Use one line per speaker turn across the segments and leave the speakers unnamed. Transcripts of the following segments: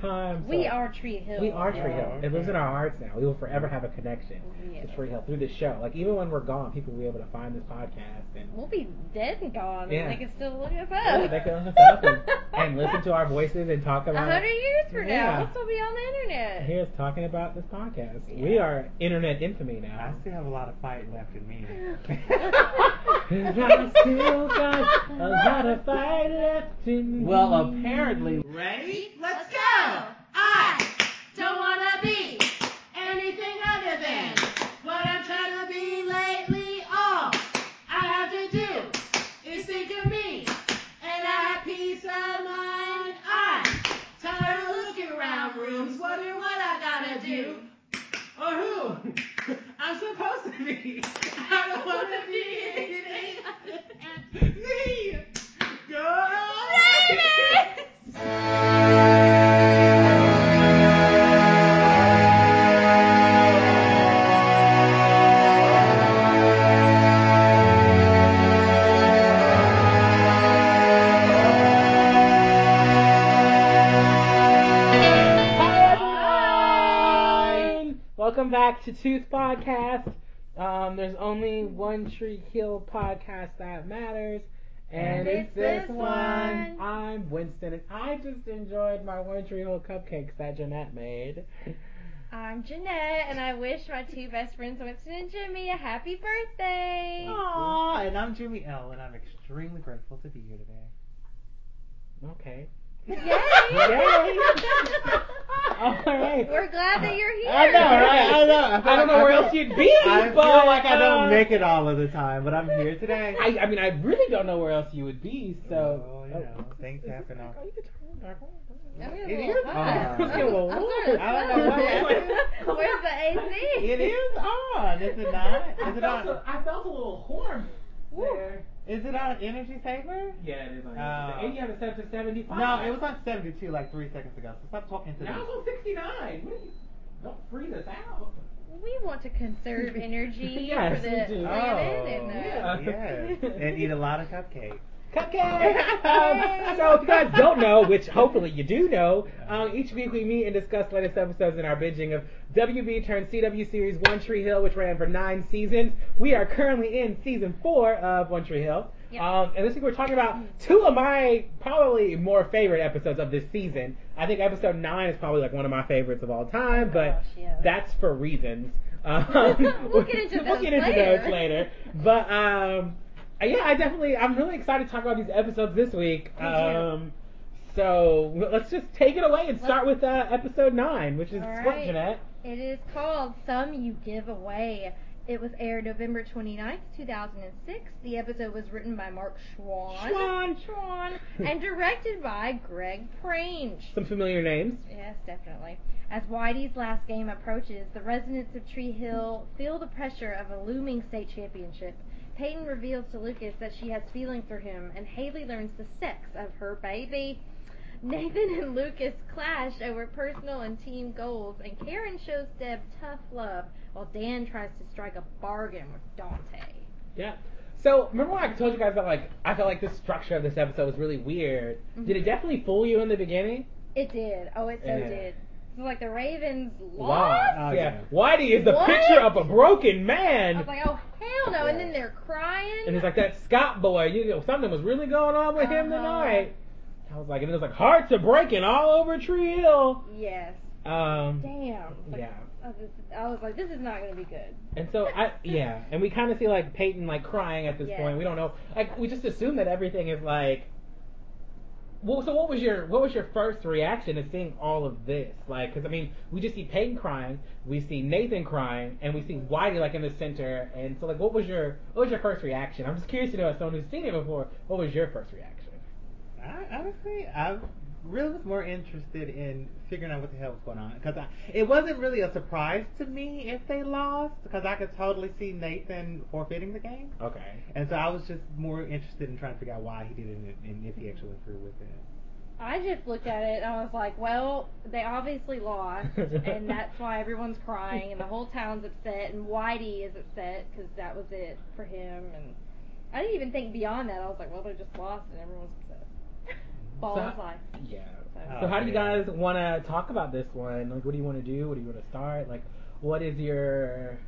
time.
We
so-
are Tree Hill.
We are
Yeah. Oh,
Tree Hill. It lives in our hearts now. We will forever have a connection
Yeah.
to Tree Hill through this show. Like even when we're gone, people will be able to find this podcast and
We'll be dead and gone,
Yeah.
and they can still look us up.
Yeah, they can look us up and, and listen to our voices and talk
A
about.
hundred years from
Yeah.
now, we'll still be on the internet.
Here's talking about this podcast. We
Yeah.
are internet infamy now.
I still have a lot of fight left in me.
I still got a lot of fight left in me.
well, apparently,
Ready? Let's go! I don't wanna be anything other than what I'm trying to be lately. All I have to do is think of me and I have peace of mind. I'm tired of looking around rooms wondering what I gotta do or who I'm supposed to be. I don't wanna be anything other than me. Go!
Fine. Welcome back to Tooth Podcast. Um, there's only one Tree Hill podcast that matters, and,
And
it's,
it's
this
this
one.
one.
I'm Winston, and I just enjoyed my One Tree Hill cupcakes that Jeanette made.
I'm Jeanette, and I wish my two best friends, Winston and Jimmy, a happy birthday.
Aw, and I'm Jimmy L, and I'm extremely grateful to be here today.
Okay.
Yay!
Yay. All right.
We're glad that you're here.
I know, right? I know. I don't know where else you'd be,
I feel
but
like I
uh,
don't make it all of the time, but I'm here today.
I, I mean, I really don't know where else you would be. So
Oh, you know, things
Is this
happen
dark?
all-
Are you turning dark?
I'm
It
getting a
is
little hot.
hot. It's getting a little
I'm
warm.
sorry,
I don't know
why.
Where's the AC?
It is on, is it not?
I
Is it
felt
on?
a- I felt a little horn there.
Is it on Energy Saver?
Yeah, it is on.
Oh.
and you have a set to 75.
No, it was on 72 like three seconds ago. So stop talking to me.
Now it's on 69. What are you- Don't freeze us out.
We want to conserve energy
Yes,
for
we
the
do.
planet and the
yeah.
yes. Oh, and eat a lot of cupcakes.
Cupcake! um, so, if you guys don't know, which hopefully you do know, um, each week we meet and discuss latest episodes in our binging of WB turned CW series One Tree Hill, which ran for nine seasons. We are currently in season four of One Tree Hill.
Yep.
Um, and this week we're talking about two of my probably more favorite episodes of this season. I think episode nine is probably like one of my favorites of all time, but
gosh, yeah.
that's for reasons. Um,
Oh, We'll get into
we'll
those
get into
later.
those later. But um, uh, yeah, I definitely, I'm really excited to talk about these episodes this week.
Me too.
Um, so l- let's just take it away and start with uh, episode nine, which is
All
what
right.
Jeanette.
It is called Some You Give Away. It was aired November 29th, 2006. The episode was written by Mark Schwann,
Schwann.
Schwann, and directed by Greg Prange.
Some familiar names.
Yes, definitely. As Whitey's last game approaches, the residents of Tree Hill feel the pressure of a looming state championship. Peyton reveals to Lucas that she has feelings for him, and Haley learns the sex of her baby. Nathan and Lucas clash over personal and team goals, and Karen shows Deb tough love while Dan tries to strike a bargain with Dante.
Yeah. So remember when I told you guys that like I felt like the structure of this episode was really weird.
Mm-hmm.
Did it definitely fool you in the beginning?
It did. Oh, it so
Yeah. Uh,
did. It's like the Ravens
Why?
lost.
Oh,
yeah.
yeah.
Whitey is the
What?
picture of a broken
I
man.
was like, oh hell no! And then they're crying.
And it's like that Scott boy, you know, something was really going on with him
Uh-huh.
tonight. I was like, and it was like hearts are breaking all over Tree Hill.
Yes.
Um,
Damn. Like,
yeah.
I was, I was like, this is not going to be good.
And so I, yeah, and we kind of see like Peyton like crying at this
Yeah.
point. We don't know, like we just assume that everything is like. Well, so what was your what was your first reaction to seeing all of this? Like, because I mean, we just see Peyton crying, we see Nathan crying, and we see Whitey like in the center. And so like, what was your what was your first reaction? I'm just curious to know, as someone who's seen it before, what was your first reaction?
I, honestly, I really was more interested in figuring out what the hell was going on because it wasn't really a surprise to me if they lost because I could totally see Nathan forfeiting the game,
Okay.
and so I was just more interested in trying to figure out why he did it and if he actually went through with it.
I just looked at it and I was like, well, they obviously lost, and that's why everyone's crying, and the whole town's upset, and Whitey is upset because that was it for him. And I didn't even think beyond that. I was like, well, they just lost, and everyone's upset. Bullseye.
Yeah.
So-
So how do you
yeah.
guys want to talk about this one? Like, what do you want to do? What do you want to start? Like, what is your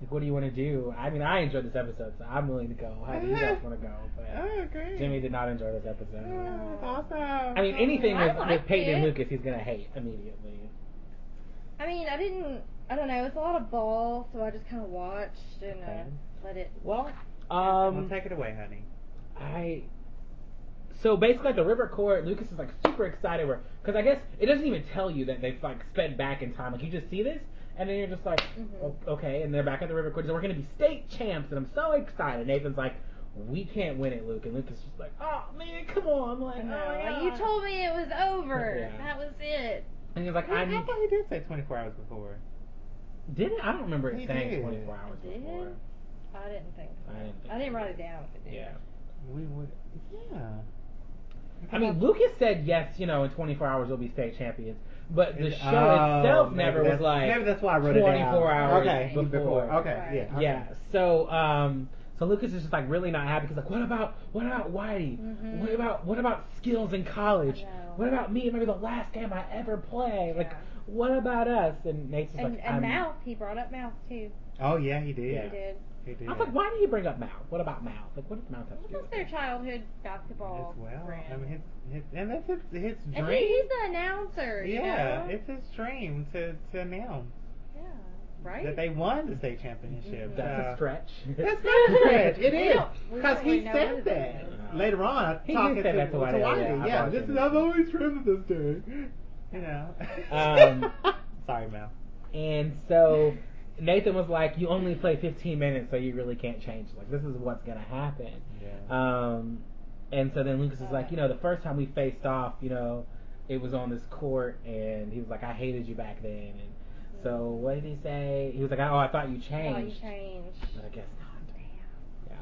like? What do you want to do? I mean, I enjoyed this episode, so I'm willing to go. How do you guys want to go? But
Oh, great.
Jimmy did not enjoy this episode.
Oh, that's awesome.
I mean, anything
I
with, with
liked
Peyton and
it.
Lucas, he's gonna hate immediately.
I mean, I didn't. I don't know. It's a lot of ball, so I just kind of watched and
Okay.
uh, let it.
Well,
Um,
well, take it away, honey.
I. So basically, at the river court, Lucas is like super excited, where because I guess it doesn't even tell you that they've like sped back in time. Like you just see this, and then you're just like,
Mhm.
"O- okay, and they're back at the river court. So we're gonna be state champs, and I'm so excited. Nathan's like, we can't win it, Luke, and Lucas is just like, oh man, come on. I'm like,
I
oh,
know,
my
like,
God."
you told me it was over.
Yeah.
That was it.
and he's like, I
I, I thought he did say 24 hours before.
didn't. I don't remember it
He
saying
did.
24 hours
He did?
before.
I didn't think. So.
I didn't think
I didn't
so.
write it down. If it did.
Yeah.
We would. Yeah.
I mean, Lucas said yes, you know, in 24 hours we'll be state champions, but the
It-
show
oh,
itself
maybe
never was
that's-
like
Maybe that's why I wrote
24
it down.
hours
Okay,
before.
Okay,
Right.
yeah. okay.
Yeah. So, um, so Lucas is just like really not happy. He's like, what about what about Whitey?
Mhm.
What about what about skills in college?
I know.
What about me? Maybe the last game I ever play. Like,
Yeah.
what about us? And Nate's just
And,
like,
and
I'm,
mouth. He brought up mouth too.
Oh yeah, he did.
Yeah.
He did.
He did.
I was like, why do you bring up mouth? What about mouth? Like, what does mouth have to
What
do?
was
with
their
it?
childhood basketball?
As well,
friend?
I mean, his, his, and that's his, his dream.
And he, he's the announcer. you
yeah,
know?
it's his dream to to announce
yeah. Right.
that they won the state
Mm-hmm.
Mhm.
championship.
That's
So-
a stretch.
That's not a stretch. It
We
is
don't- we
because
don't
he
really know what
said
it
that
is.
Yeah.
later on.
He did
talking
say that to Whitey, yeah,
Whitey.
I
Yeah,
watched
this
it.
is I've always dreamed of this day. You know.
Um,
Sorry, Mel.
And so Nathan was like, "You only play 15 minutes, so you really can't change. Like this is what's gonna happen."
Yeah.
Um, and so then Lucas was like, "You know, the first time we faced off, you know, it was on this court, and he was like, I hated you back then." And so what did he say? He was like, "Oh, I thought you
Oh, you
changed."
changed.
But I guess not.
Damn.
Yeah.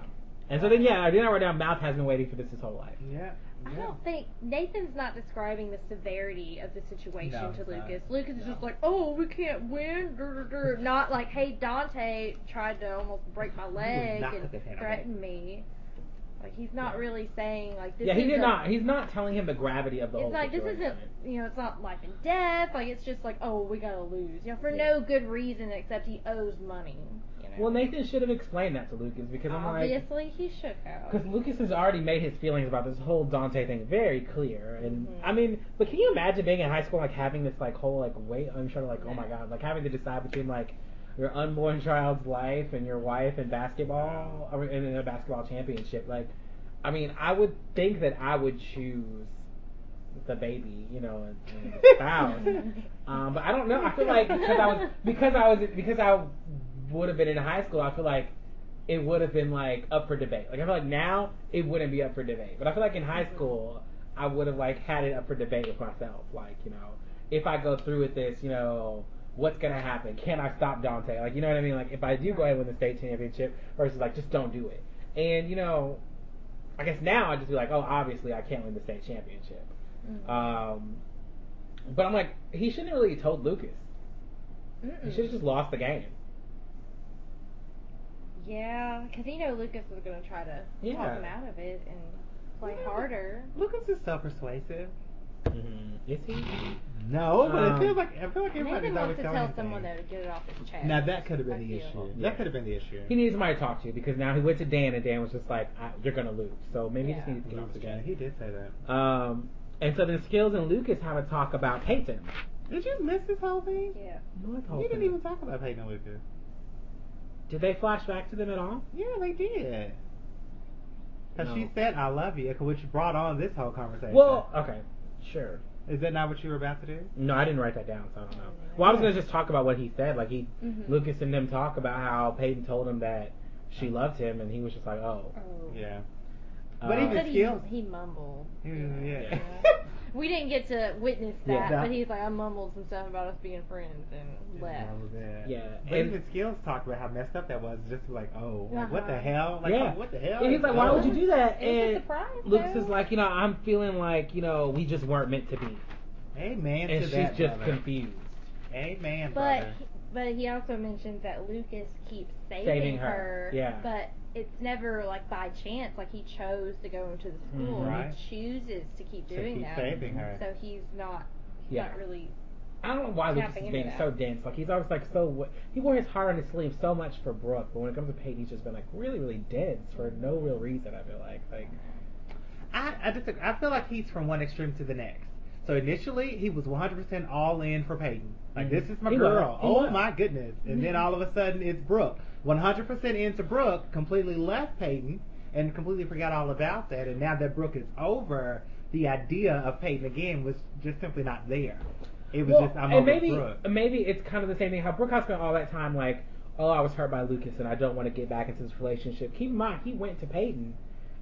And so then yeah, I did not write down. Mouth has been waiting for this his whole life.
yeah.
I
yeah.
don't think Nathan's not describing the severity of the situation
No,
to
he's not.
Lucas. Lucas is
No.
just like, "Oh, we can't win." dur, dur, dur." Not like, "Hey, Dante tried to almost break my leg
not
and
put that hand on
threaten me." Like he's not
Yeah.
really saying like this.
yeah, he did
isn't-
not. He's not telling him the gravity of the whole
It's like this
situation.
isn't, you know, it's not life and death. Like it's just like, oh, we gotta lose, you know, for
Yeah.
no good reason except he owes money. You know?
Well, Nathan should have explained that to Lucas because I'm like,
obviously he should have.
Because Lucas has already made his feelings about this whole Dante thing very clear, and
Mhm.
I mean, but can you imagine being in high school like having this like whole like weight on your shoulder, like oh my
Yeah.
god, like having to decide between like your unborn child's life and your wife and basketball, uh, or and in a basketball championship. Like, I mean, I would think that I would choose the baby, you know, and, and the spouse. Um, but I don't know. I feel like because I was because I was because I would have been in high school. I feel like it would have been like up for debate. Like I feel like now it wouldn't be up for debate. But I feel like in high school I would have like had it up for debate with myself. Like you know, if I go through with this, you know, what's gonna happen? Can I stop Dante? Like you know what I mean? Like if I do go ahead and win the state championship versus like just don't do it. And you know, I guess now I'd just be like, oh, obviously I can't win the state championship.
Mhm.
Um, but I'm like, he shouldn't have really told Lucas. He
Mm-mm.
should have just lost the game.
Yeah, because he know Lucas was gonna try to talk
Yeah.
him out of it and play
Yeah.
harder.
Lucas is so persuasive.
Mm-hmm. Is he?
No, but
Um,
it feels like I feel like everybody's
Nathan
always
wants to
telling
tell
him
someone though
things.
to get it off his chest.
Now that could have
I
been
feel.
the issue.
Yeah.
That could have been the issue.
He needed somebody to talk to because now he went to Dan and Dan was just like, I, "You're gonna lose." So maybe he just
Yeah.
needed to
He
get off
was
the
again. He
game.
did say that.
Um, and so then Skills and Lucas have a talk about Peyton.
Did you miss this whole thing?
Yeah.
What
You didn't even talk about Peyton and Lucas.
Did they flash back to them at all?
Yeah, they did. Because
No.
she said, I love you, which brought on this whole conversation.
Well, uh, okay, sure.
Is that not what you were about to do?
No, I didn't write that down, so I don't know.
Oh,
Well, I was gonna just talk about what he said. Like he,
Mhm.
Lucas and them talk about how Peyton told him that she loved him, and he was just like, "Oh."
Oh.
Yeah. But
Uh,
even
But he,
Skills-
he mumbled.
Yeah.
you know,
yeah.
We didn't get to witness
Yeah.
that, but he's like, I mumbled some stuff about us being friends and left.
Yeah,
But
and-
even Skills talked about how messed up that was. Just like, oh, like, what the
Uh-huh.
hell? Like, oh,
yeah.
what the hell?
And he's like, why would you do that?
It was a
And
surprise,
Lucas
though.
is like, you know, I'm feeling like, you know, we just weren't meant to be. And,
Amen to
she's
that,
just
brother.
confused.
Amen,
But
brother.
but he also mentions that Lucas keeps saving,
Saving her. Yeah.
But it's never like by chance. Like he chose to go into the
Mhm.
school.
Mm-hmm. Right.
He chooses to keep
To
doing
keep
that.
saving her.
So he's not. He's
Yeah.
not really.
I don't know why Lucas
Tapping
is
into
being
that.
so dense. Like he's always like so. w- He wore his heart on his sleeve so much for Brooke, but when it comes to Peyton, he's just been like really, really dense for no real reason. I feel like like
I, I just I feel like he's from one extreme to the next. So initially he was 100% all in for Peyton. Like
Mhm.
this is my
He was.
girl.
He
oh
was.
my goodness. And then all of a sudden it's Brooke. 100% into Brooke, completely left Peyton and completely forgot all about that. And now that Brooke is over, the idea of Peyton again was just simply not there. It was
Well,
just I'm
and
over
maybe
Brooke.
maybe it's kind of the same thing. How Brooke has spent all that time like, oh, I was hurt by Lucas and I don't want to get back into this relationship. Keep in mind, he went to Peyton,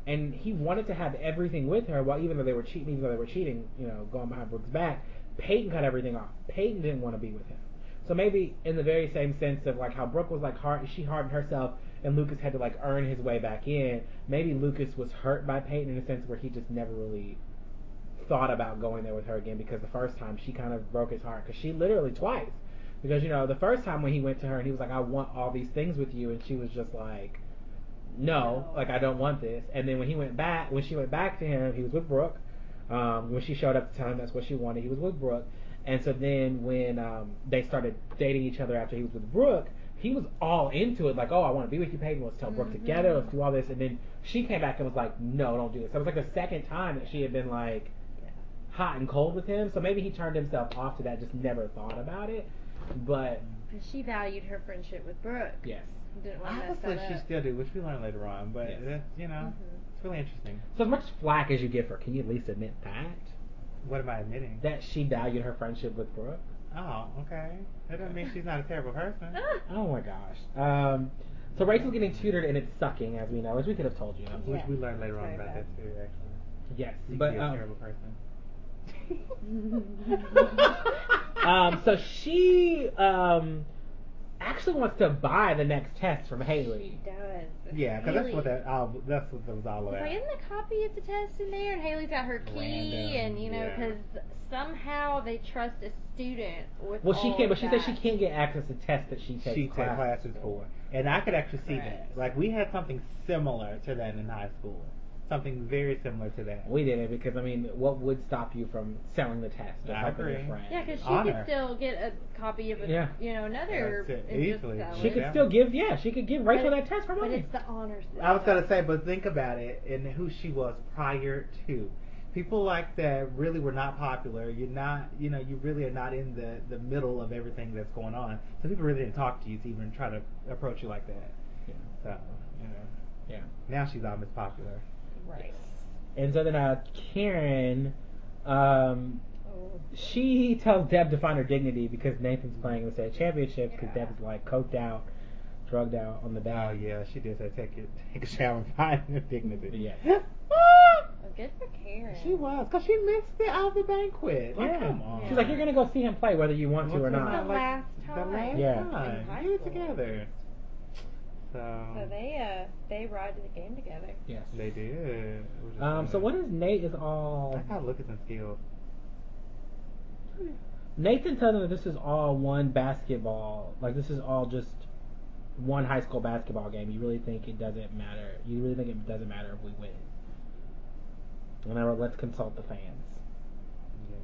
and he wanted to have everything with her. While even though they were cheating, even though they were cheating, you know, going behind Brooke's back, Peyton cut everything off. Peyton didn't want to be with him. So maybe in the very same sense of like how Brooke was like hard, she hardened herself, and Lucas had to like earn his way back in. Maybe Lucas was hurt by Peyton in a sense where he just never really thought about going there with her again because the first time she kind of broke his heart because she literally twice because you know the first time when he went to her and he was like I want all these things with you and she was just like no,
No.
like I don't want this and then when he went back when she went back to him he was with Brooke um, when she showed up to tell him that's what she wanted he was with Brooke and so then when um, they started dating each other after he was with Brooke he was all into it like oh I want to be with you Peyton let's tell Brooke
Mhm.
together let's do all this and then she came back and was like no don't do this that was like the second time that she had been like hot and cold with him, so maybe he turned himself off to that, just never thought about it. But
Because she valued her friendship with Brooke.
yes.
Didn't want to mess
Honestly,
that
she
up.
still did, which we learned later on. But
Yes.
that's, you know,
Mhm.
it's really interesting.
So as much flack as you give her, can you at least admit that?
What am I admitting?
That she valued her friendship with Brooke?
Oh, okay. That doesn't mean she's not a terrible person.
Oh my gosh. Um, so Rachel's getting tutored and it's sucking, as we know, as we could have told you.
Which
Yeah.
we learned later on
Very
about
bad.
that too, actually.
Yes,
You
but
can be a
um,
terrible person.
um, so she um actually wants to buy the next test from Haley.
She does.
Yeah, because that's what
Haley-
that all that's what that was all
I was
about.
like, isn't a copy of the test in there? And Haley's got her key,
Random,
and you know,
yeah.
because somehow they trust a student with.
Well, she
all
can't, but
of
she said she
that.
can't get access to tests that she takes
she takes classes for, and I could actually see
Correct.
that. Like we had something similar to that in high school, something very similar to that.
We didn't because I mean, what would stop you from selling the test or
I
helping your
agree.
friend?
Yeah, because she
Honor.
could still get a copy of a,
Yeah.
you know, another.
That's it.
and just
Easily.
sell
she
it.
could still give. Yeah, she could give Rachel
But-
that test for
But
money.
it's the honor system.
I was gonna say, but think about it and who she was prior to. People like that really were not popular. You're not, you know, you really are not in the the middle of everything that's going on. So people really didn't talk to you to even try to approach you like that.
Yeah.
So, you know,
yeah.
now she's almost popular.
Right.
And so then uh, Karen, um,
Oh.
she tells Deb to find her dignity because Nathan's playing in the state championship because
Yeah.
Deb is like coked out, drugged out on the
Oh
bag.
yeah, she did say take it, take a shower and find her dignity.
Yeah.
Well, good for Karen.
she was, cause she missed it out of the banquet. Like,
Yeah.
come on.
She's like, you're gonna go see him play whether you want to or
What's
This is
not
not.
the
like
last
the
time.
last
Yeah.
in
time.
high
We were
school.
together. So,
So they uh they ride to the game together.
Yes.
they did. Which is
Um. So
fun.
what is Nate is
I
all.
gotta look at some skills.
Nathan tells him that this is all one basketball, like this is all just one high school basketball game. You really think it doesn't matter? You really think it doesn't matter if we win? And I wrote, let's consult the fans
Yeah.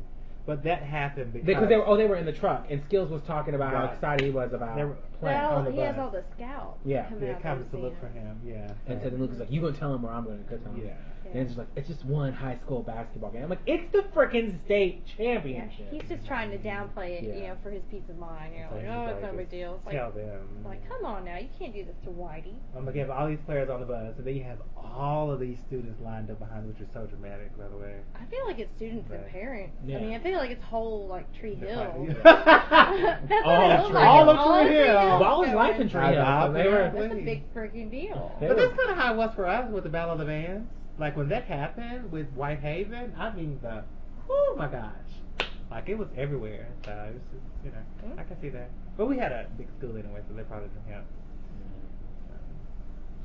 But that happened because,
because they were oh they were in the truck and Skills was talking about how
Right.
excited he was about
They were-
playing.
well,
on the
he has
bus.
all the scouts.
Yeah.
coming
They
out
comes
of
to
the
look for
museum.
him. Yeah.
and so then Lucas like, you gonna tell him where I'm gonna go tell him?
Yeah.
And it's just like it's just one high school basketball game. I'm like, it's the freaking state
Yeah,
championship.
he's just trying to downplay it, you
Yeah.
know, for his peace of mind. You're
So
like,
he's
oh, it's
like,
no big
just
deal. It's
Tell
like,
them.
like, come on now, you can't do this to Whitey.
I'm gonna give all these players on the bus, and then you have all of these students lined up behind, which is so dramatic, by the way.
I feel like it's students and
Right.
parents.
Yeah.
I mean, I feel like it's whole like Tree
The
Hill.
class-
That's
All
what it
of
looked
Tree
like.
Hill. Oh, All of
All
Tree
of
Hill.
Hill.
Ball is life in
That's
Tree Hill. so they were-
a
Please.
big freaking deal.
They
But
were-
that's kind of how it was for us with the Battle of the Bands. Like when that happened with Whitehaven, I mean the, oh my gosh, like it was everywhere. So it was just, you know,
Mm-hmm.
I can see that. But we had a big school anyway, so that probably didn't help.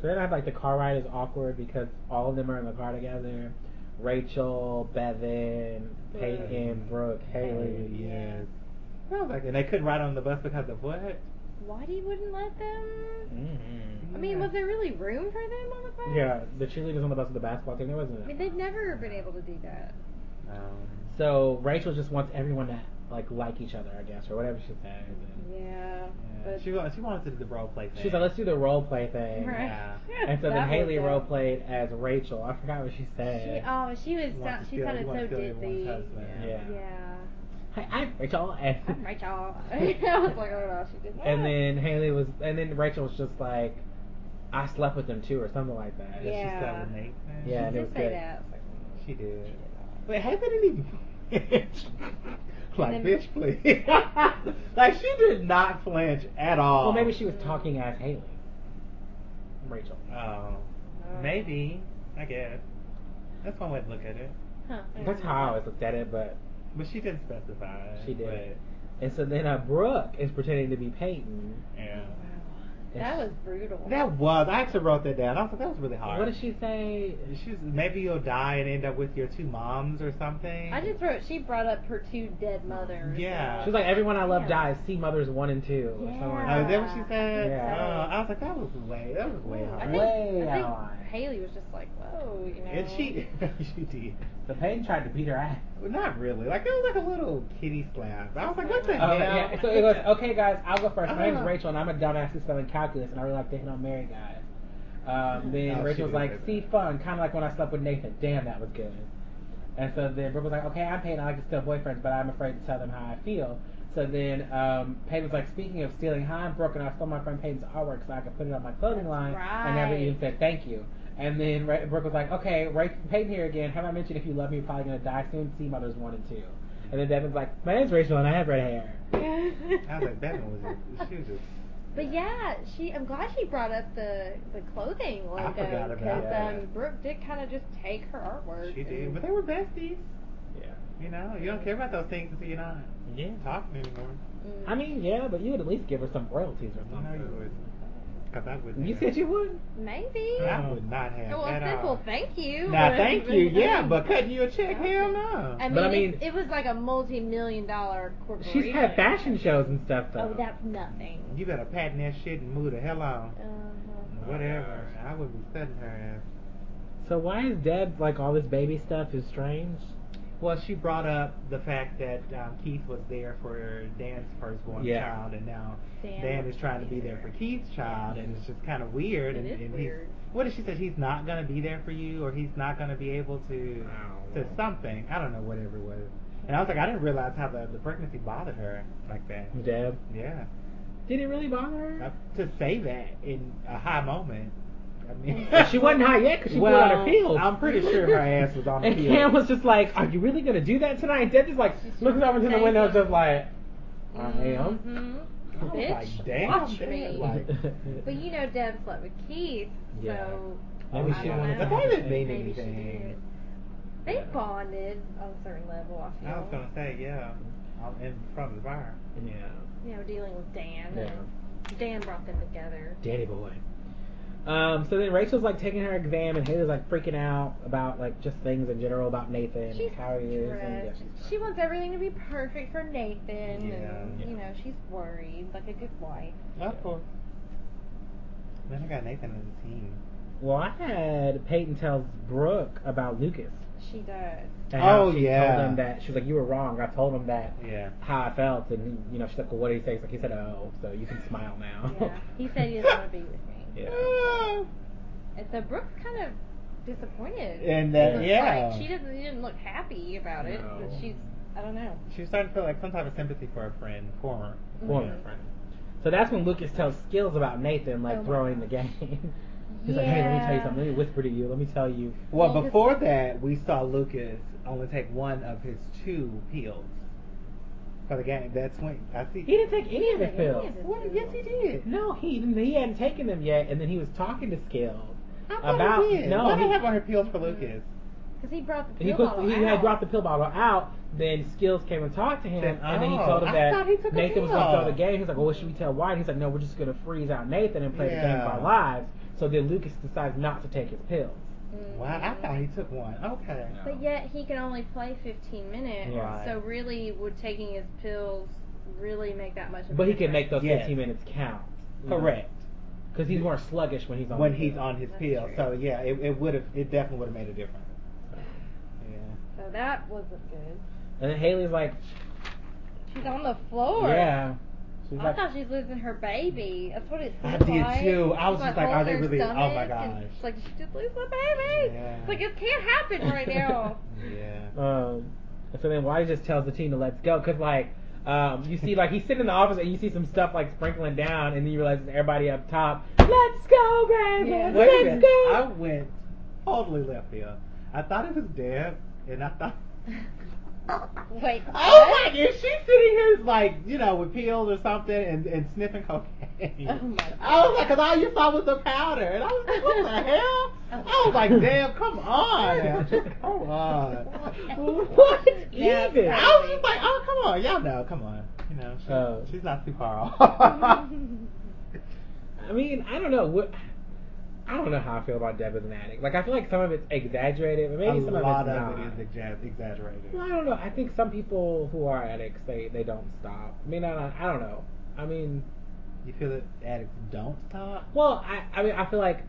So then I have like the car ride is awkward because all of them are in the car together. Rachel, Bevan, Peyton,
Mm.
Brooke, Haley.
yes. I was like, and they couldn't ride on the bus because of what?
Whitey wouldn't let them.
Mm-hmm.
I mean, was there really room for them on the bus?
Yeah, the cheerleaders on the bus with the basketball team. There wasn't.
I mean, they've never been able to do that.
Um,
So Rachel just wants everyone to like like each other, I guess, or whatever she says. And
Yeah,
Yeah,
but
she wa- she wanted to do the role play thing.
She's like, let's do the role play thing.
Right.
Yeah.
And so then
That
Haley
was, uh,
role played as Rachel. I forgot what she uh,
She
said.
oh, she was
You want
so,
to
she
steal-
sounded
you want
so
to steal everyone's
ditzy.
husband.
Yeah.
Yeah.
Hi, I'm Rachel. And,
I'm Rachel. I was like, oh no, she did not.
and then Haley was, and then Rachel was just like, I slept with them too, or something like that.
Yeah, She
Yeah.
slept with Nathan.
Yeah,
she
and it was
did say
good.
that.
She did. Wait, Haley didn't even flinch. like
And
bitch, please. like she did not flinch at all.
Well, maybe she
Oh.
was talking as Haley. Rachel. Uh,
Oh, maybe. I guess. That's one way to look at it.
Huh.
That's how I always looked at it, but
But she didn't specify.
She did. and so then uh, Brooke is pretending to be Peyton.
But, yeah.
and
That
she-
was brutal.
That was. I actually wrote that down. I was like, that was really hard.
What did she say?
She's maybe you'll die and end up with your two moms or something.
I just wrote. She brought up her two dead mothers.
Yeah.
She was like, everyone I love
Yeah.
dies. See mothers one and two. Or something like
Oh, is that what she said?
Yeah.
Oh, I was like, that was way, that was way
I
hard.
think,
Way
I think
out of line.
Haley was just like, whoa, you know.
And she, she did.
The Peyton tried to beat her ass.
Well, Not really. Like it was like a little kitty slap. I was like, what the
Oh,
hell?
yeah. So it goes, okay, guys, I'll go first. My name's
Uh-huh.
Rachel, and I'm a dumbass who's spelling calculus, and I really like to hit on Mary guys. Um, then
Oh, she
Rachel was
did
like,
say
see,
that.
fun, kind of like when I slept with Nathan. Damn, that was good. And so then Brooke was like, okay, I'm Peyton. I like to steal boyfriends, but I'm afraid to tell them how I feel. So then um, Peyton was like, speaking of stealing, hi, I'm Brooke, and I stole my friend Peyton's artwork so I could put it on my clothing
That's
line. I never
right.
even said thank you. And then Ra- Brooke was like, okay, Ra- Peyton here again. Have I mentioned if you love me, you're probably going to die soon? See Mothers 1 and 2. And then Devin's like, my name's Rachel, and I have red hair.
I was like, that one was. She was just.
But yeah, she. I'm glad she brought up the the clothing
I forgot
logo
about
because
that.
um, Brooke did kind of just take her artwork.
She did.
and-
But they were besties.
Yeah.
You know, you don't care about those things until you're not
Yeah.
talking anymore.
Mm.
I mean, yeah, but you would at least give her some royalties or
I know you
something.
would. Cause I wouldn't.
You
have-
said you would.
maybe.
I would not have
Well,
at
simple.
all.
Thank you.
Now,
but-
uh, thank you. Yeah, but cutting you a
I
check,
don't
hell
think-
no.
I mean,
But I
it,
mean-
it was like a multi-million dollar corporation.
She's had fashion shows and stuff though.
Oh, that's nothing.
You better patent that shit and move the hell on.
Uh-huh.
Whatever. I would be studying her ass.
So why is Deb like all this baby stuff is strange?
Well, she brought up the fact that um, Keith was there for Dan's firstborn
Yeah.
child, and now
Dan
Dan,
wants
is
to
trying to
be
be there for Keith's child, and it's just kind of weird.
It
and,
is
and
weird.
He's, what did she say? He's not gonna be there for you, or he's not gonna be able to
I don't
to
know.
something. I don't know whatever it was. And I was like, I didn't realize how the, the pregnancy bothered her like that.
Deb.
Yeah.
Did it really bother her?
Uh, to say that in a high moment. I mean,
she wasn't high yet because she
well,
blew out her pills.
I'm pretty sure her ass was on the
and
field.
Cam was just like, "Are you really gonna do that tonight?" Deb just like
She's
looks over to the
saying
window,
something.
just like, "I am."
Mhm.
I was
Bitch,
like, damn,
watch
Deb,
me.
like-
But you know, Deb slept with Keith,
Yeah.
so
Maybe
I
she
don't
wanted
know.
to- But that didn't
mean
Maybe she
anything.
did. They
Yeah.
bonded on a certain level. I feel.
I was gonna say, yeah, I'm in front of the bar.
yeah.
You know, dealing with Dan.
Yeah.
Dan brought them together.
Danny boy. Um, so then Rachel's like taking her exam, and Haley's like freaking out about like just things in general about Nathan
She's
and how he is. And, yeah,
stressed.
she's
She wants everything to be perfect for Nathan, and
Yeah.
you know she's worried, like a good wife.
Of course. Then I got Nathan on the team.
Well, I had Peyton tells Brooke about Lucas.
She does.
And how
Oh,
she
yeah.
Told him that she was like, "You were wrong. I told him that
Yeah.
how I felt." And you know, she's like, "Well, what did he say?" He's like, "He said, oh, so you can smile now."
Yeah. He said he doesn't want to be with me.
Yeah.
And so Brooke's kind of disappointed.
And
It
then
was
yeah,
Like, she doesn't she didn't look happy about it.
No.
But she's I don't know.
she's starting to feel like some type of sympathy for her friend, former
Former
Mhm.
friend.
So that's when Lucas tells Skills about Nathan, like
Oh my
throwing the
gosh.
game. He's like, "Hey, let me tell you something. Let me whisper to you. Let me tell you."
Well,
Well, 'cause-
before that, we saw Lucas only take one of his two pills for the game. That's when I see.
He didn't take any of his
Any of
pills.
his
What?
pills.
Yes, he did.
No, he didn't- he hadn't taken them yet, and then he was talking to Skills.
I thought
About-
he did.
no,
Why did
he-
I have on her pills for Lucas?
Because he brought the pill
He, put,
bottle
he
out.
had brought the pill bottle out. Then Skills came and talked to him,
Said,
and then he
"Oh,
told him
I
that
thought he took a
Nathan was going to
pill."
throw the game. He was like, "Well, what should we tell White?" He's like, "No, we're just going to freeze out Nathan and play the game
Yeah.
of our lives." So then Lucas decides not to take his pills.
Mhm.
Wow, I thought he took one. Okay.
But yet he can only play 15 minutes.
Yeah.
So really, would taking his pills really make that much? Of a
But he
difference?
can make those
Yes.
15 minutes count. you know?
Correct.
because he's more sluggish when he's on.
when
the
he's
field.
on his
That's
pill.
true.
So yeah, it, it would have it definitely would have made a difference. Yeah.
So that wasn't good.
And then Haley's like,
She's on the floor.
yeah.
She's
I
like,
thought she was losing her baby. That's what it
I
seemed
did
like.
too. I
She,
was just like,
holds
are they
her
really- oh my
stomach, and
gosh.
She's like, she just lose my baby.
Yeah.
It's like, it can't happen right now.
yeah.
Um, and so then Whitey just tells the team to let's go because like um, you see like he's sitting in the office and you see some stuff like sprinkling down and then you realize it's everybody up top. Let's go, baby.
Yeah.
Wait a
Let's
minute. I
go.
went totally left field. I thought it was Deb, and I thought.
Wait.
Oh
what?
my gosh, she's sitting here like, you know, with pills or something and, and sniffing cocaine.
Oh my God.
I was like, because all you saw was the powder. And I was like, what the hell? I was like, damn, come on. Come on.
What
Yeah,
even?
I was just like, oh, come on. Y'all know, come on. You know, she,
Oh.
she's not too far off.
I mean, I don't know what. I don't know how I feel about Deb as an addict. Like, I feel like some of it's exaggerated, but maybe
a
some
lot
of it's
of
not.
it is exa- exaggerated.
Well, I don't know. I think some people who are addicts, they, they don't stop. I mean, I don't, I don't know. I mean,
You feel that addicts don't stop?
well, I, I mean, I feel like,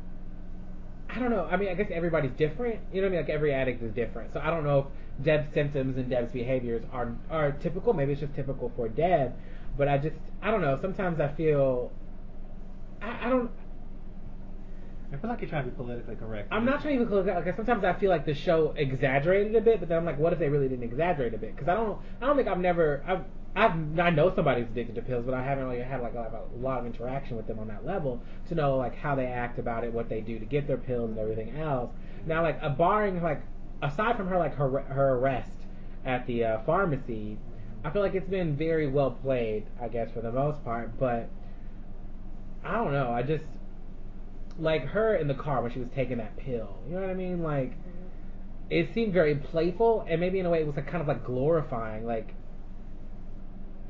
I don't know. I mean, I guess everybody's different. You know what I mean? Like, every addict is different. So I don't know if Deb's symptoms and Deb's behaviors are, are typical. Maybe it's just typical for Deb. But I just, I don't know. Sometimes I feel, I, I don't,
I feel like you're trying to be politically correct.
I'm not trying to even close out. Like sometimes I feel like the show exaggerated a bit, but then I'm like, what if they really didn't exaggerate a bit? Because I don't, I don't think I've never, I've, I've, I know somebody's addicted to pills, but I haven't really had like a lot, of, a lot of interaction with them on that level to know like how they act about it, what they do to get their pills and everything else. Now like a barring like aside from her like her her arrest at the uh, pharmacy, I feel like it's been very well played, I guess for the most part, but. I don't know. I just like her in the car when she was taking that pill. You know what I mean? Like
Mm-hmm.
it seemed very playful, and maybe in a way it was like kind of like glorifying like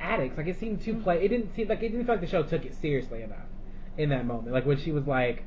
addicts. Like it seemed
Mm-hmm.
too play. It didn't seem like it didn't feel like the show took it seriously enough in that moment. Like when she was like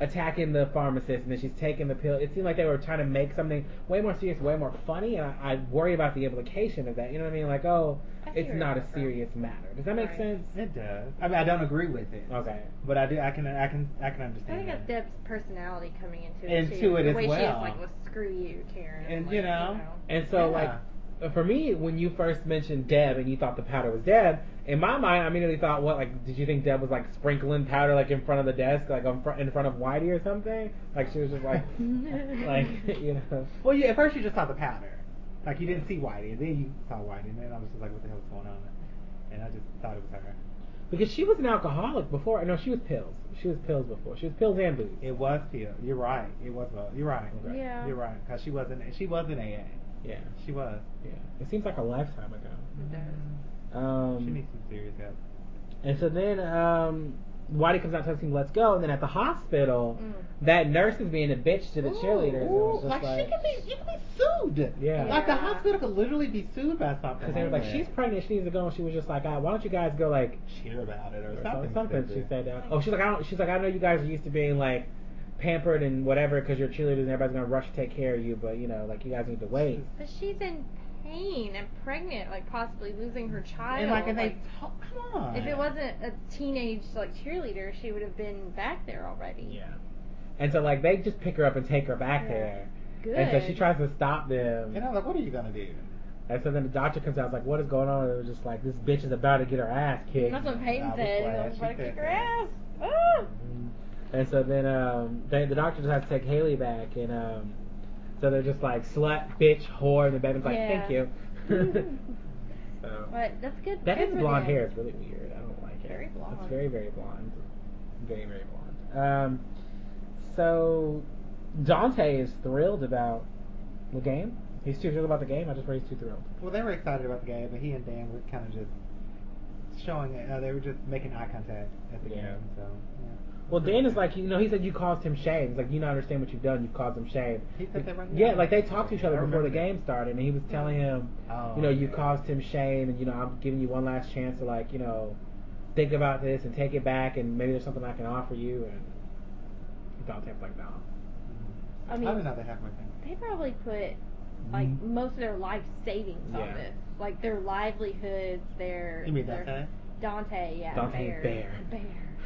attacking the pharmacist and then she's taking the pill. It seemed like they were trying to make something way more serious, way more funny, and I, I worry about the implication of that. You know what I mean? Like oh,
I see
it's
where
not
you're
a
from.
serious matter. Does that make
Right.
sense?
It does. I mean, I don't agree with it.
Okay.
But I do. I can. I can. I can
I
understand.
think
that.
that's Deb's personality coming into it.
Into
too.
it
the
as
way She
well.
is like, well, screw you, Karen.
And,
like,
you know.
And so,
Yeah.
like, for me, when you first mentioned Deb and you thought the powder was Deb, in my mind, I immediately thought, what, like, did you think Deb was, like, sprinkling powder, like, in front of the desk, like, on fr- in front of Whitey or something? Like, she was just like, like, you know.
Well, yeah. At first, you just saw the powder. Like you didn't see Whitey, and then you saw Whitey, and then I was just like, "What the hell's going on?" And I just thought it was her.
Because she was an alcoholic before. No, she was pills. She was pills before. She was pills and booze.
It was Pia. You're right. It was. Well, you're right.
Okay.
Yeah.
You're right. Cause she wasn't. She wasn't AA.
Yeah,
She was.
yeah. It seems like a lifetime ago.
It does.
Um,
Mm-hmm. She needs some serious help.
And so then um, Whitey comes out tells him, let's go. And then at the hospital,
Mm.
that nurse is being a bitch to the cheerleaders. and I was
Ooh,
just
like, she could be. You could be sued.
Yeah.
Like the
Yeah.
hospital could literally be sued by something.
Because they were like,
that.
she's pregnant, she needs to go. And she was just like, uh, why don't you guys go, like,
cheer about it or,
or
something.
something. something. She
stupid.
said, uh, oh, she's like, I don't, she's like, I know you guys are used to being, like, pampered and whatever because you're cheerleaders and everybody's going to rush to take care of you, but, you know, like, you guys need to wait.
But she's in pain and pregnant, like possibly losing her child.
And like, and they talk, come on.
If it wasn't a teenage like cheerleader, she would have been back there already.
And so, like, they just pick her up and take her back
Yeah.
there.
Good.
And so she tries to stop them.
and I'm like, what are you gonna do?
And so then the doctor comes out, like, what is going on? And it was just like, this bitch is about to get her ass kicked.
That's what
I
Peyton
was
said.
glad
I was
she
like,
said
kick her
that.
ass. Ah!
Mm. And so then um, they, the doctor decides to take Haley back, and um, so they're just like slut, bitch, whore, and the baby's like,
Yeah.
thank you. so.
But that's good.
That
good
is
for
blonde
them.
hair is really weird. I don't like it.
Very blonde.
It's very very blonde. Very very blonde. Um, so Dante is thrilled about the game. He's too thrilled about the game. I just read he's too thrilled.
Well, they were excited about the game, but he and Dan were kind of just showing. Uh, they were just making eye contact at the
Yeah.
game. So. Yeah.
Well, Dan is like, you know, he said you caused him shame. He's like, you don't understand what you've done. You've caused him shame.
He said that right
Yeah,
now.
like they talked to each
I
other before
remember
the
that.
game started, and he was telling him,
Oh,
you know, you
yeah.
caused him shame, and you know, I'm giving you one last chance to like, you know, think about this and take it back, and maybe there's something I can offer you. And Dante was like, no.
I
I
mean-
mean, Mm-hmm. I didn't know they had my thing.
They probably put like
Mhm.
most of their life savings
Yeah.
on this, like their livelihoods, their.
You mean
their,
that thing?
Dante, yeah.
Dante
bear.
Bear.
Bear.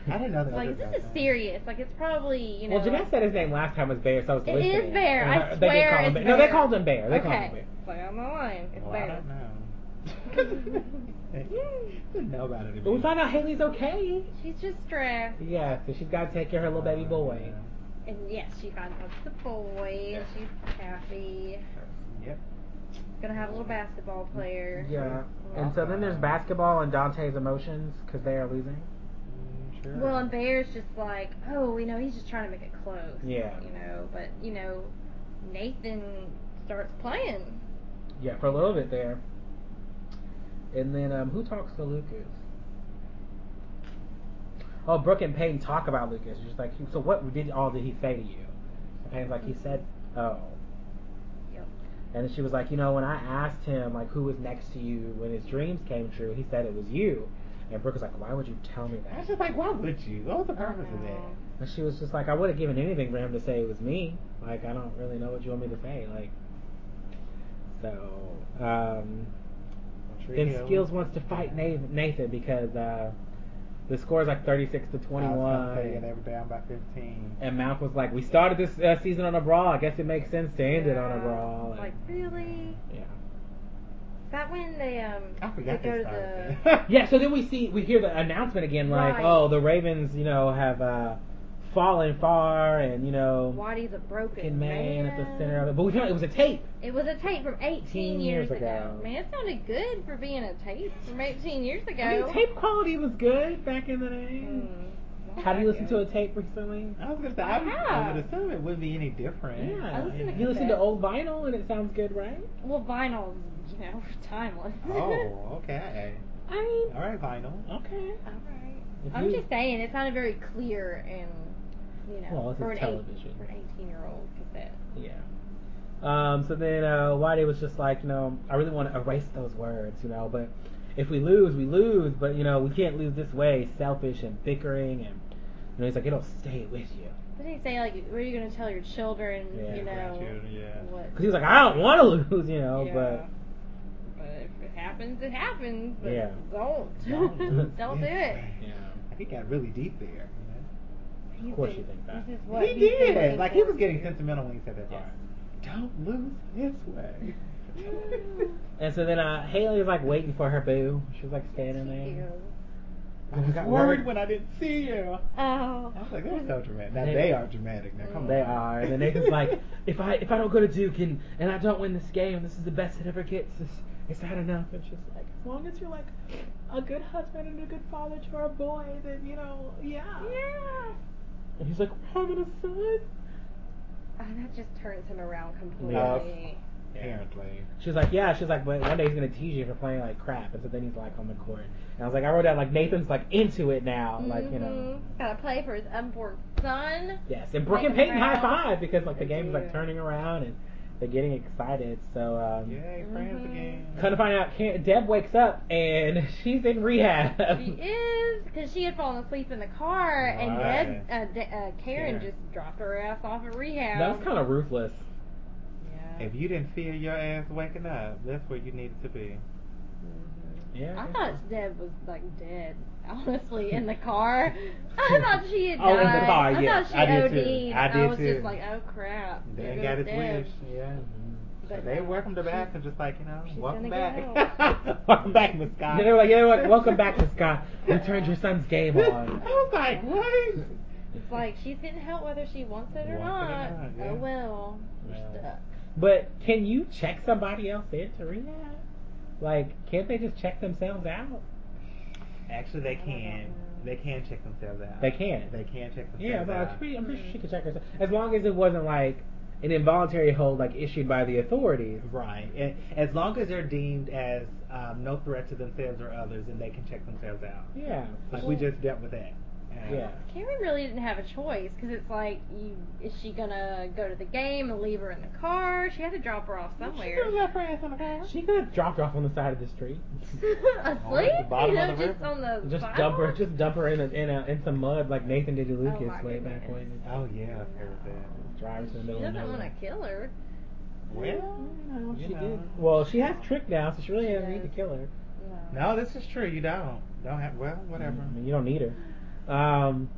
I didn't know that.
Like,
was
this
about
is
that.
serious. Like, it's probably, you know.
well, Jeanette said his name last time was Bear, so I was
It
listening.
is Bear,
And
I
her- they did
swear
call him
it's
Bear. No, they
Bear.
called him Bear. They called him
okay.
Bear.
Play on the line. It's
Well, I
Bear.
don't know. Didn't know about it.
But we find out Haley's okay.
She's just stressed.
Yeah, so she's got to take care of her little baby boy.
And yes, she finds out the boy. And she's happy.
Yep.
Gonna have a little basketball player.
Yeah. And so then there's basketball and Dante's emotions because they are losing.
Mm, Sure.
Well, and Bear's just like, oh, you know, he's just trying to make it close.
Yeah.
You know, but, you know, Nathan starts playing.
Yeah, for a little bit there. And then um, who talks to Lucas? Oh, Brooke and Payne talk about Lucas. She's like, so what did all did he say to you? And Payne's like, he said, oh.
Yep.
And she was like, you know, when I asked him like who was next to you when his dreams came true, he said it was you. And Brooke was like, why would you tell me
I was
that?
just like, why would you? What was the purpose of that?
And she was just like, I would have given anything for him to say it was me. Like, I don't really know what you want me to say. Like, so, um,
Tree
then
Hill.
Skills wants to fight Na- Nathan because uh, the score is like 36 to
I was gonna say, yeah,
21.
they were down by 15.
And Mouth was like, "We started this uh, season on a brawl. I guess it makes sense to end it on a
Yeah.
brawl."
Like,
And,
really?
yeah.
Is that when they, um,
I forgot
they go to
they
the.
started that.
Yeah. So then we see we hear the announcement again, like,
Right.
"Oh, the Ravens, you know, have uh, fallen far, and you know,
Waddy's a broken
fucking man, at the center of it." But we found it was a tape.
It was a tape from 18
18
years
years
ago.
ago.
Man, it sounded good for being a tape from 18 years ago.
I mean, tape quality was good back in the day.
Mm.
Have you listened to a tape recently?
I was gonna say, I, would- I would
Yeah.
assume it wouldn't be any different.
Yeah.
listen to
you listen to
cassettes.
old vinyl and it sounds good, right?
Well, vinyl, you know, timeless.
Oh, okay.
I mean,
All right, vinyl.
Okay.
alright.
If
I'm
you-
just saying, it sounded very clear and, you know,
Well, this
for, an
is television.
Eight, for an 18 year old cassette.
Yeah. Um, so then uh, Whitey was just like, you know, I really want to erase those words, you know, but if we lose, we lose, but, you know, we can't lose this way, selfish and bickering. And, you know, he's like, it'll stay with you.
What did he say? Like, what are you going to tell your children,
Yeah,
you know?
grandchildren, yeah.
What?
Because he was like, I don't want to lose, you know,
Yeah.
but.
But if it happens, it happens. But
Yeah.
Don't.
Don't do
Don't,
it.
do it.
Yeah.
I think got really deep there. You
He's
course
been-
you think that.
This is
know?
what
he
he's been
did.
waiting
Like he
for.
was getting sentimental when he said that
Yes.
part. Don't lose this way.
And so then uh, Haley was like waiting for her boo. She was like standing
Thank
there.
you.
I was
got
worried
worried.
when I didn't see you.
Oh.
I was like, that's so dramatic. Now
They-
they, are dramatic. Now come
They
on.
are. And then Nathan's like, if I if I don't go to Duke and, and I don't win this game, this is the best it ever gets. It's, it's not enough. And she's like, as long as you're like a good husband and a good father to our boy, then you know, yeah.
Yeah.
And he's like, we're having a son.
Oh, that just turns him around completely.
apparently.
She's like, yeah. She's like, but one day he's gonna tease you for playing like crap. And so then he's like on the court. And I was like, I wrote down like Nathan's like into it now, like you know.
Mhm. Gotta play for his unborn son.
Yes, and Brooke and
Like,
Peyton high
around.
five because like the
They
game's like
do.
turning around and they're getting excited. So
Mm-hmm.
um,
Yay, friends again.
Come to find out, Karen- Deb wakes up and she's in rehab.
She is, because she had fallen asleep in the car, and
Right.
Deb, uh, De- uh, Karen
Karen.
just dropped her ass off at rehab.
That was kind of ruthless.
Yeah.
If you didn't feel your ass waking up, that's where you needed to be.
Yeah.
I thought Deb was like dead, honestly, in the car. I thought she had died.
Oh, in the car,
I
yes,
thought she
I did
OD'd.
too. I did
was
too.
just like, oh crap.
They
there
ain't
goes
got his
Deb.
wish. Yeah.
But
But they
no,
welcome to
she's-
back and just like, you know,
she's
welcome
gonna
back.
get
welcome back, Miss Scott.
Yeah, they were like, yeah, they were like, welcome back to Scott. We turned your son's game
I
on.
was like, what?
It's like she's getting help whether she wants it or
Wants it or
not.
not,
Oh
yeah.
well, you're
Yeah.
stuck.
But can you check somebody else into rehab? Like, can't they just check themselves out?
Actually, they can. They can check themselves out.
They can.
They can check themselves
Yeah, but
out.
I'm pretty, I'm pretty sure
Mm-hmm.
she could check herself. As long as it wasn't like an involuntary hold, like issued by the authorities.
Right. And as long as they're deemed as um, no threat to themselves or others, and they can check themselves out.
Yeah.
Like we just dealt with that. Uh,
Yeah.
Karen really didn't have a choice because it's like, you, is she gonna go to the game and leave her in the car? She had to drop her off somewhere.
She left her ass on the car.
She could have dropped her off on the side of the street.
Asleep?
the
you
bottom
know,
of the
just
river.
on the
Just
bottom?
dump her, just dump her in a, in, a, in some mud like Nathan did to Lucas
Oh my
way
goodness.
back when.
Oh yeah, I've heard that.
Drive her to the
She
middle of
doesn't want
nowhere.
to kill her.
Well, you know,
She
you know.
did. Well, she has trick now, so she really
She
doesn't need to
does.
kill her.
No.
No, this is true. You don't. Don't have. Well, whatever.
I mean, Mm-hmm. you don't need her. Um,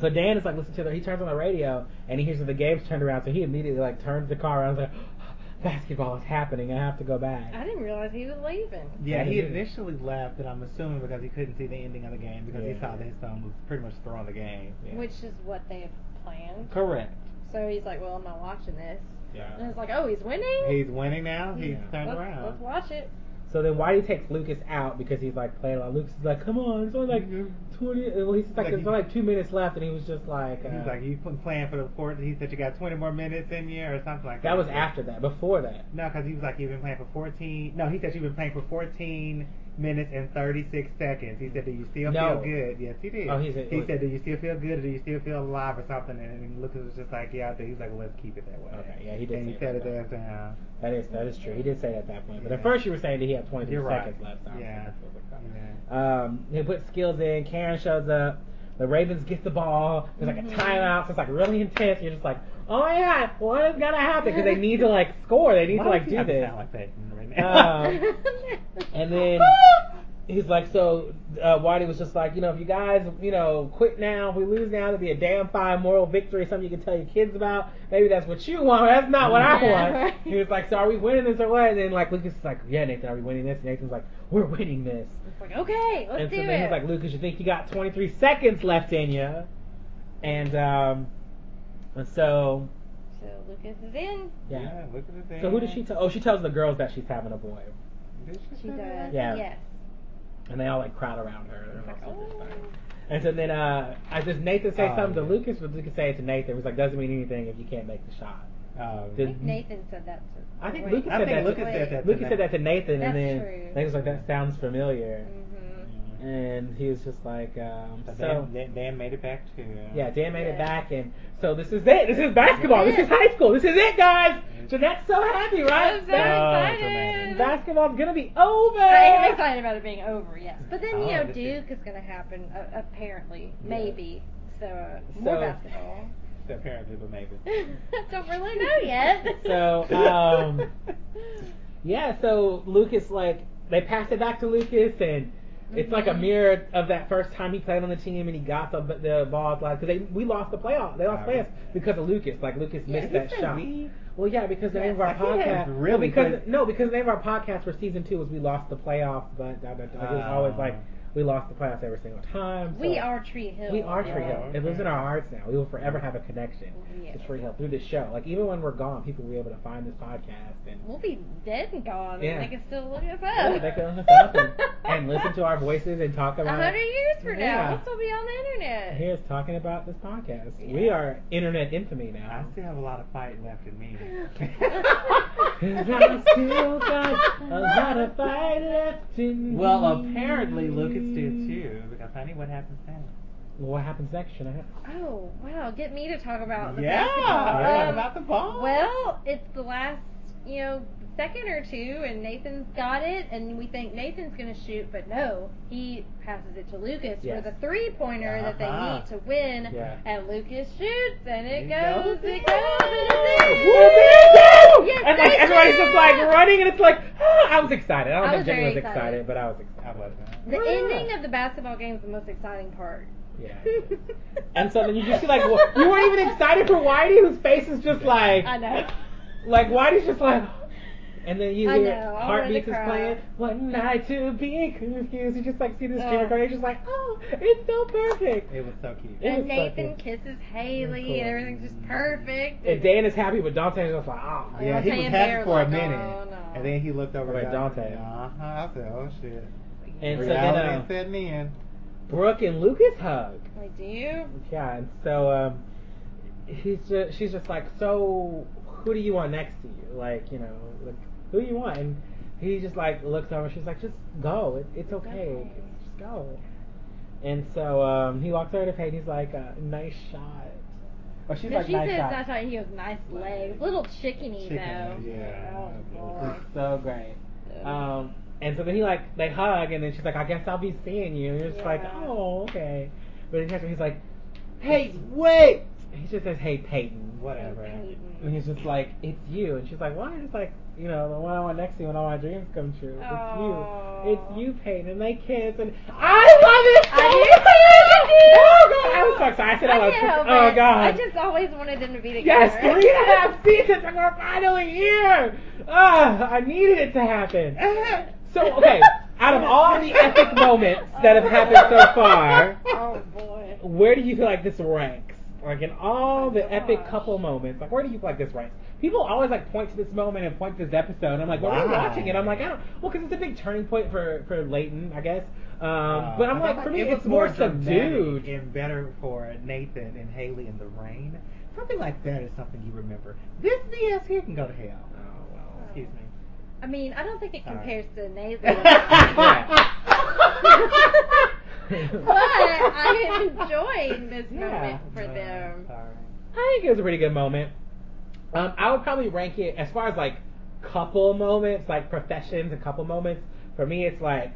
so Dan is like listening to the. He turns on the radio and he hears that the game's turned around. So he immediately like turns the car around. And is like, basketball is happening. I have to go back.
I didn't realize he was leaving.
Yeah,
Yeah,
he
he
had
did.
initially left, and I'm assuming because he couldn't see the ending of the game because he
Yeah.
saw that his son was pretty much throwing the game. Yeah.
Which is what they had planned.
Correct.
So he's like, well, I'm not watching this.
Yeah.
And I was like, oh, he's winning?
He's winning now. He's
Yeah.
turned
let's,
around.
let's watch it.
So then Whitey takes Lucas out because he's like playing a lot. Lucas is like, come on, it's only like
Mhm.
twenty. Well, he's just like,
Like
there's
he-
only like two minutes left, and he was just like, uh,
He's like, you pl- playing for the court? He said you got 20 more minutes in you or something like that.
that was after that. Before that,
No, because he was like, you've been playing for 14. No, he said you've been playing for 14 minutes and 36 seconds. He said, do you still
No.
feel good? Yes, he did.
Oh, he said-
He said, do you still feel good or do you still feel alive or something? And, and Lucas was just like, yeah, I do. He's like, well, let's keep it that way.
Okay, yeah, he did
And
say
he set
it
his
like
ass down.
that is that is true. He did say that at that point. But at
Yeah.
first, you were saying that he had 23
You're right.
seconds left. So I don't think
Yeah.
that feels like that.
Yeah.
Um, he puts skills in. Karen shows up. The Ravens get the ball. There's like
Mhm.
a timeout. So it's like really intense. You're just like, oh my god, what is gonna happen? Because they need to like score. They need
Why
to like
does
do
he have to
this.
sound like that right now?
Um, and then he's like, so uh, Whitey was just like, you know, if you guys, you know, quit now, if we lose now, it'll be a damn fine moral victory, something you can tell your kids about. Maybe that's what you want, but that's not what I
Yeah,
want.
right.
He was like, so are we winning this or what? And then like Lucas is like, yeah, Nathan, are we winning this? And Nathan's like, we're winning this.
It's like, okay, let's
and
do
so then
it.
he's like, Lucas, you think you got 23 seconds left in you? And um, and so
so Lucas is in.
yeah.
look at his
So who does
ass.
she tell? Oh, she tells the girls that she's having a boy.
Did she
She
say
does.
that?
Yeah.
Yes.
and they all like crowd around her. They're
Like,
all super
"Oh."
excited. And so then uh, I just Nathan say
Oh,
something to
yeah.
Lucas, but Lucas say it to Nathan. It was like doesn't mean anything if you can't make the shot.
Oh,
I
Did-
think Nathan said that to
I think
wait.
Lucas
I
said
think
that.
Lucas
to,
said that. to
Lucas said that to Nathan,
That's
and then
true.
Nathan was like, "That sounds familiar,"
Mhm.
Yeah.
and he was just like, um,
So
"So
Dan, Dan, Dan made it back uh, too.
yeah, Dan made
Yeah.
it back, and so this is it. This is basketball.
This
This
is
is high school. This is it, guys." Jeanette's so happy,
I'm
right?
so
Oh,
excited.
dramatic.
Basketball's gonna be over.
I am excited about it being over, yes. But then, you
Oh,
know,
this
Duke
is-
is going to happen, uh, apparently.
Yeah.
Maybe. So, uh,
So-
more basketball.
Apparently, but maybe.
Don't really know yet.
So, um, Yeah, so Lucas like they passed it back to Lucas and it's like a
Mm-hmm.
Mhm.
mirror of that first time he played on the team and he got the the ball like because they we lost the playoff they lost
Oh.
playoffs because of Lucas like Lucas
Yeah,
missed
he
that
said
shot.
we.
Well, yeah, because the name of our
Yes, like, he has
podcast well,
really
because
good-
no because the name of our podcast for season two was we lost the playoffs but da, da, da, like, it was
Oh.
always like we lost the playoffs every single time. so-
we are Tree Hill.
we are
y'all.
Tree Hill. It lives in
okay.
our hearts now. We will forever have a connection
Yes.
to Tree Hill through this show. Like even when we're gone, people will be able to find this podcast and
We'll be dead and gone,
Yeah.
and they can still look us up.
Yeah, they can look us up and, and listen to our voices and talk
A
about.
hundred years from now,
Yeah.
we'll still be on the internet.
Here's talking about this podcast. We are internet infamy
I
now.
still have a lot of fight left in me.
'Cause I still got a lot of fight left in me.
well, apparently Lucas did too, because honey, what happens next?
Well, what happens next? Should I-
Oh wow! Get me to talk about the
yeah,
basketball.
Yeah.
Um,
about the ball.
Well, it's the last, you know, second or two, and Nathan's got it, and we think Nathan's going to shoot, but no, he passes it to Lucas
Yes.
for the three pointer that
Uh-huh.
they need to win,
Yeah.
and Lucas shoots, and it
He
goes,
goes
it
in.
goes, and
Woo!
it's in.
Woo!
Yes,
and like
they
everybody's just like
did.
running, and it's like ah, I was excited. I don't
I
think
was
Jenny
very
was excited,
excited.
but I was
I
excited.
wasn't.
The
Yeah.
ending of the basketball game is the most exciting part.
Yeah. And so then you just see like wha- you weren't even excited for Whitey, whose face is just like
I know.
like Whitey's just like. And then you
I
hear
know, I
heartbeats
wanted
is
to cry.
playing. One night to be confused. You just like see this
Ugh.
Jericho, and you're just like, oh, it's so perfect.
It was so cute.
It
And
was so
Nathan
cute.
kisses Haley,
Cool.
and everything's just perfect.
And Dan is happy, but Dante's just like, oh,
I
Yeah,
was
he
saying
was
they were
happy for
like,
a minute,
oh, no.
and then he looked over
Wait,
at
Dante.
Uh huh. I said, oh shit.
And so then
Reality
uh,
setting in.
Brooke and Lucas hug.
They do.
Yeah, and so um, he's just, she's just like, so who do you want next to you? Like, you know, like who do you want? And he just like looks over. She's like, just go. It, it's okay.
Okay.
Just go. And so um, he walks over to Peyton. He's like, uh, nice shot. But she's
no,
like,
she
nice
says
shot.
that's right. He goes, nice legs. Little chickeny,
Chicken
though.
legs, yeah.
Oh, boy.
It's so great. Um, and so then he like they hug, and then she's like, I guess I'll be seeing you. And you're just like,
Yeah.
oh, okay. But then he's like, hey, wait. He just says, hey, Peyton, whatever. And he's just like, it's you. And she's like, why? And he's like, you know, the one I want next to you when all my dreams come true. It's
Aw.
you. It's you, Peyton. And they kiss. And I love it so
I
Oh god, I was so excited. I said I,
I
was.
can't help
Oh
it.
god.
I just always wanted them to be together.
Yes, three and a half seasons, and we're finally here. Ah, I needed it to happen. So okay, out of all the epic moments that have happened so far,
Oh boy.
where do you feel like this ranks? Like in all the
Oh,
epic
gosh.
couple moments, like where do you feel like this ranks? People always like point to this moment and point to this episode. I'm like, well, we're
Wow.
watching it. I'm like, I don't. Well, because it's a big turning point for for Leighton, I guess. Um,
Uh,
but I'm
I
like,
felt
for me,
it
it's
was
more
dramatic
subdued.
and better for Nathan and Haley in the rain. Something like that is something you remember. This BS here can go to hell.
Oh, well.
Excuse me.
I mean, I don't think it
Sorry.
compares to Nathan.
Yeah.
but I am enjoying this
Yeah.
moment for
No,
them.
Sorry.
I think it was a pretty good moment. Um, I would probably rank it as far as like couple moments, like professions and couple moments. For me, it's like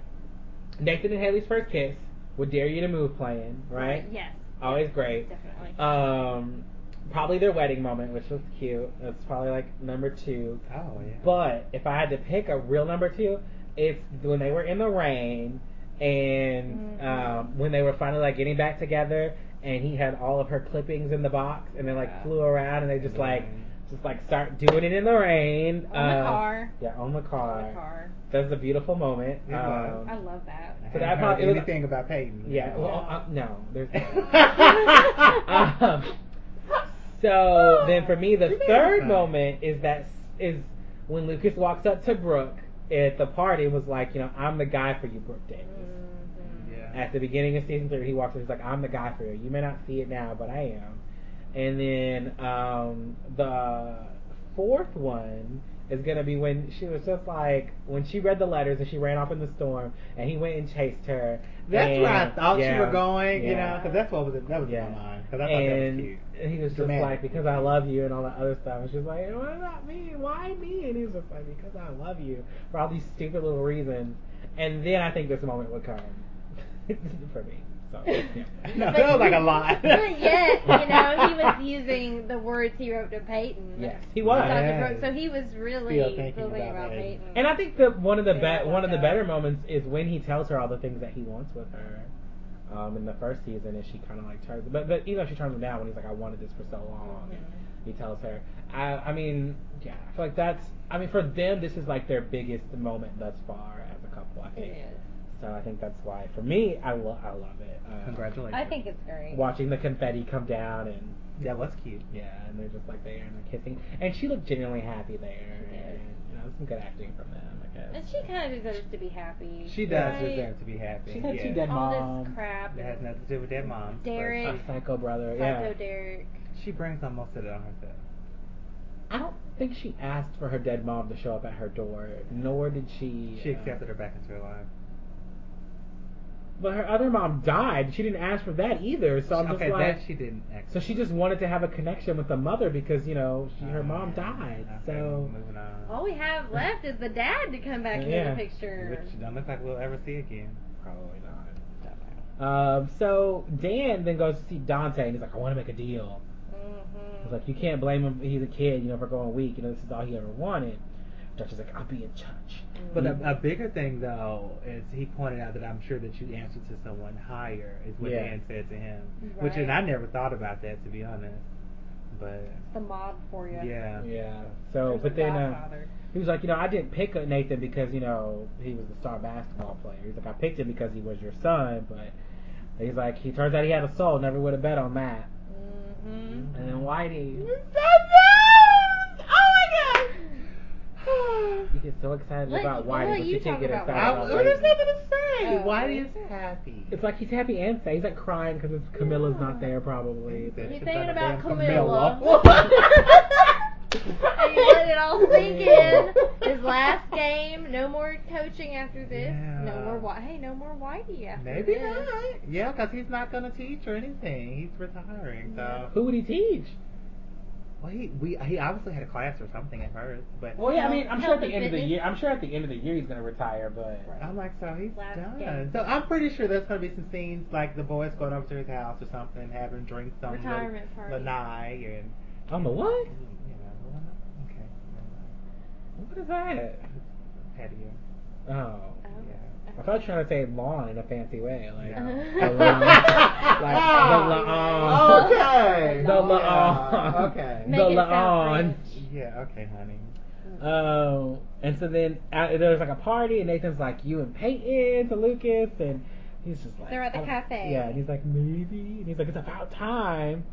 Nathan and Haley's first kiss with "Dare You to Move" playing, right?
Yes,
Always great.
definitely.
Uh,
Um, probably their wedding moment, which was cute. That's probably like number two.
Oh yeah.
But if I had to pick a real number two, it's when they were in the rain and
Mhm.
um, when they were finally like getting back together, and he had all of her clippings in the box, and they like
Yeah. Mm-hmm.
flew around, and they just
the
like
rain.
just like start doing it in the rain. Uh,
On the car.
Yeah, on the car.
On the car.
That's a beautiful moment.
It was.
Um,
I love that.
I
So
haven't
that
heard
probably- it was-
anything about Peyton.
yeah. Well,
Yeah.
uh, no, there's. um, so then for me, the
You made it
third
fine.
moment is that is when Lucas walks up to Brooke at the party and was like, you know, I'm the guy for you, Brooke Davis.
Mhm.
Mm. yeah.
At the beginning of season three, he walks up. He's like, I'm the guy for you. You may not see it now, but I am. And then um, the fourth one is gonna be when she was just like when she read the letters and she ran off in the storm and he went and chased her.
That's
And-
where I thought
yeah,
you were going, you
yeah
know, because that's what was in, that was
Yeah.
in my mind. Because I thought that was
and
cute.
he was just
Dramatic.
like, because I love you and all that other stuff. And she was like, what about me? Why me? And he was just like, because I love you for all these stupid little reasons. And then I think this moment would come for me. So yeah.
No, that was like a lot.
But yet, you know, he was using the words he wrote to Peyton.
yes, he was.
Dr.
Yeah.
Brooks, so he was really
Still
thinking,
thinking
about,
about Peyton.
Peyton.
And I think that one of the
Yeah,
be- one of the
yeah.
better moments is when he tells her all the things that he wants with her. Um, in the first season, and she kind of like turns, but but you know she turns him down when he's like, I wanted this for so long, and he tells her. I I mean, yeah, I feel like that's. I mean, for them, this is like their biggest moment thus far as a couple. I think.
It is.
So I think that's why, for me, I lo- I love it. Uh,
Congratulations.
I think it's great.
Watching the confetti come down and
that was cute.
yeah, and they're just like there and they're kissing, and she looked genuinely happy there.
She did.
And, you know, some good acting from them, I guess.
And she kind of deserves to be happy.
She does
right?
deserve to be happy.
She said she
yes.
did.
All
Mom.
this crap.
That has
and
nothing to do with that mom. but
Derek.
Her psycho brother, yeah.
Psycho Derek.
She, she brings almost it on herself.
I don't think she asked for her dead mom to show up at her door, nor did she.
She
uh,
accepted her back into her life.
But her other mom died. She didn't ask for that either. So I'm just
okay,
like.
that she didn't. Accept.
so she just wanted to have a connection with the mother because you know she, her
Uh,
mom died.
okay,
So
moving on.
All we have left is the dad to come back into
Yeah.
the picture.
Which don't look like we'll ever see again.
probably not. Um, so Dan then goes to see Dante and he's like, I want to make a deal.
Mhm.
He's like, you can't blame him. He's a kid, you know, for going weak. You know, this is all he ever wanted. Dutch is like, I'll be in touch.
But
Mhm.
a, a bigger thing though is he pointed out that I'm sure that you answer to someone higher is what
Yeah.
Dan said to him, which
Right.
and I never thought about that to be honest. But
It's the mob for you.
yeah,
Yeah. So,
There's
but
a
then. Uh,
godfather.
He was like, you know, I didn't pick Nathan because you know he was the star basketball player. He's like, I picked him because he was your son, but he's like, he turns out he had a soul. Never would have bet on that.
Mhm.
And then Whitey,
Oh my
you get so excited
Let-
about
well,
Whitey, but
you
you can't
talk
get
about
excited
Whitey.
about
I-
Whitey.
to say.
Oh,
Whitey
okay.
is happy.
It's like he's happy and sad. He's like crying because Camilla's not there probably.
That
You're
shit's
thinking
like a
about
damn
Camilla. and you let
But
it all sink in. His last game, no more coaching after this. No
Yeah.
more Whi- hey, no more Whitey after
Maybe
this.
not. Yeah, because he's not gonna teach or anything. He's retiring, so.
Who would he teach?
Well, he we he obviously had a class or something at first, but
Well, yeah, I mean, I'm sure at the
Health
end of the
and
year, I'm sure at the end of the year he's gonna retire, but
I'm like, so he's
Last
done.
game.
So I'm pretty sure there's gonna be some scenes like the boys going over to his house or something, having drinks, some little
Retirement party.
lanai and
I'm a what?
you know, lanai? okay,
What is that?
patio.
Oh,
Oh.
Yeah.
I thought you were trying to say lawn in a fancy way, like
No.
Uh-huh.
the lawn, like the lawn.
okay.
The lawn.
Yeah, Okay.
Make
The
it sound
lawn.
French.
Yeah. Okay, honey.
Um, and so then uh, there was like a party, and Nathan's like, "You and Peyton to Lucas," and he's just like,
They're at the
I don't-
cafe.
Yeah, and he's like, "Maybe," and he's like, "It's about time."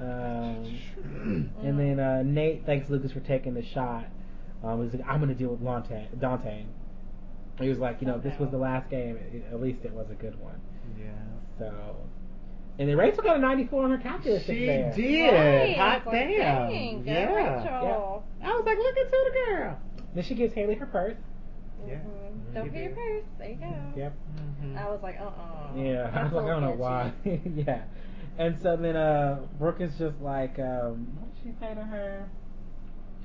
Um, and then uh, Nate thanks Lucas for taking the shot. Um, he's like, "I'm gonna deal with Lonte- Dante." He was like, "You know, if this was the last game. It, at least it was a good one."
Yeah.
So, and then Rachel got a 94 on her calculus.
She
there.
did.
Right,
Hot
I was like,
damn.
dang, good,
yeah.
Rachel.
I was like, look at you, the girl.
Then she gives Haley her purse.
Yeah.
Mhm. Don't
You
forget your
did.
purse. There you go.
Yep.
Mm-hmm.
I was like, uh uh
Yeah, I was like, I don't know why. yeah. And so then uh Brooke is just like, um what did she say to her?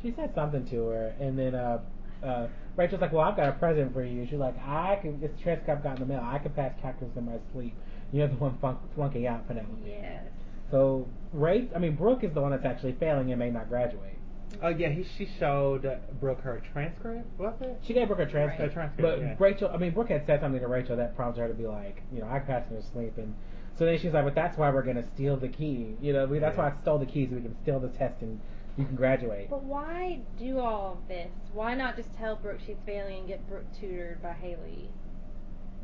She said something to her and then uh uh Rachel's like, Well I've got a present for you. She's like, I can it's a transcript I've got in the mail. I can pass calculus in my sleep. You're the one funk, flunking out Penelope.
Yes.
So Rach I mean Brooke is the one that's actually failing and may not graduate.
Oh yeah, he, she showed uh, Brooke her transcript. Was it?
She gave Brooke a transcript,
Right. A transcript,
but
yeah.
Rachel, I mean, Brooke had said something to Rachel that prompted her to be like, you know, I could pass in her sleep, and so then she's like, but that's why we're gonna steal the key, you know, we, that's why I stole the key so we can steal the test and you can graduate.
But why do all of this? Why not just tell Brooke she's failing and get Brooke tutored by Haley?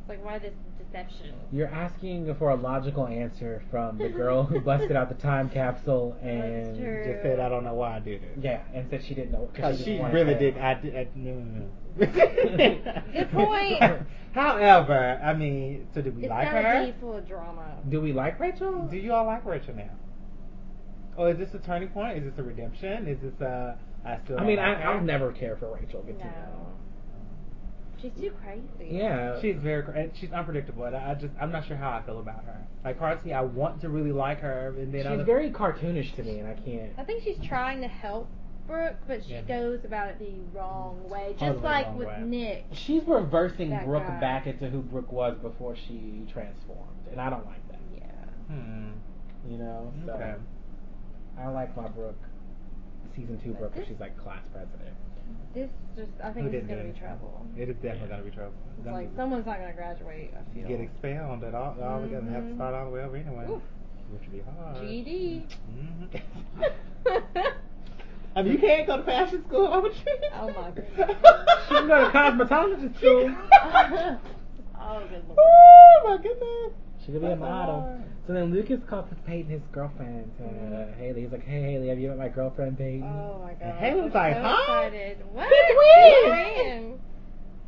Like, why this deception?
You're asking for a logical answer from the girl who busted out the time capsule
That's
and
true.
Just said I don't know why I did it.
yeah, and said she didn't know
Because she
didn't wanna
really
fail.
did. I did. I, no, no, no.
Good point.
However, I mean, so do we
It's
like
gotta
her?
be full of drama.
Do we like Rachel?
Do you all like Rachel now? Oh, is this a turning point? Is this a redemption? Is this a I still?
I mean,
don't
I,
like her?
I'll never care for Rachel. Good to know.
No. She's too crazy.
Yeah,
She's very cra- and she's unpredictable. And I I just I'm not sure how I feel about her. Like Party, I want to really like her, and then
she's
other-
very cartoonish to me, and I can't.
I think she's trying to help Brooke, but she
Yeah.
goes about it the wrong way.
Totally
Just like
wrong
with
way.
Nick.
She's reversing
That
Brooke
guy.
back into who Brooke was before she transformed, and I don't like that.
Yeah.
Hmm.
You know, so
Okay.
I don't like my Brooke season two Brooke.
this-
She's like class president.
This just, I
Who
think this is
did
going to
that?
be trouble.
It is definitely
Yeah.
gonna be trouble.
It's
Gonna
like,
be-
someone's not going to graduate, I
you
feel.
get expelled at all. All together, have to
Mhm.
start all the way over anyway,
Oof.
which would be hard.
GD.
Mhm. I mean, you can't go to fashion school. Why would you?
Oh, my goodness.
She can go to cosmetology school.
oh, good lord.
oh my goodness.
She could be a
That's
model.
hard.
So then Lucas calls Peyton his girlfriend. Uh, Haley, he's like, "Hey, Haley, have you met my girlfriend, Peyton?"
Mm-hmm. Oh my god.
Haley was
I'm
like,
so
huh?
excited. What?
Good
Man.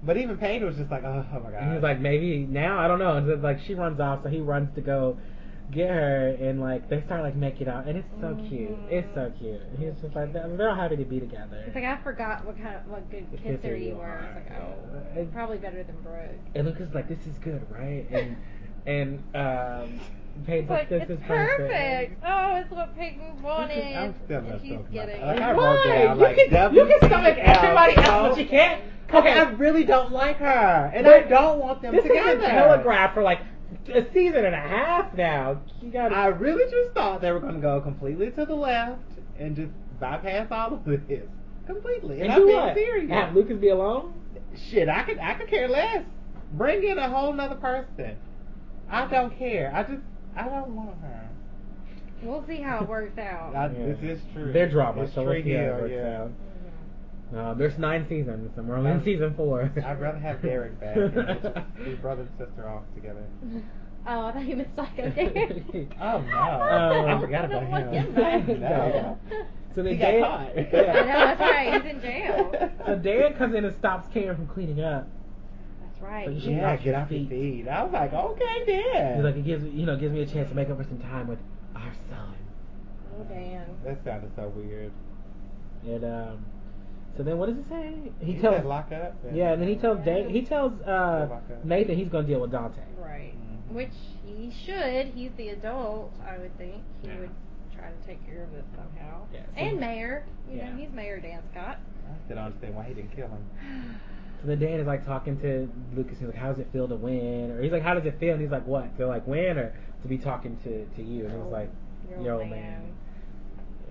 But even Payne was just like, oh, oh my god.
And he was like, maybe now, I don't know. And then like she runs off, so he runs to go get her, and like they start like making out, and it's so cute.
Mhm.
It's so cute. And he's just like, they're they're all happy to be together.
It's like I forgot what kind of what good kisser you were. I was like, oh,
And-
probably better than Brooke.
And Lucas is like, this is good, right? And and um, Paige's
It's like
like, this
it's
is uh,
perfect. Oh, it's what Peyton wanted.
I'm still
and
not
he's
talking
getting.
about that. I
Why?
wrote down,
You
like,
can- you can stomach
WTF,
everybody else, but
yo.
you can't-
Okay,
okay.
I really don't like her, and
But
I don't want them
This has
together.
been telegraphed for like a season and a half now. You got
I really just thought they were going to go completely to the left and just bypass all of this completely. And,
and
I'm
do
being
what?
serious.
Have Lucas be alone?
Shit, I could I could care less. Bring in a whole nother person. I don't care. I just I don't want her.
We'll see how it works out.
I, This is true.
They're drama,
It's
so
true
we'll see how it
here,
works
yeah.
out. Uh, there's nine seasons, and we're only in
I'd-
season four.
I'd rather have Derek back. and they just- His brother and sister off together.
oh, I thought you meant Psycho Derek.
Oh no!
Um,
I forgot about
Don't want him
him.
back.
No.
so
He
then
got
Derek,
caught.
Yeah. I know,
that's right. He's in jail.
so Derek comes in and stops Karen from cleaning up.
That's right.
But you
Yeah.
Yeah, get off your feet. I was like, okay, then.
He's like, it gives me, you know, gives me a chance to make up for some time with our son.
Oh, Dan.
That sounded so weird.
And um, so then what does it say? He
You
tells
said lock up.
yeah, and then he tells Dan- he tells uh,
Rebecca.
Nathan he's gonna deal with Dante.
Right.
Mm-hmm.
Mhm.
Which he should. He's the adult, I would think. He
Yeah.
would try to take care of it somehow.
Yeah, so-
and mayor. You
Yeah.
know, he's Mayor Dan Scott.
I still don't understand why he didn't kill him.
So then Dan is like talking to Lucas. He's like, "How does it feel to win?" Or he's like, "How does it feel?" And he's like, "What?" They're like, "Win or to be talking to to you?" And
Oh.
he's like,
Your
"Yo, man."
old man.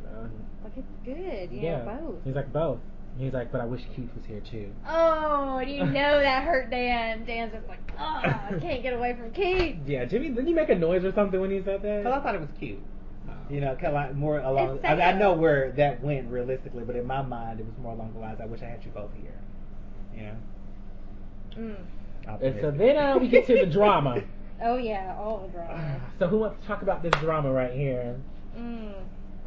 You know?
Like, it's good. You
yeah.
know, both.
He's like, "Both." He's like, but I wish Keith was here too.
Oh, and you know that hurt Dan. Dan's just like, oh, I can't get away from Keith.
Yeah, Jimmy, didn't you make a noise or something when you said that?
Because I thought it was cute.
Oh.
You know, kind of like more along.
It's
I, mean, I
sad.
know where that went realistically, but in my mind, it was more along the lines. I wish I had you both here. You know.
Mm.
And so
optimistic.
then uh, we get to the drama.
Oh yeah, all the drama.
So who wants to talk about this drama right here?
Mm.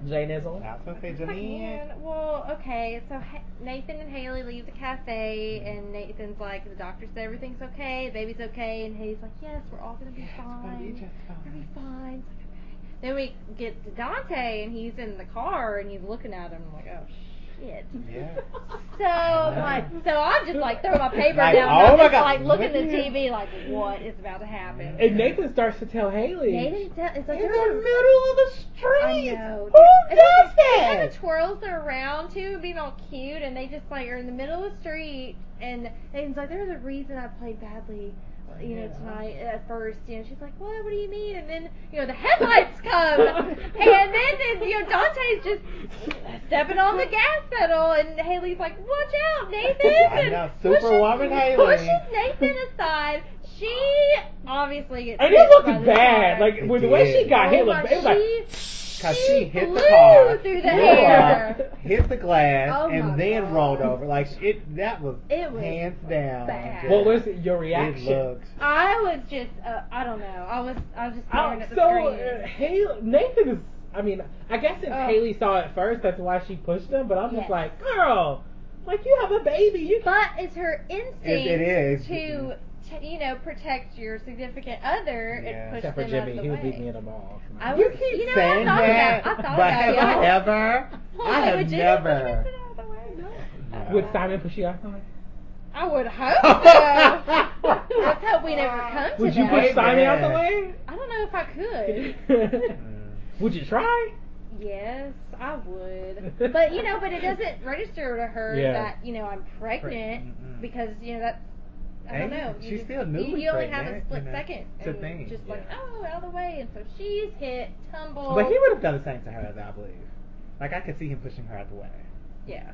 Jay
I
Nizzle.
was gonna say
It's like,
Janine.
man, well, okay. So Ha- Nathan and Haley leave the cafe, and Nathan's like, the doctor said everything's okay, baby's okay, and Haley's like, yes, we're all gonna be
Yes, it's
fine.
gonna be just fine.
We're gonna be fine. It's like, okay. Then we get to Dante, and he's in the car, and he's looking at him like, oh shit.
Yeah.
So
I know.
like, so I'm just like throwing my paper
Like,
down,
oh
and I'm
my
just
God,
like looking at the
look at you.
TV, like, what is about to happen?
And Nathan starts to tell Haley.
Nathan, tell- it's like
In the
you're
middle of the
I
street.
know.
Who
It's like
does
they kind
that?
of twirls their around too, being all cute, and they just like are in the middle of the street, and and it's like there's a reason I played badly, you know,
Yeah.
tonight at first. You know, she's like, what? What do you mean? And then you know the headlights come, and then and, you know Dante's just stepping on the gas pedal, and Haley's like, watch out, Nathan!
I know,
and
Superwoman
pushes,
Haley.
pushes Nathan aside. She obviously gets.
And
hit
it
by
looked
the
bad.
car.
Like
It
with the way she
did.
got
Oh
hit,
my-
looked- it was like
she-
Cause
She
she hit the
flew
car,
through the
hit
hair.
car, hit the glass,
Oh my
and then
God.
rolled over. Like it, that was,
It was
hands down.
bad.
just-
What was your
it
reaction?
looked?
I was just, uh, I don't know. I was, I was just staring
Oh,
at the
so
screen.
uh, Haley, Nathan is. I mean, I guess if
Oh.
Haley saw it first, that's why she pushed him. But I'm
Yes.
just like, girl, like you have a baby, you. Can't.
But it's her instinct
It- it is.
to, to, you know, protect your significant other
Yeah.
and push
Except for
them out of
Jimmy,
the
he
way.
would beat me in a ball.
I was,
You keep
you know,
saying
I thought
that,
about, I thought
but
about
have
it.
I
I-
ever?
I'm
I
like,
have
would you
never.
push them out of the way? No.
No.
Would Simon push you outside?
I would hope so. Let's hope we never come to
Would you
that.
push
Wait
Simon out the
a
way?
I don't know if I could.
Mm.
Would you try?
Yes, I would. But you know, but it doesn't register to her
Yeah.
that you know I'm pregnant
Mm-mm.
because you know that's I don't
And
know.
she's
you just-
still
You,
newly
you only have a
pregnant,
split
you know.
second.
It's a
and
thing,
Just like
yeah.
oh, out of the way, and so she's hit, tumbled.
But he would have done the same to her, though, I believe. Like I could see him pushing her out the way.
Yeah,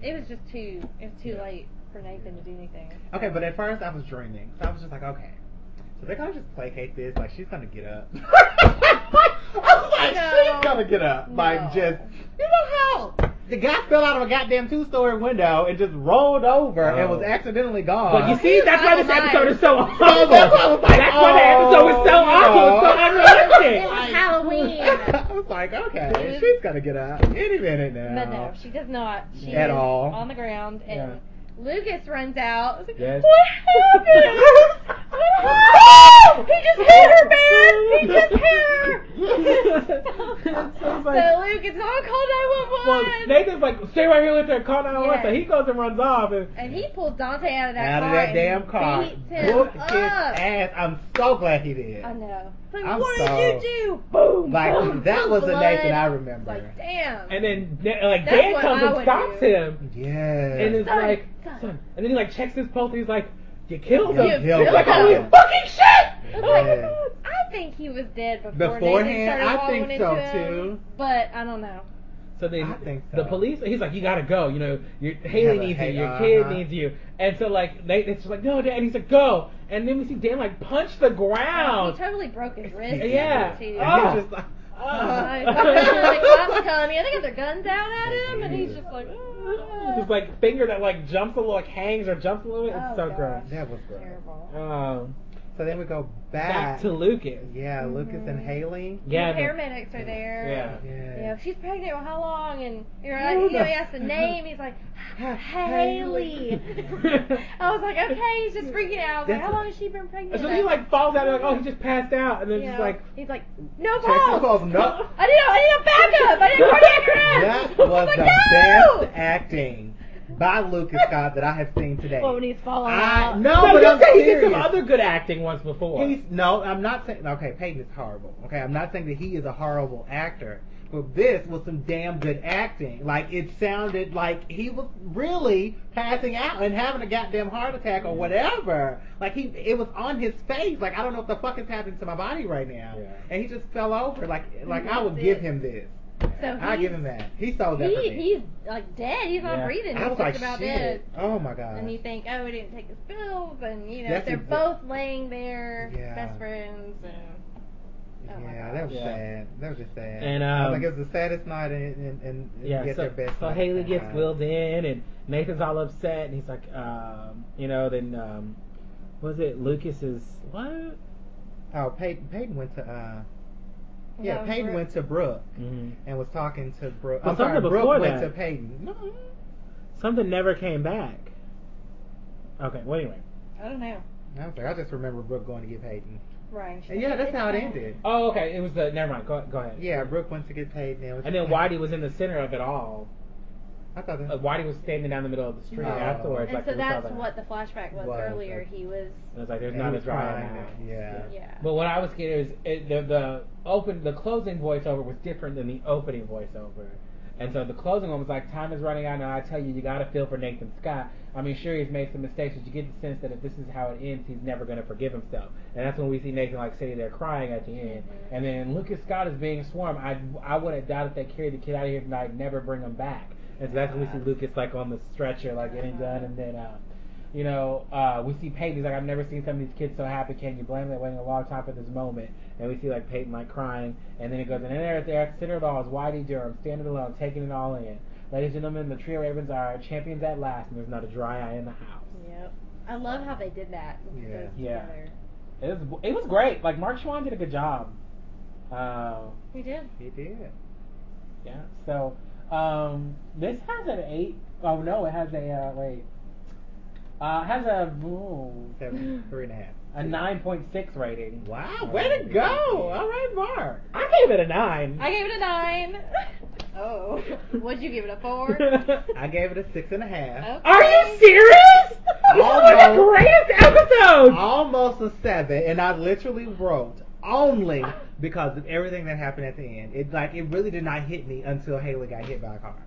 it was just too. It was too
Yeah.
late for Nathan to do anything.
Okay, but at first I was dreaming, so I was just like, okay. So they're gonna just placate this, like she's gonna get up. I was like,
No.
she's gonna get up,
No.
like just you know how the guy fell out of a goddamn two-story window and just rolled over and
Oh.
was accidentally gone.
But you see, that's why this
Right.
episode is so awful.
Oh, that's why I was like,
That's why the episode is so
oh,
awful. It's so
It
unrealistic.
was Halloween.
I was like, okay,
Mhm.
she's gonna get up any minute now.
But no, she does not. She
At
is
all.
on the ground, and
Yeah.
Lucas runs out. It's like,
Yes.
What happened? What happened? He just hit her, man. He just hit her.
It's so
so
funny.
Lucas, oh, call
Well,
911.
Nathan's like, stay right here with her, call 911.
Yeah.
So he goes and runs off. And,
and he pulls Dante out of that
out
car
of that
and
damn car,
beats him
whooped
up.
his ass. I'm so glad he did.
I know. It's like,
I'm
what
so-
did you do? Boom. boom,
Like that was the
blood.
Nathan I remember.
Like, damn.
and then, Na- like,
That's
Dan
what
comes
I
and
would
stops
do.
him.
yeah.
And is
Son,
like,
son.
son. And then he, like, checks his pulse and he's like, you killed
You
him.
killed
He's like,
him.
holy fucking shit!
It's
Oh my
Yeah.
God.
I think he was dead before
Beforehand,
Nathan started
I
walking
think
into
so,
him,
too.
But I don't know.
So then
I think so.
the police, he's like, you gotta go. You know, your Haley
Yeah,
needs
hey,
you, your
uh-huh.
kid needs you. And so like, Nate, it's just like, no, Dad. And he's like, go. And then we see Dan like punch the
He
ground.
totally broke his wrist.
Yeah.
Too.
Oh.
And he's just like, uh-huh.
Oh.
I was like, "Cops coming." I think their guns out at him, and he's just like, "Ah."
His like finger that like jumps a little, like hangs or jumps a little. It's
Oh,
so
gosh.
gross.
that was gross. Oh,
terrible.
Um,
So then we go back,
back to Lucas.
yeah, Lucas and
Mhm.
Haley.
Yeah.
the
the-
paramedics are there.
Yeah.
You
Yeah.
know, she's pregnant. Well, how long? And you know, you know, he asks the name. He's like, Haley. I
Oh,
was like, okay, he's just freaking out. I was like, how long has she been pregnant?
And so he like falls out and like, oh, he just passed out, and then
You
just
know,
like.
he's like, no
Check the
pulse.
pulse. No.
I need, a, I need a backup. I need a cardiac arrest.
That was
like,
the
no!
best acting by Lucas Scott that I have seen today.
Well, when he's falling
I
out.
no,
No,
but
you
I'm
said he did
serious.
some other good acting once before.
He's no, I'm not saying okay, Peyton is horrible. Okay, I'm not saying that he is a horrible actor. But this was some damn good acting. Like it sounded like he was really passing out and having a goddamn heart attack or whatever. Like he it was on his face. Like I don't know what the fuck is happening to my body right now.
Yeah.
And he just fell over. Like like I
That's
would
it.
give him this.
So
I give
he's-
him that. He sold that for
He,
me.
he's like dead. He's not
Yeah.
breathing.
I
He's
was
just
like,
about
shit.
dead.
Oh my god.
And you think, oh, we didn't take his pills, and you know
That's
they're
exa-
both laying there,
Yeah.
best friends, and oh my
yeah,
gosh.
that was
Yeah.
sad. That was just sad.
And,
I
um,
think it was the saddest night in, in, in, in
yeah,
get
so,
their best.
so
night Uh,
Haley
at
gets
that
wheeled in, and Nathan's all upset, and he's like, um, you know, then um, was it Lucas's what?
time. Oh, Peyton, Peyton went to uh, yeah,
No,
Peyton
Brooke-
went to Brooke
Mm-hmm.
and was talking to Brooke.
Well,
I'm sorry,
something
Brooke
before
went
that.
to Peyton. No,
Something never came back. Okay, well anyway.
I don't know.
I was like, I just remember Brooke going to get Peyton.
Right.
And yeah, that's how it ended.
Oh, okay. It was the never mind. Go, go ahead.
Yeah, Brooke went to get Peyton. it was
And then
just like-
Whitey was in the center of it all.
I thought
Uh,
that.
Whitey was standing down the middle of the street
Oh.
afterwards.
And
like
so
we saw
that's
that.
what the flashback was
Was,
earlier.
okay.
He was.
It was like there's
And
not
he
a
was
dry
crying,
eye.
yeah.
Yeah.
But what I was getting is it, the the open the closing voiceover was different than the opening voiceover, and so the closing one was like time is running out, and I tell you you got to feel for Nathan Scott. I mean, sure he's made some mistakes, but you get the sense that if this is how it ends, he's never gonna forgive himself, and that's when we see Nathan like sitting there crying at the end,
Mhm.
and then Lucas Scott is being swarmed. I I wouldn't doubt if they carried the kid out of here tonight, never bring him back, and so that's when we see Lucas like on the stretcher like getting done, and then. Um, you know, uh, we see Peyton. He's like, I've never seen some of these kids so happy. Can you blame them? Waiting a long time for this moment. And we see like Peyton like crying. And then it goes, and then there, there at the center of it all is Whitey Durham standing alone, taking it all in. Ladies and gentlemen, the Trio Ravens are champions at last, and there's not a dry eye in the house.
Yep. I love how they did that. and put
Yeah.
those
Yeah.
together.
It was it was great. Like Mark Schwann did a good job. Uh,
We did.
He did.
yeah. So um, this has an eight oh no, it has a uh, wait. Uh, it has a ooh,
Seven, three and a half.
a nine point six rating.
Wow,
Um,
way to go! All right, Mark.
I gave it a nine.
I gave it a nine. oh. Would you give it a four?
I gave it a six and a
Oh,
half.
Are you serious? This was the
Almost.
greatest episode.
Almost a seven, and I literally wrote only because of everything that happened at the end. It like it really did not hit me until Haley got hit by a car,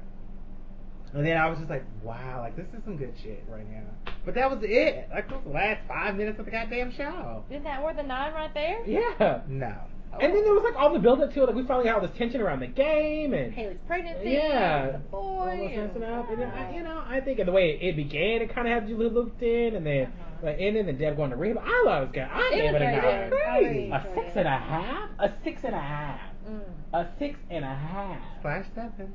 and then I was just like, wow, like this is some good shit right now. But that was it. Like those last five minutes of the goddamn show.
Isn't that worth a nine right there?
Yeah.
No.
And then there was like all the build up to it. Like we finally had all this tension around the game and
Haley's pregnancy.
yeah,
The boy.
almost messing
and-
up. And then, I, you know, I think and the way it, began, it kind of had you looped in, and then
Uh-huh.
like ended, and Deb going to rehab. I love it. was good. I
It
gave
was
it a
very
nine.
good. I really
A
enjoyed
six
it.
and a half. A six and a half.
Mm.
A six and a half.
Slash seven.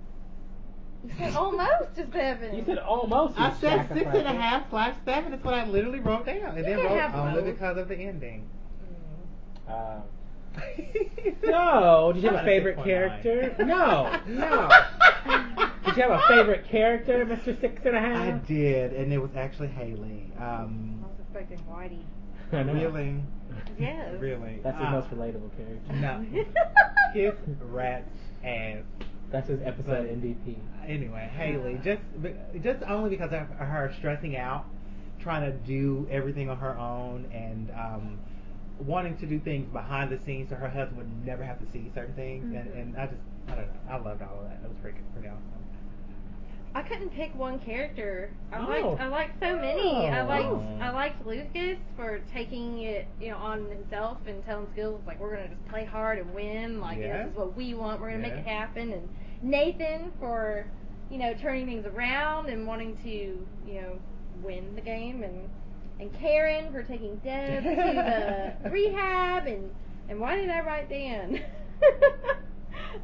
You said almost a seven.
You said almost.
I
you
said six
sacrifice.
and a half slash seven. That's what I literally wrote down, and then
can
wrote
have
only
both.
because of the ending.
Mm.
Um, No. Did you have a
I'm at a
favorite
6.9.
character? No. No. Did you have a favorite character, Mr. Six and a
I
Half?
did, and it was actually Haley. Um,
I was expecting Whitey.
I know.
really,
Yes.
really.
That's his
uh,
most relatable character.
No, his rat's ass.
That's his episode MVP.
Anyway, Haley, just be- just only because of her stressing out, trying to do everything on her own, and um, wanting to do things behind the scenes so her husband would never have to see certain things.
Mhm.
And, and I just, I don't know, I loved all of that. It was pretty, pretty awesome.
I couldn't pick one character. I
Oh.
liked I liked so many. I
Oh.
liked I liked Lucas for taking it, you know, on himself and telling Skills like we're gonna just play hard and win. Like
Yeah.
this is what we want. We're gonna
Yeah.
make it happen. And Nathan for, you know, turning things around and wanting to, you know, win the game. And and Karen for taking Deb to the rehab. And and why did I write Dan?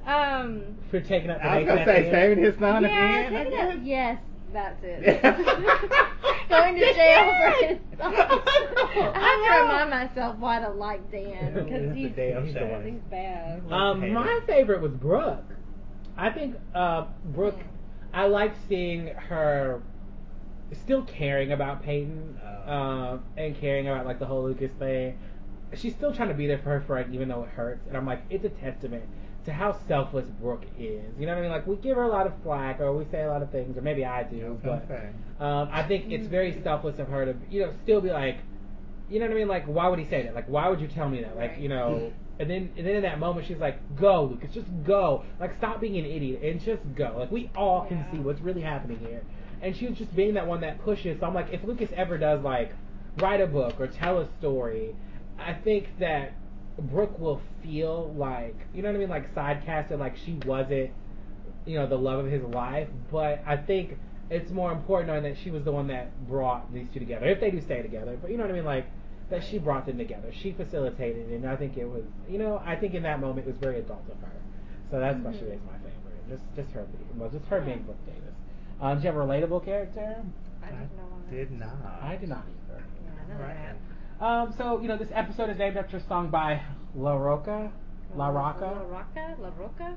um.
For taking up the
I was
Nathan
gonna
at
say
the end.
saving his son
Yeah,
at the end.
take it up. Yes, that's it. Going
Going
to jail for his song.
I
I have to
know.
remind myself why to like Dan because
It's a
he's,
damn
he's,
shame.
he's bad.
Um, my favorite was Brooke. I think uh, Brooke. I liked seeing her still caring about Peyton
Oh.
um, and caring about like the whole Lucas thing. She's still trying to be there for her friend, even though it hurts. And I'm like, it's a testament to how selfless Brooke is. You know what I mean? Like we give her a lot of flack, or we say a lot of things, or maybe I do, but. Um, I think it's very selfless of her to, you know, still be like, you know what I mean? Like, why would he say that? Like, why would you tell me that? Like, you know. And then, and then in that moment, she's like, "Go, Lucas, just go. Like, stop being an idiot and just go. Like, we all can
Yeah.
see what's really happening here." And she was just being that one that pushes. So I'm like, if Lucas ever does like write a book or tell a story, I think that Brooke will feel like you know what I mean, like sidecasted, like she wasn't, you know, the love of his life. But I think it's more important knowing that she was the one that brought these two together, if they do stay together. But you know what I mean, like that she brought them together, she facilitated, it, and I think it was, you know, I think in that moment it was very adult of her. So that's why she
Mhm.
is my favorite. Just, just her, being- well, just her being Brooke Davis. Um, do you have a relatable character?
I didn't know all that.
Did not.
I do not either.
Yeah, I know
Right.
that.
Um, so you know, this episode is named after a song by La Roca, La
La
Roca.
Rocca? La Rocca?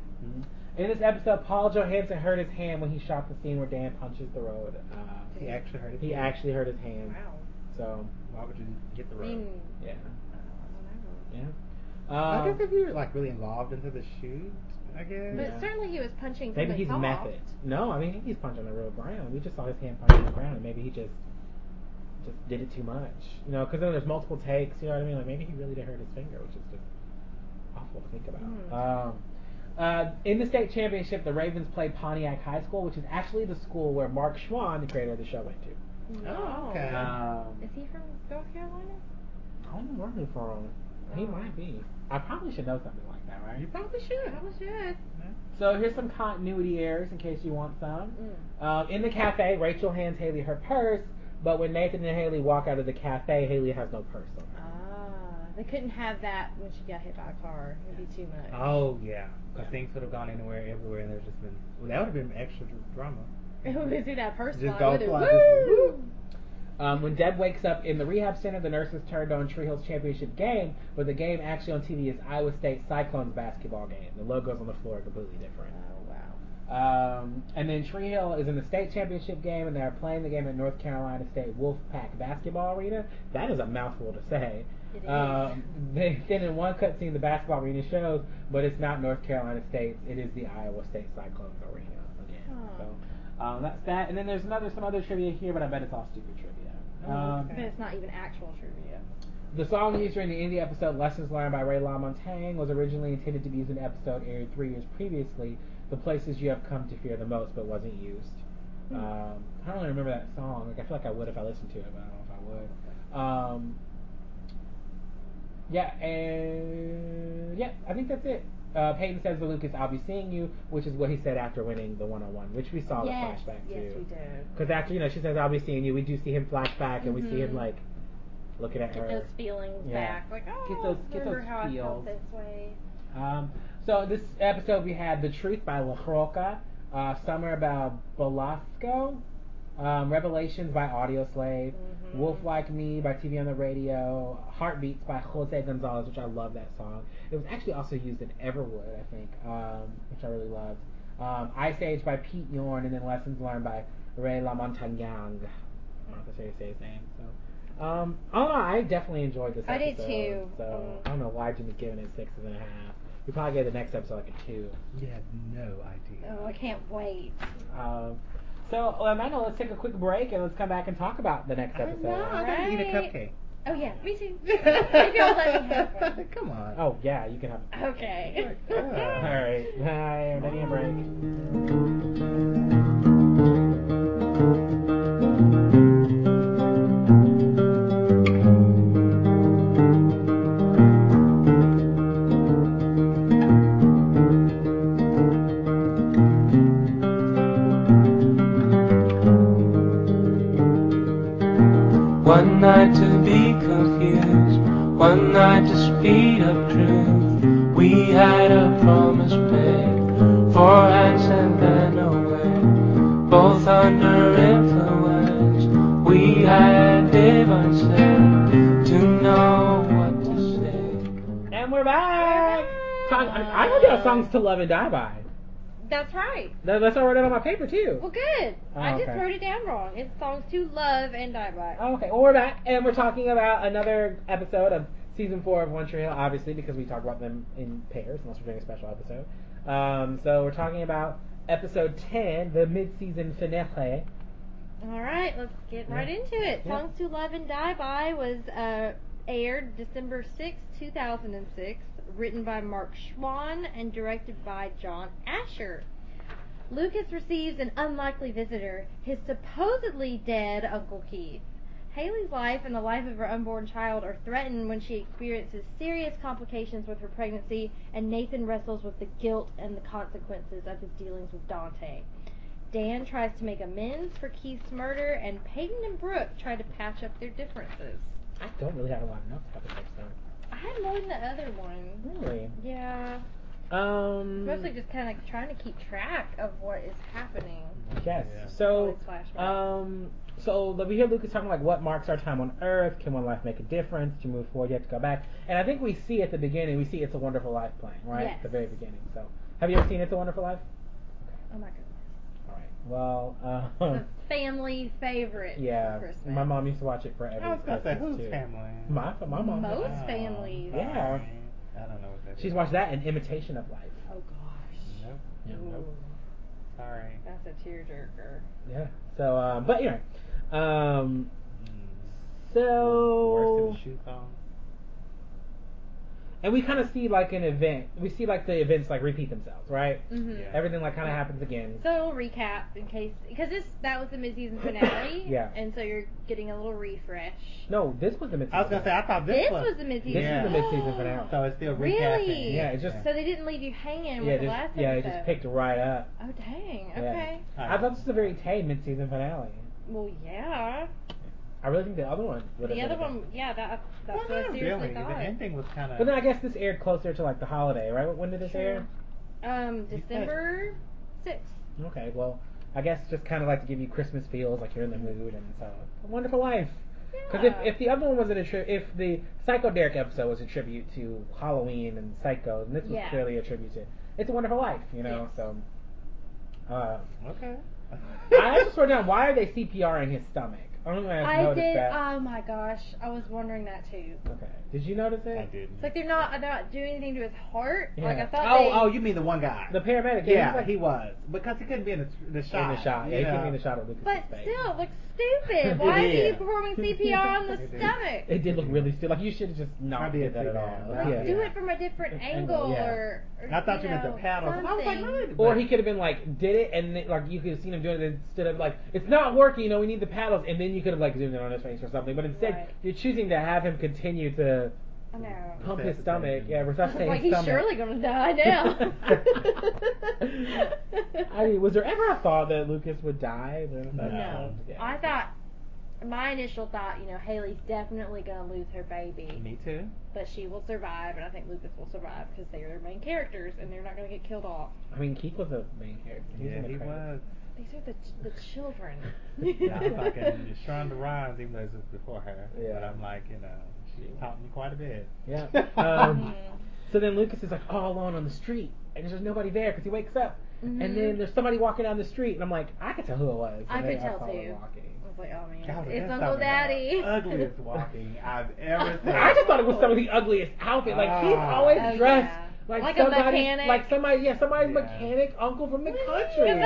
In this episode, Paul Johansson hurt his hand when he shot the scene where Dan punches the road. Uh,
He actually heard it.
he actually hurt his hand.
Wow.
So
Why would you hit the
I
road?
mean, uh,
yeah,
I don't know.
yeah.
I guess
Um,
if you're like really involved into the shoot, I guess.
But
Yeah.
certainly he was punching
maybe
something
he's
soft.
method. No, I mean he's punching the real ground. We just saw his hand punching the ground, and maybe he just just did it too much. You know, because then there's multiple takes. You know what I mean? Like maybe he really did hurt his finger, which is just awful to think about.
Mm.
Um, uh, in the state championship, the Ravens played Pontiac High School, which is actually the school where Mark Schwann, the creator of the show, went to.
No.
okay.
Um,
Is he from North Carolina?
I don't know where for him. He might be. I probably should know something like that, right?
You probably
I
should.
probably should.
So here's some continuity errors in case you want some.
Mm.
Um, in the cafe, Rachel hands Haley her purse, but when Nathan and Haley walk out of the cafe, Haley has no purse on her.
Ah, they couldn't have that when she got hit by a car. It'd be too much.
Oh yeah, because things would have gone anywhere, everywhere, and there's just been well, that would have been extra drama.
It would be that person.
Just
line,
dog
wouldn't it?
fly, just
Woo!
Um, when Deb wakes up in the rehab center, the nurses turned on Tree Hill's championship game, but the game actually on TV is Iowa State Cyclones basketball game. The logos on the floor are completely
Oh
different.
wow.
Um, and then Tree Hill is in the state championship game, and they're playing the game at North Carolina State Wolfpack Basketball Arena. That is a mouthful to say.
It is.
Um, they, then in one cutscene, the basketball arena shows, but it's not North Carolina State. It is the Iowa State Cyclones arena again.
Huh.
So um, that's that. And then there's another some other trivia here, but I bet it's all stupid trivia. Um,
but it's not even actual trivia.
The song used during the indie episode "Lessons Learned" by Ray LaMontagne was originally intended to be used in an episode aired three years previously, "The Places You Have Come to Fear the Most," but wasn't used.
Hmm.
Um, I don't really remember that song. Like I feel like I would if I listened to it, but I don't know if I would. Um, yeah, and yeah, I think that's it. Uh, Peyton says to Lucas, "I'll be seeing you," which is what he said after winning the one-on-one, which we saw
yes.
the flashback
yes,
to.
we did.
Because after you know, she says, "I'll be seeing you." We do see him flashback, and we see him
Mhm.
like looking at her.
Get those feelings
Yeah.
back. Like, oh,
Get those- get
remember
those
how I
feels.
felt this way?
Um, so this episode we had "The Truth" by La Roca, uh, "Summer" by Belasco, um, "Revelations" by Audio Slave,
Mhm.
"Wolf Like Me" by TV on the Radio, "Heartbeats" by Jose Gonzalez, which I love that song. It was actually also used in Everwood, I think, um, which I really loved. Um, "Ice Age" by Pete Yorn, and then "Lessons Learned" by Ray LaMontagne. I don't know if that's how you say his name. So, um, I don't know. I definitely enjoyed this.
I did
episode,
too.
So
Mm.
I don't know why Jimmy's giving it sixes and a half. We probably gave the next episode like a two.
You have no idea.
Oh, I can't wait.
Um, so on that note, let's take a quick break and let's come back and talk about the next
I don't
episode.
know. I gotta eat a
Right.
cupcake.
Oh yeah, me too. if y'all let me have one.
Come on.
Oh yeah, you can have. it.
Okay.
Oh my
All
God.
right, bye. Everybody, a break.
One night to be confused, one night to speed up truth. We had a promise made, four hands and then away. Both under influence, we had divine sense to know what to say.
And we're back. Song- I, I wrote down songs to love and die by.
That's right.
That, that's what I wrote down on my paper too.
Well, good.
Oh,
I just
okay.
wrote it down wrong. It's songs to love and die by.
Okay, well we're back and we're talking about another episode of season four of One Tree Hill, obviously because we talk about them in pairs unless we're doing a special episode. Um, so we're talking about episode ten, the mid-season finale.
All right, let's get right
Yeah.
into it.
Yeah.
Songs to Love and Die By was uh, aired December sixth, two 2006, written by Mark Schwann and directed by John Asher. Lucas receives an unlikely visitor, his supposedly dead Uncle Keith. Haley's life and the life of her unborn child are threatened when she experiences serious complications with her pregnancy, and Nathan wrestles with the guilt and the consequences of his dealings with Dante. Dan tries to make amends for Keith's murder, and Peyton and Brooke try to patch up their differences.
I don't really have a lot of notes about the next time.
I had more than the other one.
Really?
Yeah.
Um.
Mostly just kind of trying to keep track of what is happening.
Yes.
Yeah.
So,
Always flashbacks.
um, so like, we hear Lucas talking like, what marks our time on Earth? Can one life make a difference? To move forward, you have to go back. And I think we see at the beginning, we see It's a Wonderful Life playing, right? At the
Yes.
very beginning. So, have you ever seen It's a Wonderful Life?
Oh my goodness.
All right. Well, uh,
The family favorite
yeah.
for Christmas.
My mom used to watch it for every
I was gonna
Christmas
say, who's
too.
family?
My, my mom.
Most
Oh,
families.
Yeah.
sorry. I don't know what that is.
She's watched that and Imitation of Life.
Oh gosh.
Nope.
Yeah.
Ooh,
Sorry.
that's a tearjerker.
Yeah. So, um, but anyway, um,
Mm. Worse
so.
than a shoe song.
And we kind of see like an event. We see like the events like repeat themselves, right?
Mm-hmm.
Yeah.
Everything like kind of happens again.
So recap in case because this that was the mid-season finale.
Yeah.
And so you're getting a little refresh.
no, this was the mid.
I was gonna say, I thought this,
This was the
this
mid-season.
is
Oh,
Yeah.
the mid-season finale.
So it's still
Really?
recapping.
Yeah, it just-
So they didn't leave you hanging
yeah,
with
it
the
just,
last
yeah, it
episode.
just picked right up.
Oh dang.
Yeah.
Okay.
I thought this was a very tame mid-season finale.
Well, yeah.
I really think the other one would have.
The other
been a good-
one, yeah, that that's
Well,
what I
not
seriously
really. The
thought.
ending was kind of.
But then I guess this aired closer to like the holiday, right? When did this
Sure.
air?
Um,
You said-
December sixth.
Okay, well, I guess just kind of like to give you Christmas feels, like you're in the mood, and so a wonderful life. Because
Yeah.
if, if the other one wasn't a tri- if the Psycho Derek episode was a tribute to Halloween and Psycho, and this was
Yeah.
clearly a tribute to It's a Wonderful Life, you know.
Yes.
So, uh,
Okay.
I just wrote down why are they CPRing his stomach? I don't know if you
I
noticed
did.
that.
Oh my gosh, I was wondering that too.
okay, did you notice it?
I didn't.
It's like they're not they're not doing anything to his heart. Like
Yeah.
I thought
Oh,
they.
oh, you mean the one guy?
The paramedic.
yeah,
was like
he was because he couldn't be in the, the shot.
in the shot. Yeah,
you
he couldn't
know.
be in the shot of Lucas.
But
face.
still, it looks stupid. Why
It
are you
is.
performing CPR on the
It is.
stomach?
it did look really stupid. Like you should have just not did
did
that
see
at
that.
all.
Right.
Like,
Yeah.
Do it from a different
Angle,
angle,
yeah.
or, or
I thought you
you
meant
know,
the paddle. I was like,
something.
no,
Or he could have been like, did it, and then, like you could have seen him doing it instead of like, it's not working. You know, we need the paddles, and then you could have like zoomed in on his face or something. But instead,
Right.
you're choosing to have him continue to
I know.
pump his
Resuscitate
stomach.
him.
Yeah, resuscitate
Like
his
he's
stomach.
surely gonna die now.
I mean, was there ever a thought that Lucas would die? There was
No.
No.
Yeah.
I thought my initial thought, you know, Haley's definitely gonna lose her baby,
Me too.
but she will survive, and I think Lucas will survive because they're their main characters, and they're not gonna get killed off.
I mean, Keith was a main character. He was
yeah,
in the
he
credits.
was.
These are the the children.
Yeah, I'm like in Shonda Rhimes, even though this was before her.
Yeah.
But I'm like, you know, she taught me quite a bit.
Yeah. Um,
Mm. Mm-hmm.
so then Lucas is like all alone on the street, and there's just nobody there because he wakes up, and then there's somebody walking down the street, and I'm like, I could tell who it was.
Mm-hmm. I
and
could
then
tell
saw them
too.
walking.
I was like, oh man,
God,
it's
that's
Uncle
some of the
Daddy.
Ugliest walking I've ever seen.
But I just thought it was some of the ugliest outfit. Like he's
Ah.
always
Oh,
dressed
yeah.
like,
Like a
somebody,
mechanic.
like somebody, yeah, somebody's
Yeah.
mechanic uncle from the
Yeah,
country.
that's who he is.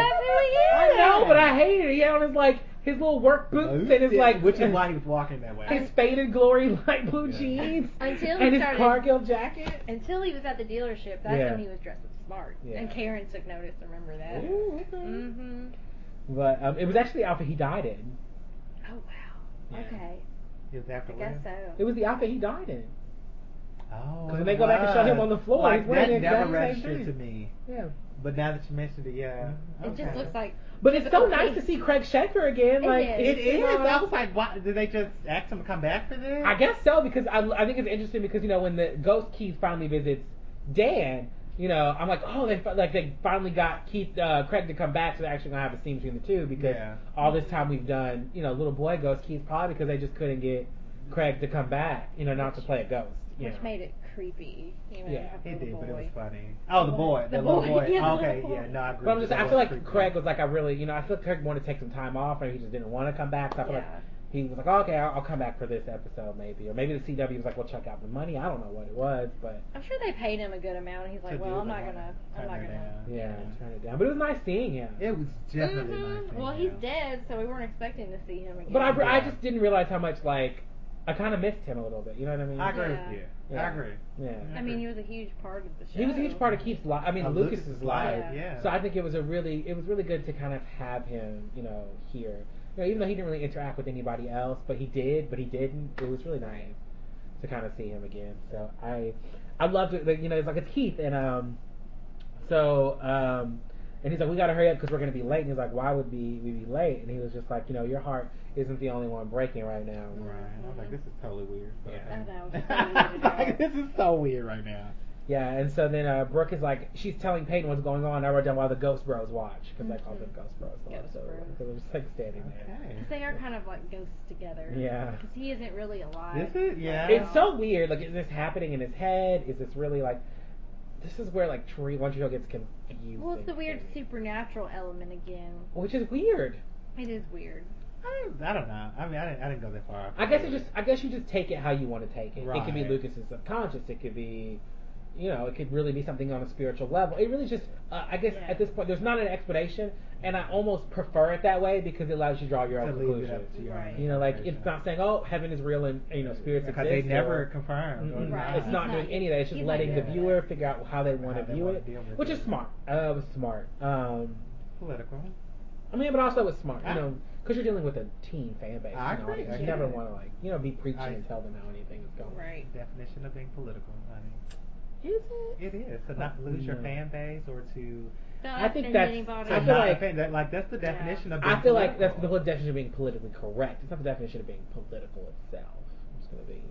I know, but I hated it. He had on his like his little work boots and his like
which is why he was walking that way.
his faded glory light blue
Yeah.
jeans
Until he
and his
started-
Cargill jacket.
Until he was at the dealership, that's
Yeah.
when he was dressed up smart.
Yeah.
And Karen took notice. Remember that?
Yeah.
Ooh, okay.
Mm-hmm.
But um, it was actually the outfit he died in.
Oh wow.
Yeah.
Okay.
He was
I
after
guess
Lynn.
It
so.
was the outfit he died in.
Oh,
'Cause when
it
they go back and show him
was.
on the floor,
Like,
he's
that
wearing the
never
exact same
registered
thing.
to
Mm-hmm.
me.
Yeah.
But now that you mentioned it, yeah.
It just
Okay.
looks like
But it's so nice to see Craig Shanker again.
It
like
is.
It
it's,
is.
uh,
I was like, why did they just ask him to come back for this?
I guess so because I, I think it's interesting because you know when the ghost Keith finally visits Dan, you know I'm like oh they fi- like they finally got Keith uh, Craig to come back so they're actually gonna have a scene between the two because
Yeah.
all this time we've done you know little boy ghost Keith probably because they just couldn't get Craig to come back you know not to play a ghost. You
which
know.
made it creepy. You know,
Yeah,
you have a
It did,
little
but it was
boy.
funny. Oh, the boy, the,
The
little
boy,
boy.
yeah, the
okay,
little
yeah,
boy.
no, I agree.
But I'm just,
That
I
was
feel like
creepy.
Craig was like, I really, you know, I feel like Craig wanted to take some time off, and he just didn't want to come back. So I feel like
Yeah.
he was like, oh, okay, I'll, I'll come back for this episode maybe, or maybe the CW was like, we'll check out the money. I don't know what it was, but
I'm sure they paid him a good amount, and he's
To
like,
do
"Well, I'm
the
not
one.
gonna, I'm
Turn
not
it
gonna."
down.
yeah, turn it down. But it was nice seeing him.
It was
Mm-hmm.
definitely my
Mhm.
thing,
Well, he's
yeah.
dead, so we weren't expecting to see him again.
But I, re- I
Yeah.
just didn't realize how much like I kind of missed him a little bit. You know what I mean?
I agree
Yeah.
with you.
Yeah.
I agree.
yeah.
I mean, he was a huge part of the show.
He was a huge part of Keith's life. I mean,
Uh,
Lucas's, life.
life,
Yeah.
So I think it was a really, it was really good to kind of have him, you know, here. you know, even though he didn't really interact with anybody else, but he did, but he didn't. It was really nice to kind of see him again. So I, I loved it. Like, You know, it's like it's Keith, and um, so um, and he's like, we gotta hurry up because we're gonna be late. And he's like, why would be we be late? And he was just like, you know, your heart isn't the only one breaking right now.
Right. I was like, this is totally weird. but
Yeah.
okay.
I know, it's so weird
I was like,
today.
this is so weird right now.
Yeah, and so then uh, Brooke is like, she's telling Peyton what's going on. I wrote down while the Ghost Bros watch because I called them Ghost Bros. the whole
Mm-hmm. Ghost
episode,
Bros.
'cause they're just like standing there.
Okay.
'Cause They are kind of like ghosts together.
Yeah.
Because he isn't really alive.
Is it? Yeah.
It's so weird. Like, is this happening in his head? Is this really like? This is where like Tree One Tree Hill gets confused.
Well, it's the weird supernatural element again.
Which is weird.
It is weird.
I, don't- I don't know. I mean, I didn't, I didn't go that far.
I guess it just. I guess you just take it how you want to take it. It could be
Right.
Lucas's subconscious. It could be, you know, it could really be something on a spiritual level. It really just. Uh, I guess
Yeah.
at this point, there's not an explanation, and I almost prefer it that way because it allows you to draw your own
to leave it
conclusions.
up to your
Right.
own
You know, like it's
interpretation.
not saying, "Oh, heaven is real and you know spirits
because
exist."
they never
or-
confirmed. or
Mm-mm.
Right.
It's not
He's
doing
not-
any of that. It's just
he's not
letting the
doing
viewer
that.
figure out how they want
How
to
they
view
wanna
it,
deal with
which
it.
is smart. Uh, it was smart. Um,
political.
I mean, but also it was smart. You
I-
know, because you're dealing with a teen fan base.
Ah. I
you know,
agree,
audience.
I
you never
get it.
want to like you know be preaching
I-
and tell them how anything is going.
Right.
Definition of being political, honey.
Is it?
It is to not
Oh,
lose your
no.
fan base or to
Don't
I think
offend
that's-
anybody.
I
to
feel
not
like-
offend. That, like that's the
Yeah.
definition of. Being
I feel like that's the
political.
whole definition of being politically correct. It's not the definition of being political itself. I'm just gonna be.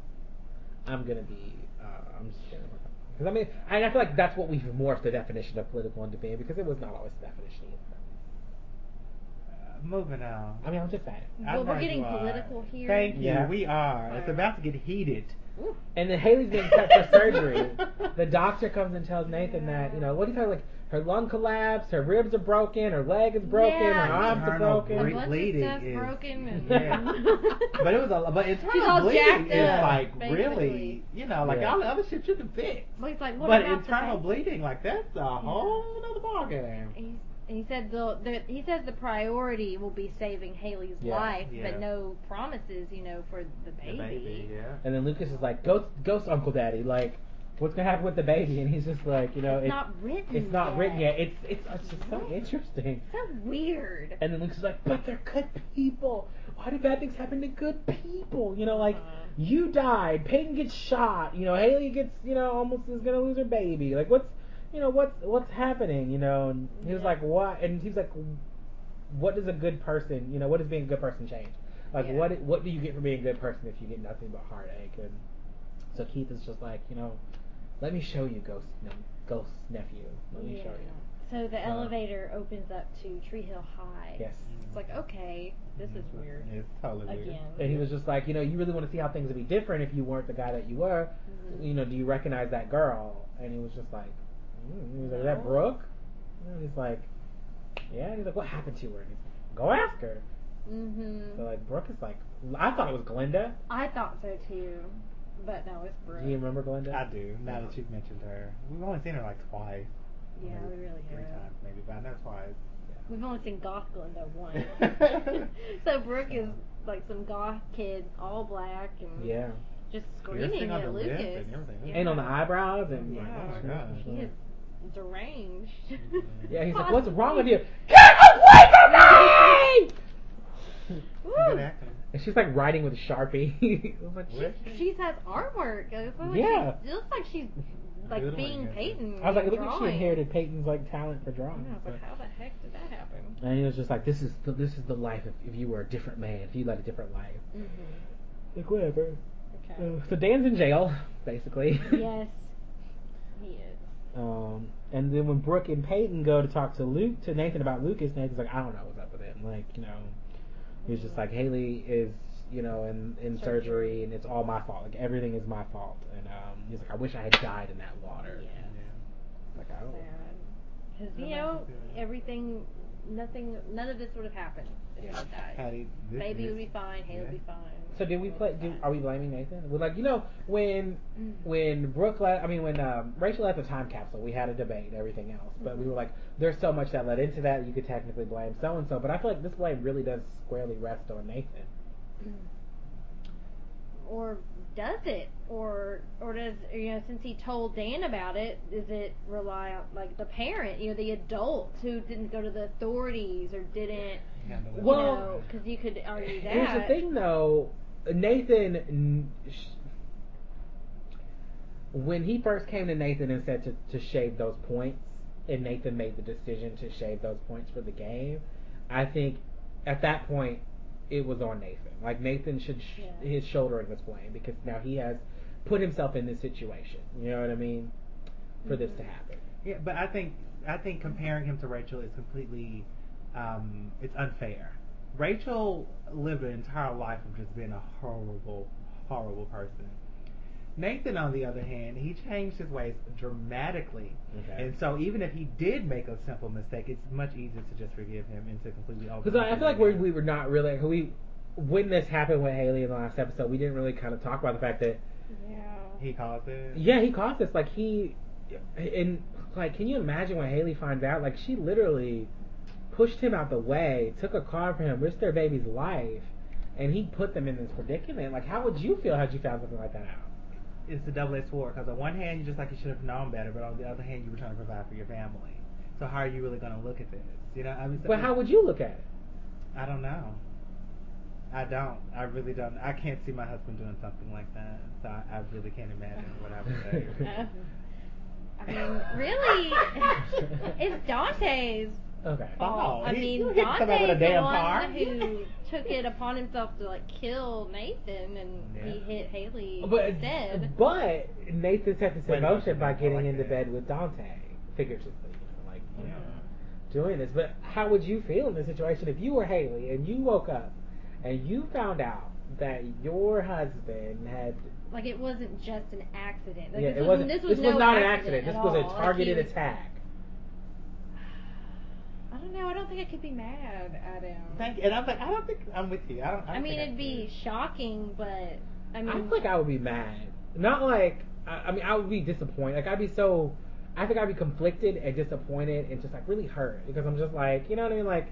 I'm gonna be. Uh, I'm just gonna. Because I mean, and I feel like that's what we've morphed the definition of political into being because it was not always the definition. Either.
Uh, moving on.
I mean, I'm just saying.
I
Well, we're
know
getting
you are.
political here.
Thank you.
Yeah.
We are. It's
Alright.
about to get heated.
Ooh.
And then Haley's being cut for surgery. The doctor comes and tells Nathan that, you know, what do you talking like her lung collapsed, her ribs are broken, her leg is broken,
Yeah.
her arms are
Internal
broken.
A
Great
bunch
bleeding
of stuff
is-
broken. And
Yeah.
But it was a. But in terms
She's all
of bleeding,
jacked
it's
up,
like really,
basically.
you know, like
Yeah.
all the other shit you can fix.
But he's like, what
But
about the
internal
fact-
bleeding, like that's a whole other ballgame.
And he's- and he said the, the he says the priority will be saving Haley's
Yeah.
life,
Yeah.
but no promises, you know, for the baby.
The baby, yeah.
And then Lucas is like, Ghost ghost Uncle Daddy, like, what's gonna happen with the baby? And he's just like, you know,
It's
it-
not written.
it's not written yet.
yet.
It's it's, it's just so interesting.
so weird.
And then Lucas is like, but they're good people. Why do bad things happen to good people? You know, like
Uh-huh.
you died, Peyton gets shot. You know, Haley gets, you know, almost is gonna lose her baby. Like what's, you know, what's what's happening? You know, and he was
Yeah.
like, what? And he was like, what does a good person, you know, what does being a good person change? Like
Yeah.
what what do you get from being a good person if you get nothing but heartache? And so Keith is just like, you know, let me show you, ghost, no, ghost nephew. Let me
Yeah.
show you.
So the
Uh,
elevator opens up to Tree Hill High.
Yes. Mm-hmm.
It's like okay, this is weird.
It's totally weird.
Again.
And he was just like, you know, you really want to see how things would be different if you weren't the guy that you were.
Mm-hmm.
You know, do you recognize that girl? And he was just like, mm. he was like, is that Brooke? And he's like, yeah. And he's like, what happened to her? And he's like, go ask her.
Mm-hmm.
So like, Brooke is like, I thought it was Glinda.
I thought so too, but no, it's Brooke.
Do you remember Glinda?
I do. Now that you've mentioned her, we've only seen her like twice.
Yeah,
Maybe
we really
three
have.
times maybe, but I know twice.
We've only seen goth Glinda once. so Brooke is like some goth kid, all black and
Yeah.
just screaming
Piercing on
at
the lip
Lucas.
and everything.
And on the eyebrows and
Yeah.
like,
Oh
my gosh.
He is deranged.
yeah. He's like, what's wrong with you?
Good acting.
And she's like writing with a sharpie. I was like,
What?
She has artwork. It's like
Yeah.
she- it looks like she's like
Doodling
being
and-
Peyton.
I was like,
and
look at she
drawing.
inherited Peyton's like talent for
Yeah,
drawing.
I was
But-
like, how the heck did that happen?
And he was just like, "This is the, this is the life if, if you were a different man, if you led a different life."
Mm-hmm.
Like whatever.
Okay.
Uh, so Dan's in jail, basically.
yes, he is.
Um, and then when Brooke and Peyton go to talk to Luke to Nathan about Lucas, Nathan's like, "I don't know what's up with him." Like you know, he was just like, "Haley is you know in in
Surgery.
surgery, and it's all my fault. Like everything is my fault." And um, he's like, "I wish I had died in that water."
Yeah.
Like I
Sad.
don't.
'Cause,
That
you
makes
know,
me feel-
everything, nothing, none of this would have happened if
Yeah.
he had died.
Patty, this
Baby
is-
would be fine. Haley would
Yeah.
be fine.
So did we
We'll
play?
be
Do,
fine.
are we blaming Nathan? We're like, you know, when when Brooke left, I mean, when um, Rachel left the time capsule, we had a debate and everything else, but we were like, there's so much that led into that you could technically blame so and so, but I feel like this blame really does squarely rest on Nathan.
Mm. or does it, or or does you know since he told Dan about it, does it rely on like the parent, you know, the adult who didn't go to the authorities or didn't,
Well-
you know, because you could argue that.
Here's the thing, though. Nathan, n- sh- when he first came to Nathan and said to, to shave those points, and Nathan made the decision to shave those points for the game, I think at that point it was on Nathan. Like Nathan should sh-
Yeah.
his shouldering this blame because now he has put himself in this situation. You know what I mean? For this
Mm-hmm.
to happen.
Yeah, but I think I think comparing him to Rachel is completely um, it's unfair. Rachel lived an entire life of just being a horrible, horrible person. Nathan, on the other hand, he changed his ways dramatically,
Okay.
and so even if he did make a simple mistake, it's much easier to just forgive him and to completely over.
Because I, I feel like we we were not really we when this happened with Haley in the last episode, we didn't really kind of talk about the fact that
Yeah.
he caused it.
Yeah, he caused this. Like he, and like, can you imagine when Haley finds out? Like she literally pushed him out the way, took a car from him, risked their baby's life, and he put them in this predicament. Like, how would you feel had you found something like that out?
it's a double-edged sword because on one hand you just like you should have known better, but on the other hand you were trying to provide for your family. So how are you really going to look at this? You know, I mean, so
But how would you look at it?
I don't know. I don't. I really don't. I can't see my husband doing something like that. So I, I really can't imagine what I would say.
Uh, I mean, really, it's Dante's
Okay.
fault.
Oh,
I
he-
mean,
you hit
Dante's
somebody with a
the
damn
one
car.
who took it upon himself to like kill Nathan, and he
Yeah.
hit Haley
But
instead.
but Nathan set this
Wait,
in motion
no,
by
no, I
getting
like
into
that.
bed with Dante figuratively, like you know,
Mhm.
doing this. But how would you feel in this situation if you were Haley and you woke up and you found out that your husband had
Like it wasn't just an accident. Like,
yeah,
this
it
wasn't.
wasn't
This was, no
not
accident.
an accident. This
at
was
all.
a
Like,
targeted
he-
attack.
I don't know. I don't think I could be mad at him.
Thank you. And I'm like, I don't think I'm with you. I don't. I, don't
I mean,
think
it'd be shocking, but I mean,
I think I would be mad. Not like I, I mean I would be disappointed. Like I'd be so I think I'd be conflicted and disappointed and just like really hurt because I'm just like you know what I mean like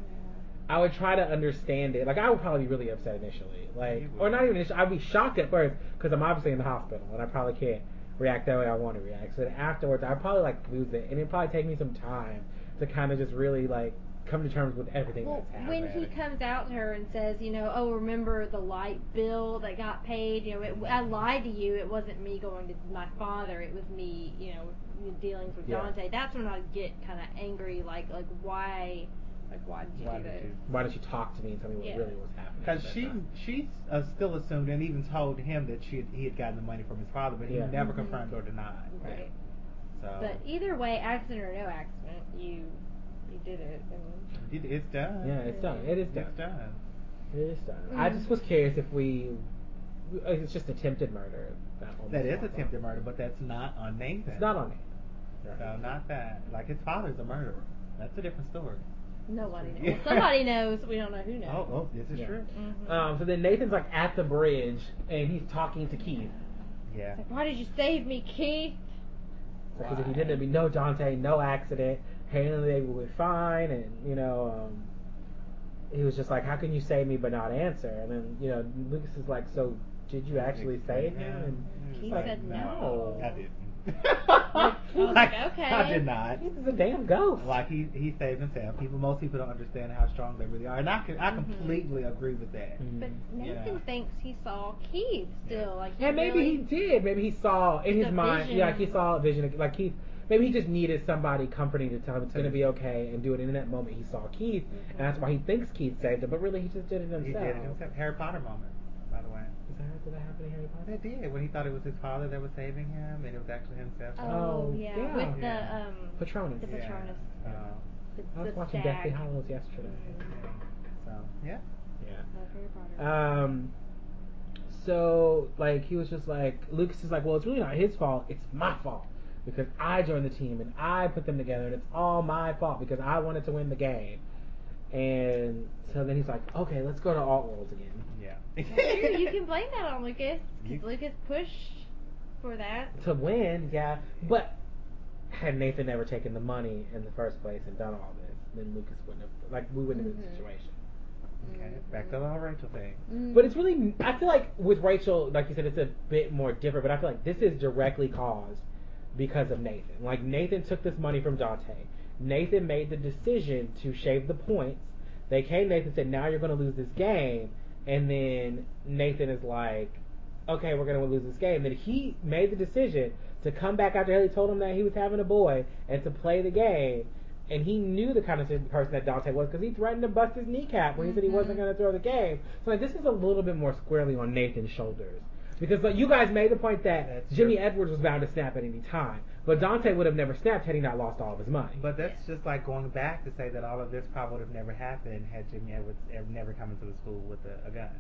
I would try to understand it. Like I would probably be really upset initially, like
You would.
or not even. Initially, I'd be shocked at first because I'm obviously in the hospital and I probably can't react that way I want to react. So then afterwards, I'd probably like lose it, and it'd probably take me some time to kind of just really like come to terms with everything
Well,
that's happened.
when he comes out to her and says, you know, oh, remember the light bill that got paid? You know, it, I lied to you. It wasn't me going to my father. It was me, you know, dealing with
Yeah.
Dante. That's when I get kind of angry. Like, like why, like why did you
Why
do
did
this?
you-
Why don't you talk to me and tell me what
Yeah.
really was happening?
Because
But,
she
uh,
she uh, still assumed and even told him that she had, he had gotten the money from his father, but he
Yeah.
never
Mhm.
confirmed or denied.
Right.
So
But either way, accident or no accident, you you did it. And
it, it's done.
Yeah, it's done. It is done.
It's done.
It is done. I
Mm.
just was curious if we. uh, It's just attempted murder. almost
That is
falls off.
attempted murder, but that's not on Nathan.
It's not on me.
So not that. Like his father's a murderer. That's a different story.
nobody knows. Well, Somebody knows. We don't know who knows.
Oh, oh, this is
Yeah.
true.
Mhm.
Um, so then Nathan's like at the bridge and he's talking to Keith.
Yeah.
It's like, why did you save me, Keith?
Because if he didn't, it'd be no Dante, no accident. Haley they would be fine, and you know, um, he was just like, "How can you save me but not answer?" And then you know, Lucas is like, "So did you actually save him?" And
He
she's like,
said no.
"No,
I didn't.
like,
I
okay.
did not.
Keith is a damn ghost."
Like he he saved himself. People, most people don't understand how strong they really are, and I can, I
Mm-hmm.
completely agree with that.
Mhm.
But Nathan
Mm, Yeah.
thinks he saw Keith still. Like, he
And maybe
really-
he did. Maybe he saw in his
The
mind.
vision.
Yeah, like he saw a vision. Of, like Keith. Maybe he just needed somebody comforting to tell him it's gonna be okay and do it. And in that moment, he saw Keith, and that's why he thinks Keith saved him. But really, he just did it himself.
He did it himself. Harry Potter moment, by the way.
Is that, did that happen in Harry Potter?
That did when he thought it was his father that was saving him, and it was actually himself.
Oh,
Oh,
yeah.
yeah.
with the
Yeah.
um
Patronus.
The
Yeah. Uh,
Patronus. The,
So,
I was
the
watching
stag.
Deathly Hollows yesterday. Uh,
so yeah.
Yeah.
Of Harry Potter.
Um. So like he was just like Lucas is like, well, it's really not his fault. It's my fault because I joined the team and I put them together, and it's all my fault because I wanted to win the game. And so then he's like, okay, let's go to Alt Worlds again.
Yeah.
Sure, you can blame that on Lucas
You-
because Lucas pushed for that.
to win, yeah. But had Nathan never taken the money in the first place and done all this, then Lucas wouldn't have like we wouldn't have been in
Mhm.
the situation.
Okay, back to the whole Rachel thing.
Mm.
But it's really, I feel like with Rachel, like you said, it's a bit more different. But I feel like this is directly caused because of Nathan. Like Nathan took this money from Dante. Nathan made the decision to shave the points. They came. Nathan said, "Now you're going to lose this game," and then Nathan is like, "Okay, we're going to lose this game." Then he made the decision to come back after Haley told him that he was having a boy and to play the game. And he knew the kind of person that Dante was because he threatened to bust his kneecap when he said he wasn't
Mm-hmm.
Mhm.
going to throw the game. So like, this is a little bit more squarely on Nathan's shoulders because like you guys made the point that
That's
Jimmy
true.
Edwards was bound to snap at any time, but Dante would have never snapped had he not lost all of his money.
But that's just like going back to say that all of this probably would have never happened had Jimmy Edwards ever, never come into the school with a, a gun.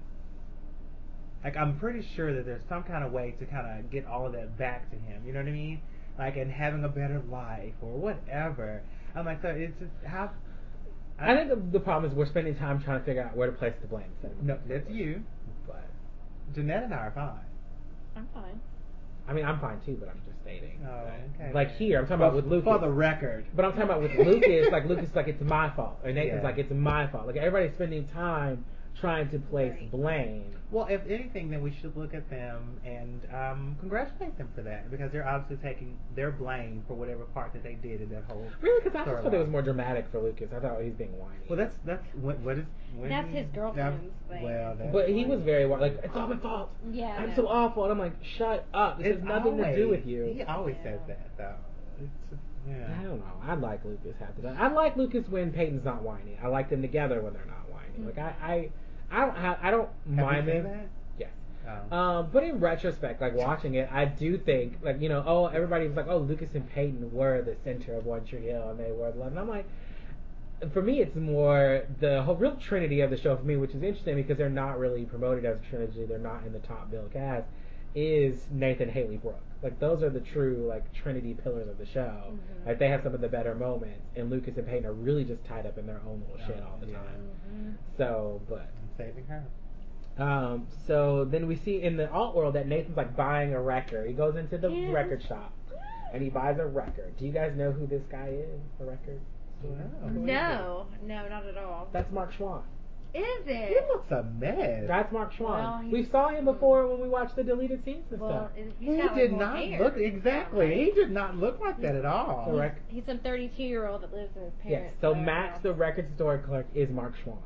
Like I'm pretty sure that there's some kind of way to kind of get all of that back to him. You know what I mean? Like and having a better life or whatever. I'm like, so it's just how.
I think the, the problem is we're spending time trying to figure out where to place the blame.
no, that's you.
But
Jeanette and I are fine.
I'm fine.
I mean, I'm fine too, but I'm just stating.
Oh, okay.
Like here, I'm talking about with Lucas.
For the record.
But I'm talking about with Lucas, like Lucas, is like it's my fault, and Nathan's
Yeah.
like it's my fault. Like everybody's spending time trying to place
Right.
blame.
Well, if anything, then we should look at them and um, congratulate them for that because they're obviously taking their blame for whatever part that they did in that whole.
Really? Because I just thought it
storyline.
was more dramatic for Lucas. I thought he was being whiny.
Well, that's that's what what is. When,
That's his girlfriend's thing.
Well, that's
But he
fine.
was very whiny. Like it's all my fault.
Yeah. I
I'm
know.
so awful, and I'm like, shut up. This
It's
has nothing to do
always-
with you.
He always says
Yeah.
that though. It's just- yeah.
I don't know. I like Lucas half the time. I like Lucas when Peyton's not whiny. I like them together when they're not whiny. Like I, I, I don't, ha- I don't
Have
mind
you seen
them.
that?
Yes.
Oh.
Um, but in retrospect, like watching it, I do think, like you know, oh, everybody was like, oh, Lucas and Peyton were the center of One Tree Hill, and they were the love. And I'm like, for me, it's more the whole real trinity of the show for me, which is interesting because they're not really promoted as a trinity. They're not in the top bill cast. Is Nathan Haley Brooke. Like those are the true like trinity pillars of the show.
Mhm.
Like they have some of the better moments, and Lucas and Peyton are really just tied up in their own little shit
Oh,
all the
yeah.
time.
Mm-hmm.
Mhm.
So, but
I'm saving her.
um, so then we see in the alt world that Nathan's like buying a record. He goes into the
Yeah.
record shop and he buys a record. Do you guys know who this guy is? The record? store?
Wow. Who is
No, no, not at all.
That's Mark Schwann.
Is
He
it?
looks a mess.
That's Mark
Well,
Schwann.
he's-
we saw him before when we watched the deleted scenes and
Well,
stuff.
is- he's
he
got, like,
did
more
not
hair.
look exactly. He did not look like that at all.
Correct. Correct.
He's some 32 year old that lives with his
Yes.
parents.
So
I don't
Max,
know.
the record store clerk, is Mark Schwann.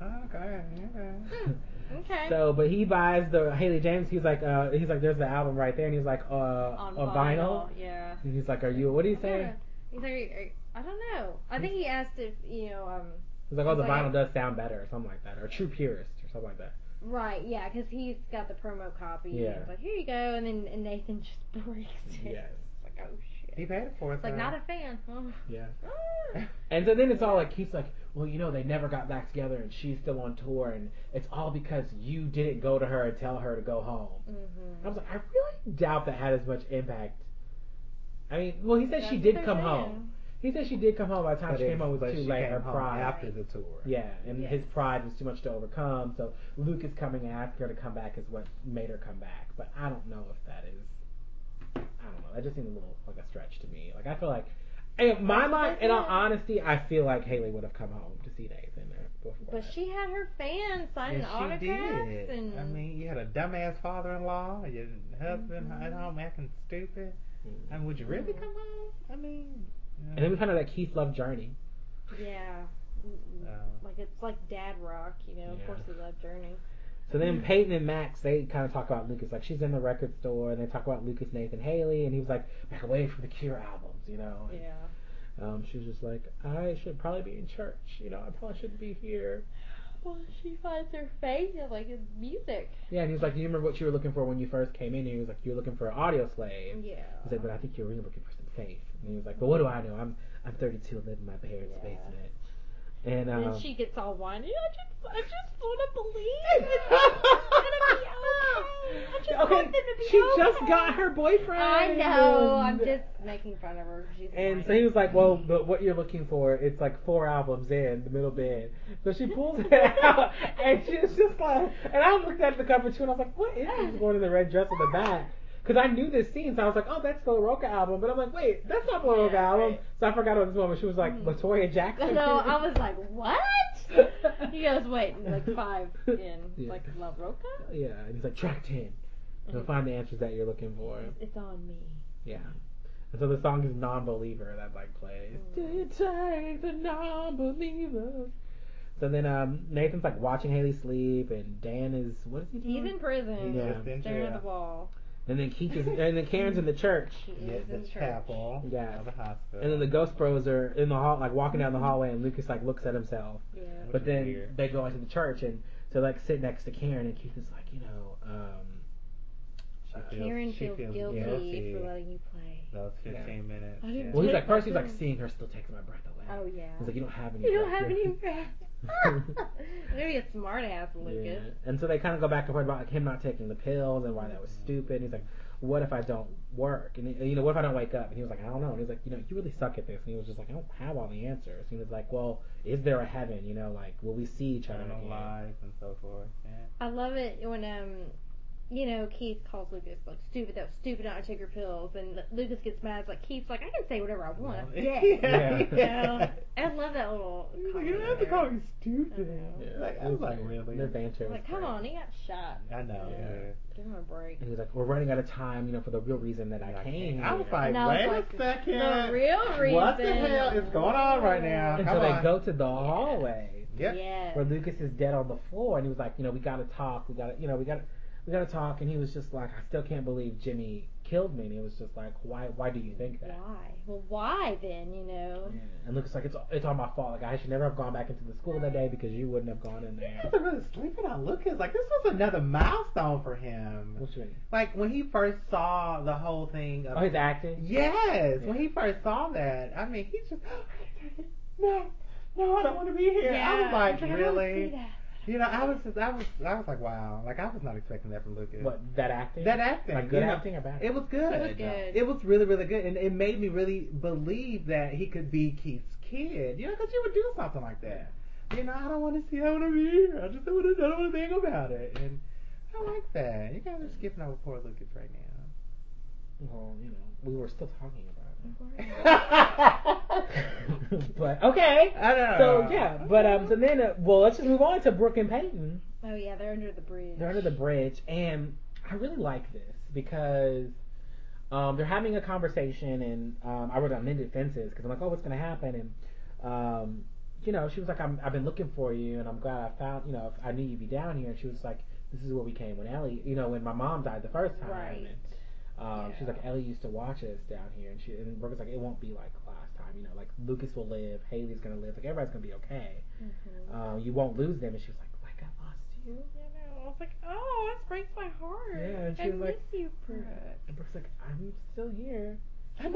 Okay. Okay.
Hmm, Okay.
So, but he buys the Haley James. He's like, uh, he's like, there's the album right there, and he's like, uh,
on
on, vinyl.
vinyl. Yeah.
And he's like, are you? What do you
I'm
say?
gonna- He's like, are- are- I don't know. I think he asked if you know. um
He's like, oh, the
He's like-
vinyl does sound better, or something like that, or true purist, or something like that.
Right, yeah, because he's got the promo copy.
Yeah.
He's like, here you go, and then and Nathan just breaks it.
Yes.
It's like, oh shit.
He paid it for it.
It's like
though.
not a fan. Oh.
Yeah.
Ah.
And so then it's all like he's like, well, you know, they never got back together, and she's still on tour, and it's all because you didn't go to her and tell her to go home.
Mhm.
I was like, I really doubt that had as much impact. I mean, well, he said
That's
she
what
did
they're
come
saying.
home. He said she did come home by the time
But
she
it-
came home was
but
too
she
late.
came
Her
home
pride.
after the tour.
Yeah, and
Yes.
his pride was too much to overcome. So Luke is coming and asking her to come back is what made her come back. But I don't know if that is. I don't know. That just seemed a little like a stretch to me. Like I feel like, in my mind, in all honesty, I feel like Haley would have come home to see Nathan there before.
But
that.
she had her fans signing
And she
autographs
did.
and
I mean, you had a dumbass father-in-law, your husband
Mm-hmm.
at home acting stupid. I mean, would you really come home? I mean, yeah.
Mm-hmm. And then we found out that Keith loved Journey.
yeah. Mm-mm.
Oh.
Like it's like dad rock, you know.
Yeah.
Of course, he loved Journey.
So
Mm-hmm.
then Peyton and Max, they kind of talk about Lucas. Like, she's in the record store, and they talk about Lucas, Nathan, Haley, and he was like, back away from the Cure albums, you know? And,
Yeah.
Um, she was just like, I should probably be in church, you know? I probably shouldn't be here.
Well, she finds her faith in like his music.
Yeah, and he's like, "Do you remember what you were looking for when you first came in?" And he was like, "You were looking for an audio slave."
Yeah.
He's like, "But I think you were really looking for some faith." And he was like, "But what do I know? I'm I'm 32 and live in my parents'
Yeah.
basement." And
And
um,
then she gets all whiny. I just, I just want to believe that it's gonna be okay. I just
okay,
want them to be
Oh, she
okay.
just got her boyfriend.
I know. I'm
and-
just making fun of her. She's
And
whiny.
so he was like, "Well, but what you're looking for, it's like four albums in the middle bin." So she pulls it out, and she's just like, and I looked at the cover too, and I was like, "What is this one in the red dress in the back?" Because I knew this scene, so I was like, "Oh, that's the LaRocca album," but I'm like, "Wait, that's not the LaRocca
Yeah,
album."
right.
So I forgot about this woman. She was like
Mhm.
Latoya Jackson.
So I was like, what? He goes, wait, and, like five in,
Yeah.
like La Roca?
Yeah, and he's like, track 10. You'll find the answers that you're looking for.
It's, it's on me.
Yeah. And so the song is Non-Believer that like plays.
Mm.
Do you take the non-believer? So then um, Nathan's like watching Haley sleep, and Dan is what is he doing?
He's in prison.
Yeah.
Just in
Staring at
jail.
the wall.
And then Keith is, and then Karen's in the church,
He
Yeah,
is
the
in church.
chapel
Yeah.
of the hospital.
and then the Ghost Bros are in the hall, like walking
Mm-hmm.
down the hallway, and Lucas like looks at himself.
Yeah.
Which
But
is
then
weird.
they go into the church, and so like sit next to Karen, and Keith is like, you know, um,
She
uh,
feels-
Karen
she
feels, guilty,
guilty.
for letting you play.
Those 15
Yeah.
minutes.
I didn't
yeah.
well, he's
Take
like first he's
my
like
breath.
seeing her still takes my breath away.
Oh, yeah.
He's like, you don't have any.
You don't
breath.
have any breath. Maybe a smart ass,
Yeah.
Lucas.
And so they kind of go back and forth about like, him not taking the pills and why that was stupid. He's like, what if I don't work? And he- you know, what if I don't wake up? And he was like, I don't know. And he's like, you know, you really suck at this. And he was just like, I don't have all the answers. And he was like, well, is there a heaven? You know, like, will we see each other?
Eternal
again?
life and so forth. Yeah.
I love it when um, you know, Keith calls Lucas like stupid. That was stupid. Not to take your pills, and Lu- Lucas gets mad. It's like Keith's like, I can say whatever I want. I'm
Yeah.
dead."
Yeah.
You know? I love that little.
You
comment
don't have to
there.
call me
I
stupid.
know.
Yeah.
Like, I
It
was like,
great.
really?
Their banter was
Like, come
great.
on, he got shot.
I know.
Yeah.
man.
Give him a break.
And he was like, we're running out of time, you know, for the real reason that I came.
I was
here.
like,
And I was
wait
like,
a second.
The real reason.
What the hell is going on right now?
and
come
so they
on.
go to the hallway
Yep.
Yeah.
where Lucas is dead on the floor, and he was like, you know, we gotta talk, we gotta, you know, we gotta, we gotta talk. And he was just like, I still can't believe Jimmy killed me. And he was just like, why, why do you think that?
Why? Well, why then? You know.
And Lucas like it's it's all my fault. Like I should never have gone back into the school that day because you wouldn't have gone in
You
there.
guys are really sleeping on Lucas. Like, this was another milestone for him.
What you mean?
Like, when he first saw the whole thing. Of,
Oh, he's acting.
Yes, when he first saw that, I mean, he just, "Oh, no, no, I don't want to be here.
Yeah.
I was like,
He's I don't see
really?
that.
You know, I was just, I was, I was like, wow. Like, I was not expecting that from Lucas.
What that acting?
That acting,
Like good
you know,
acting or bad?
It was good.
It was good.
It was really, really good, and it made me really believe that he could be Keith's kid. You know, because you would do something like that. You know, I don't want to see. I want to be here. I just don't want to. I don't want to think about it. And I like that. You guys are skipping over poor Lucas right now.
Well, you know, we were still talking about
I
it. but okay.
Mm-hmm. don't know.
So yeah, but um, so then uh, well, let's just move on to Brooke and Peyton.
Oh yeah, they're under the bridge.
They're under the bridge, and I really like this because um, they're having a conversation, and um, I wrote down mended fences because I'm like, oh, what's gonna happen? And um, you know, she was like, I'm, I've been looking for you, and I'm glad I found. You know, I knew you'd be down here. And she was like, this is where we came when Ellie, you know, when my mom died the first time.
Right.
And, um, She's
Yeah.
like Ellie used to watch us down here, and she and Brooke was like, it won't be like last time, you know, like Lucas will live, Haley's gonna live, like everybody's gonna be okay.
Mm-hmm.
Um, you won't lose them, and she was like, like I lost you.
You know, I was like, oh, this breaks my heart.
Yeah, and she
I
was
miss
like-
you, Brooke.
And Brooke's like, I'm still here.
I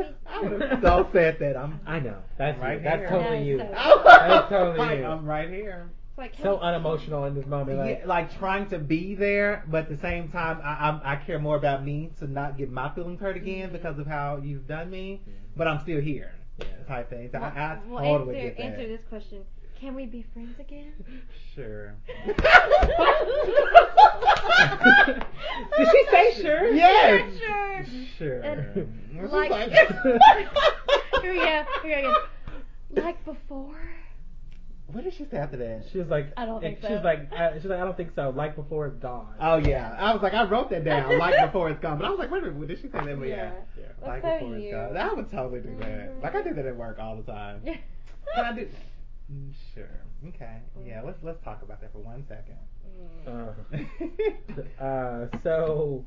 would have so said that. I'm.
I know. That's
Right
you. That's
here.
totally you.
That
So,
was
That's totally
like,
you.
I'm right here.
It's like, hey,
unemotional in this moment. Like,
yeah, like trying to be there, but at the same time, I, I I care more about me to not get my feelings hurt again because of how you've done me. But I'm still here,
Yeah.
type thing. So I, I
well,
totally
answer,
get that.
answer this question. Can we be friends again?
Sure.
Did she say sure?
Yes.
Sure.
Sure.
And
This is
like- Here we go. Here we go. Like before?
what did she say after that?
She was like,
I don't think
she
so.
was like, uh, she was like, I don't think so. Like before it's dawn.
Oh yeah, I was like, I wrote that down like before it's gone, but I was like, wait a minute, what did she say that? But yeah,
Yeah.
yeah.
That's
like
so
before
you.
it's gone. I would totally do that.
Mhm.
Like I do that at work all the time. Can I do? Mm, Sure. Okay. Yeah. Let's let's talk about that for one second.
Uh, uh, so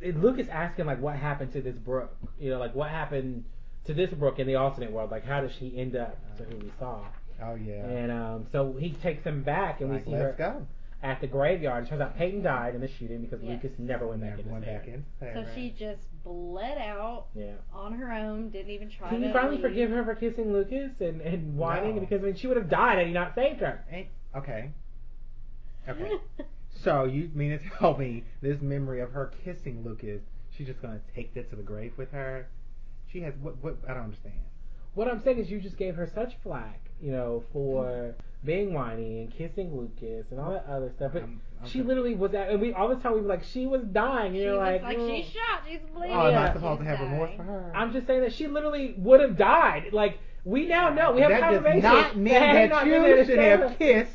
it, Luke is asking like, what happened to this Brooke? You know, like what happened to this Brooke in the alternate world? Like, how did she end up to who we saw?
oh yeah.
And um, so he takes him back, and
like,
we see her
let's go.
at the graveyard. It turns out Peyton died in the shooting because
Yes.
Lucas never went back in.
Everyone
his
back
family.
in.
So she just bled out
Yeah.
on her own, didn't even try
Can
to.
you finally
leave.
forgive her for kissing Lucas and, and whining?
No.
Because I mean, she would have died had he not saved her.
Ain't- Okay. Okay. so you mean to tell me this memory of her kissing Lucas, she's just gonna take that to the grave with her? She has what? What? I don't understand.
What I'm saying is, you just gave her such flack, you know, for being whiny and kissing Lucas and all that other stuff. But
I'm- I'm
she
con-
literally was at, and we all the time we were like, she was dying. And
she
you're
was
like, "Mm."
like,
"Well,
she's shot. She's bleeding.
Oh, am I
Yeah.
supposed to
she's
have remorse
dying."
for her?
I'm just saying that she literally would have died. Like We now know. We have
That does
confirmation.
not mean
Harry
that
not
you
Miller
should
Stella-
have kissed.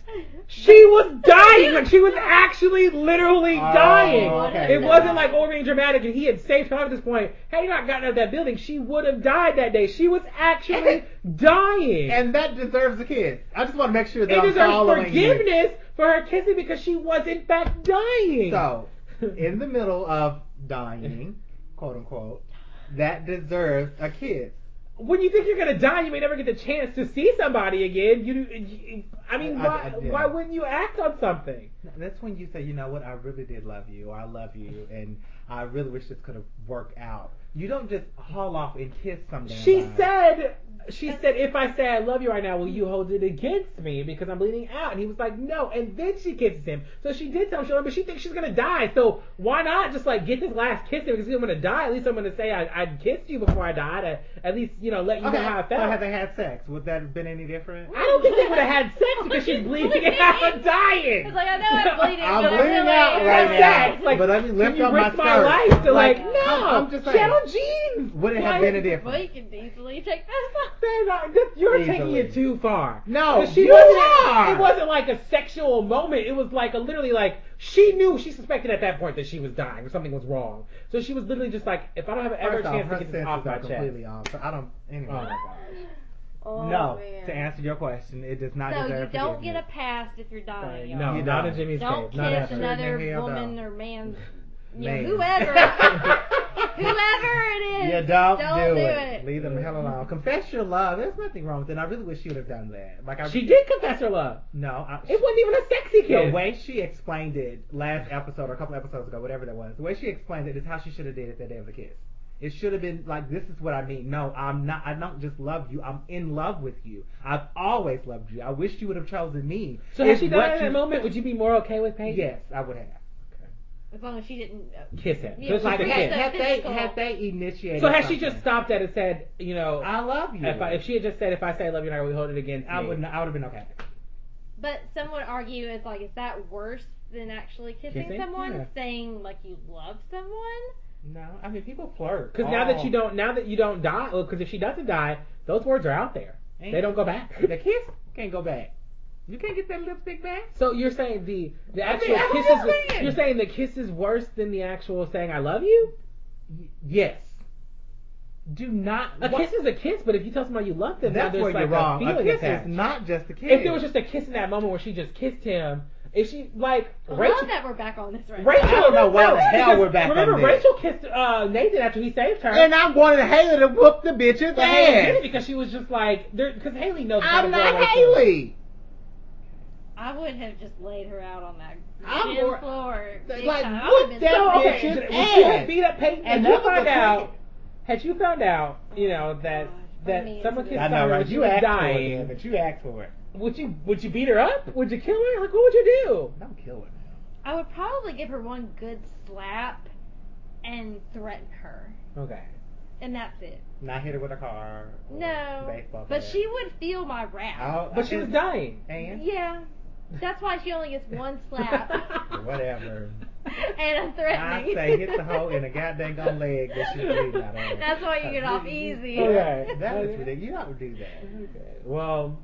She was dying. Like she was actually, literally
Oh,
dying.
okay.
It wasn't like or being dramatic, and he had saved her at this point. Had he not gotten out of that building, she would have died that day. She was actually dying.
And that deserves a kiss. I just want to make sure that
it
I'm
deserves
following you.
forgiveness for her kissing because she was in fact dying.
So, in the middle of dying, quote unquote, that deserves a kiss.
when you think you're gonna die, you may never get the chance to see somebody again. You, you I mean,
I- I-
why,
yeah.
why wouldn't you act on something?
That's when you say, you know what, I really did love you, or I love you, and I really wish this could have worked out. You don't just haul off and kiss somebody.
She said, she said, if I say I love you right now, will you hold it against me because I'm bleeding out? And he was like, no. And then she kisses him. So she did tell him she loved him, but she thinks she's gonna die. So why not just like get this last kiss in because I'm gonna die? At least I'm gonna say I, I kissed you before I died. I, at least you know let you
okay,
know how I
so
felt.
had they had sex, would that have been any different?
I don't think they would have had sex because she's bleeding out and dying.
It's like I know I'm bleeding.
I'm
but I
bleeding
feel
out
like-
right
Sex,
now,
like,
but let me
Can
lift
you
up my
risk
skirt.
my, life to like,
Like,
no
I'm- I'm just saying.
channel jeans?
Would it
Like,
have been a
Well,
different?
you can easily take this off.
They're not, that- you're taking
Easily.
it too far.
No,
'Cause she
you
wasn't,
are.
It wasn't like a sexual moment. It was like a literally like she knew she suspected at that point that she was dying or something was wrong. So she was literally just like, if I don't have ever a
First off,
chance
her
to get this
senses
off my
are
chest,
completely off. So I don't. Anyway.
Oh my
Oh,
no,
man.
to answer your question, it does not
So you
deserve
don't get a
forgiveness.
pass if you're dying. y'all.
no,
You
not in
don't.
Jimmy's
Oh, Don't
case, not
kiss
ever.
another
Hell no.
woman or man, you know,
Man.
whoever, whoever it is.
You don't,
do
it.
it.
Leave them the hell alone. Confess your love. There's nothing wrong with it. I really wish she would have done that. Like I
She did confess her love.
No, I,
It wasn't even a sexy
the
kiss.
way she explained it last episode or a couple episodes ago, whatever that was, the way she explained it is how she should have did it that day of the kiss. It should have been like, this is what I mean. No, I'm not. I don't just love you. I'm in love with you. I've always loved you. I wish you would have chosen me.
So had
It's
she done it
what
in that
you-
moment, would you be more okay with Paige?
Yes, I would have.
As long as she didn't. uh,
Kiss him.
Yeah,
Just
like,
a
yeah,
kiss.
so-
had they
physical.
had they initiated?
So had she
something,
just stopped at and said, you know,
I love you.
if, I, if she had just said, if I say I love you, and I will hold it against
I
me.
would. not- I would have been okay.
But some would argue it's like, is that worse than actually kissing,
Kissing?
someone?
Yeah.
Saying like you love someone?
No, I mean people flirt.
Because now that
Oh.
you don't, now that you don't die, because if she doesn't die, those words are out there.
Ain't-
They don't go back.
the kiss can't go back. You can't get that lipstick back.
So you're saying the the actual
I'm
kiss
just
is
saying.
you're saying the kiss is worse than the actual saying I love you.
Y- yes. Do not.
A
what-
kiss is a kiss, but if you tell somebody you love them, now
That's
there's
where
like
you're wrong.
a
A
feeling
kiss
attached.
is not just a kiss.
if there was just a kiss in that moment where she just kissed him, if she like
I
Rachel,
love that we're back on this right
Rachel,
I don't know why
no,
the hell
because
we're back on
Remember,
this.
Rachel kissed uh, Nathan after he saved her.
and I wanted Haley to whoop the bitch's
But Haley did it
ass.
because she was just like, because Haley knows how to
I'm
blow
not
Rachel.
Haley.
now. I would have just laid her out on that
I'm
gym
more-
floor. big
like,
time. I
what
would've been
that
So,
so
okay,
bitch's
did-
pissed.
would you have
ass.
beat up Peyton?
And
And you
that was
found
a
out,
cricket. Oh,
had you found out, you know, that
gosh, what
that
an answer.
someone kissed
I
her when she was
for it,
dying,
but you asked for it.
would you would you beat her up? Would you kill her? Like, what would you do?
Don't kill her.
I would probably give her one good slap and threaten her,
Okay.
and that's it.
Not hit her with a car. or
No,
Baseball
but
bat. Oh,
she would feel my wrath.
I'll-
But she was dying.
And
Yeah, that's why she only gets one slap
whatever.
and a
I
threatening.
say hit the hole in the goddamn gum leg that she's bleeding out of.
That's why you get off easy.
Okay.
That is ridiculous. You don't do that.
Okay. Well,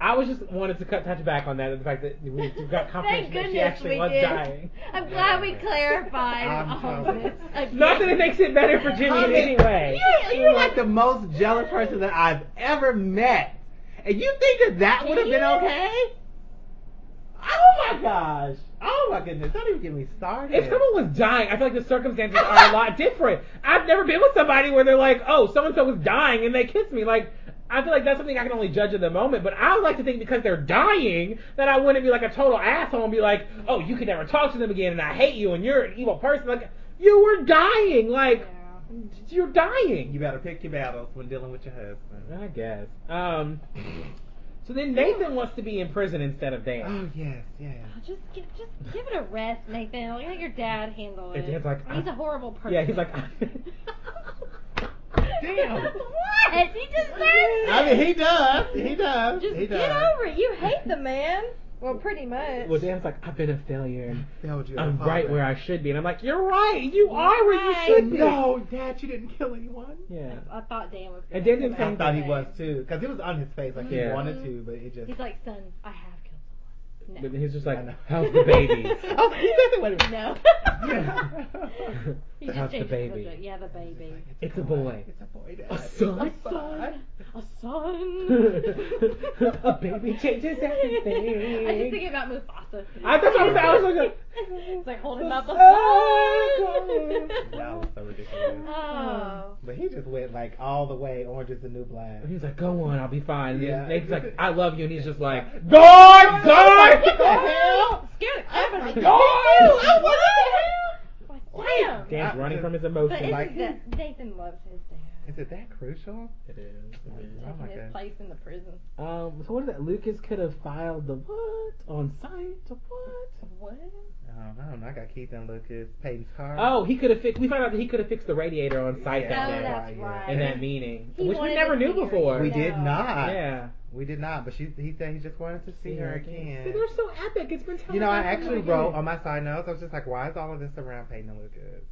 I was just wanted to cut, touch back on that, the fact that we we got confirmation
Thank
that she
goodness
actually
we
was
did.
dying.
I'm glad we clarified
I'm
all
sorry.
this. again.
Not that it makes it better for Jimmy in any way.
You, you're like the most jealous person that I've ever met. And you think that that would have been okay? Oh my gosh. Oh my goodness. Don't even get me started.
If someone was dying, I feel like the circumstances are a lot different. I've never been with somebody where they're like, oh, so and so was dying and they kissed me. Like, I feel like that's something I can only judge in the moment. But I would like to think because they're dying that I wouldn't be like a total asshole and be like, oh, you can never talk to them again and I hate you and you're an evil person. Like, you were dying. Like,
Yeah.
you're dying.
you better pick your battles when dealing with your husband.
I guess. Um. So then Nathan wants to be in prison instead of Dan.
Oh yes, yes.
Oh, Just give, just give it a rest, Nathan. Like, Let your dad handle
And
it.
Dan's like,
he's
I-
a horrible person.
Yeah, he's like.
Damn.
what? He deserves it.
I mean he does. He does.
Just
he
get
does.
over it. You hate the man. Well, pretty much.
Well, Dan's like, I've been a failure. And
Failed you.
I'm right where I should be, and I'm like, you're right. You
You're
are where you
right. oh,
should be.
No, Dad, you didn't kill anyone.
Yeah.
I thought Dan was.
And
gonna
Dan
come
didn't
out
I
think
with
thought he
it.
was too, because it was on his face, like
Yeah.
he wanted to, but it just.
He's like, son, I have killed someone.
But
No.
he's just like,
I know.
how's the baby?
oh, he said it. Wait a minute.
No. He just
how's the
changed the
baby?
subject. Yeah, the baby.
It's a boy.
It's a boy. Dad.
A
It's
son.
A son. A son.
a baby changes everything.
I just think about Mufasa.
I thought I was, I was like, a-
It's like holding up a
Oh,
son.
That was so ridiculous.
Oh.
But he just went like all the way. Orange is the new black.
he's like, go on, I'll be fine. And
Yeah.
then Nate's like, I love you, and he's just like, go on, go on, go on.
Scared the crap out of me.
God!
Oh, what the hell? Like, damn.
Dan's
I-
running from his
Ah, But
emotions.
isn't
Like-
that Nathan loves his dad.
Is it that crucial?
It is. it is.
Oh my
Taking his
God.
place in the prison.
Um, so what is that? Lucas could have filed the what on site? The What?
What?
Um, I don't know. I got Keith and Lucas, Peyton's car.
Oh, he could have fixed. We found out that he could have fixed the radiator on site
Yeah.
that
Oh,
day.
that's
Yeah.
right.
in that meeting,
He
which we
wanted
never
to
knew
see her
before.
we
again.
did
No.
not.
Yeah.
We did not. But she, he said he just wanted to see her again.
See, they're so epic. It's been.
You know, I
televised from the
actually wrote
beginning.
on my side notes. I was just like, why is all of this around Peyton and Lucas?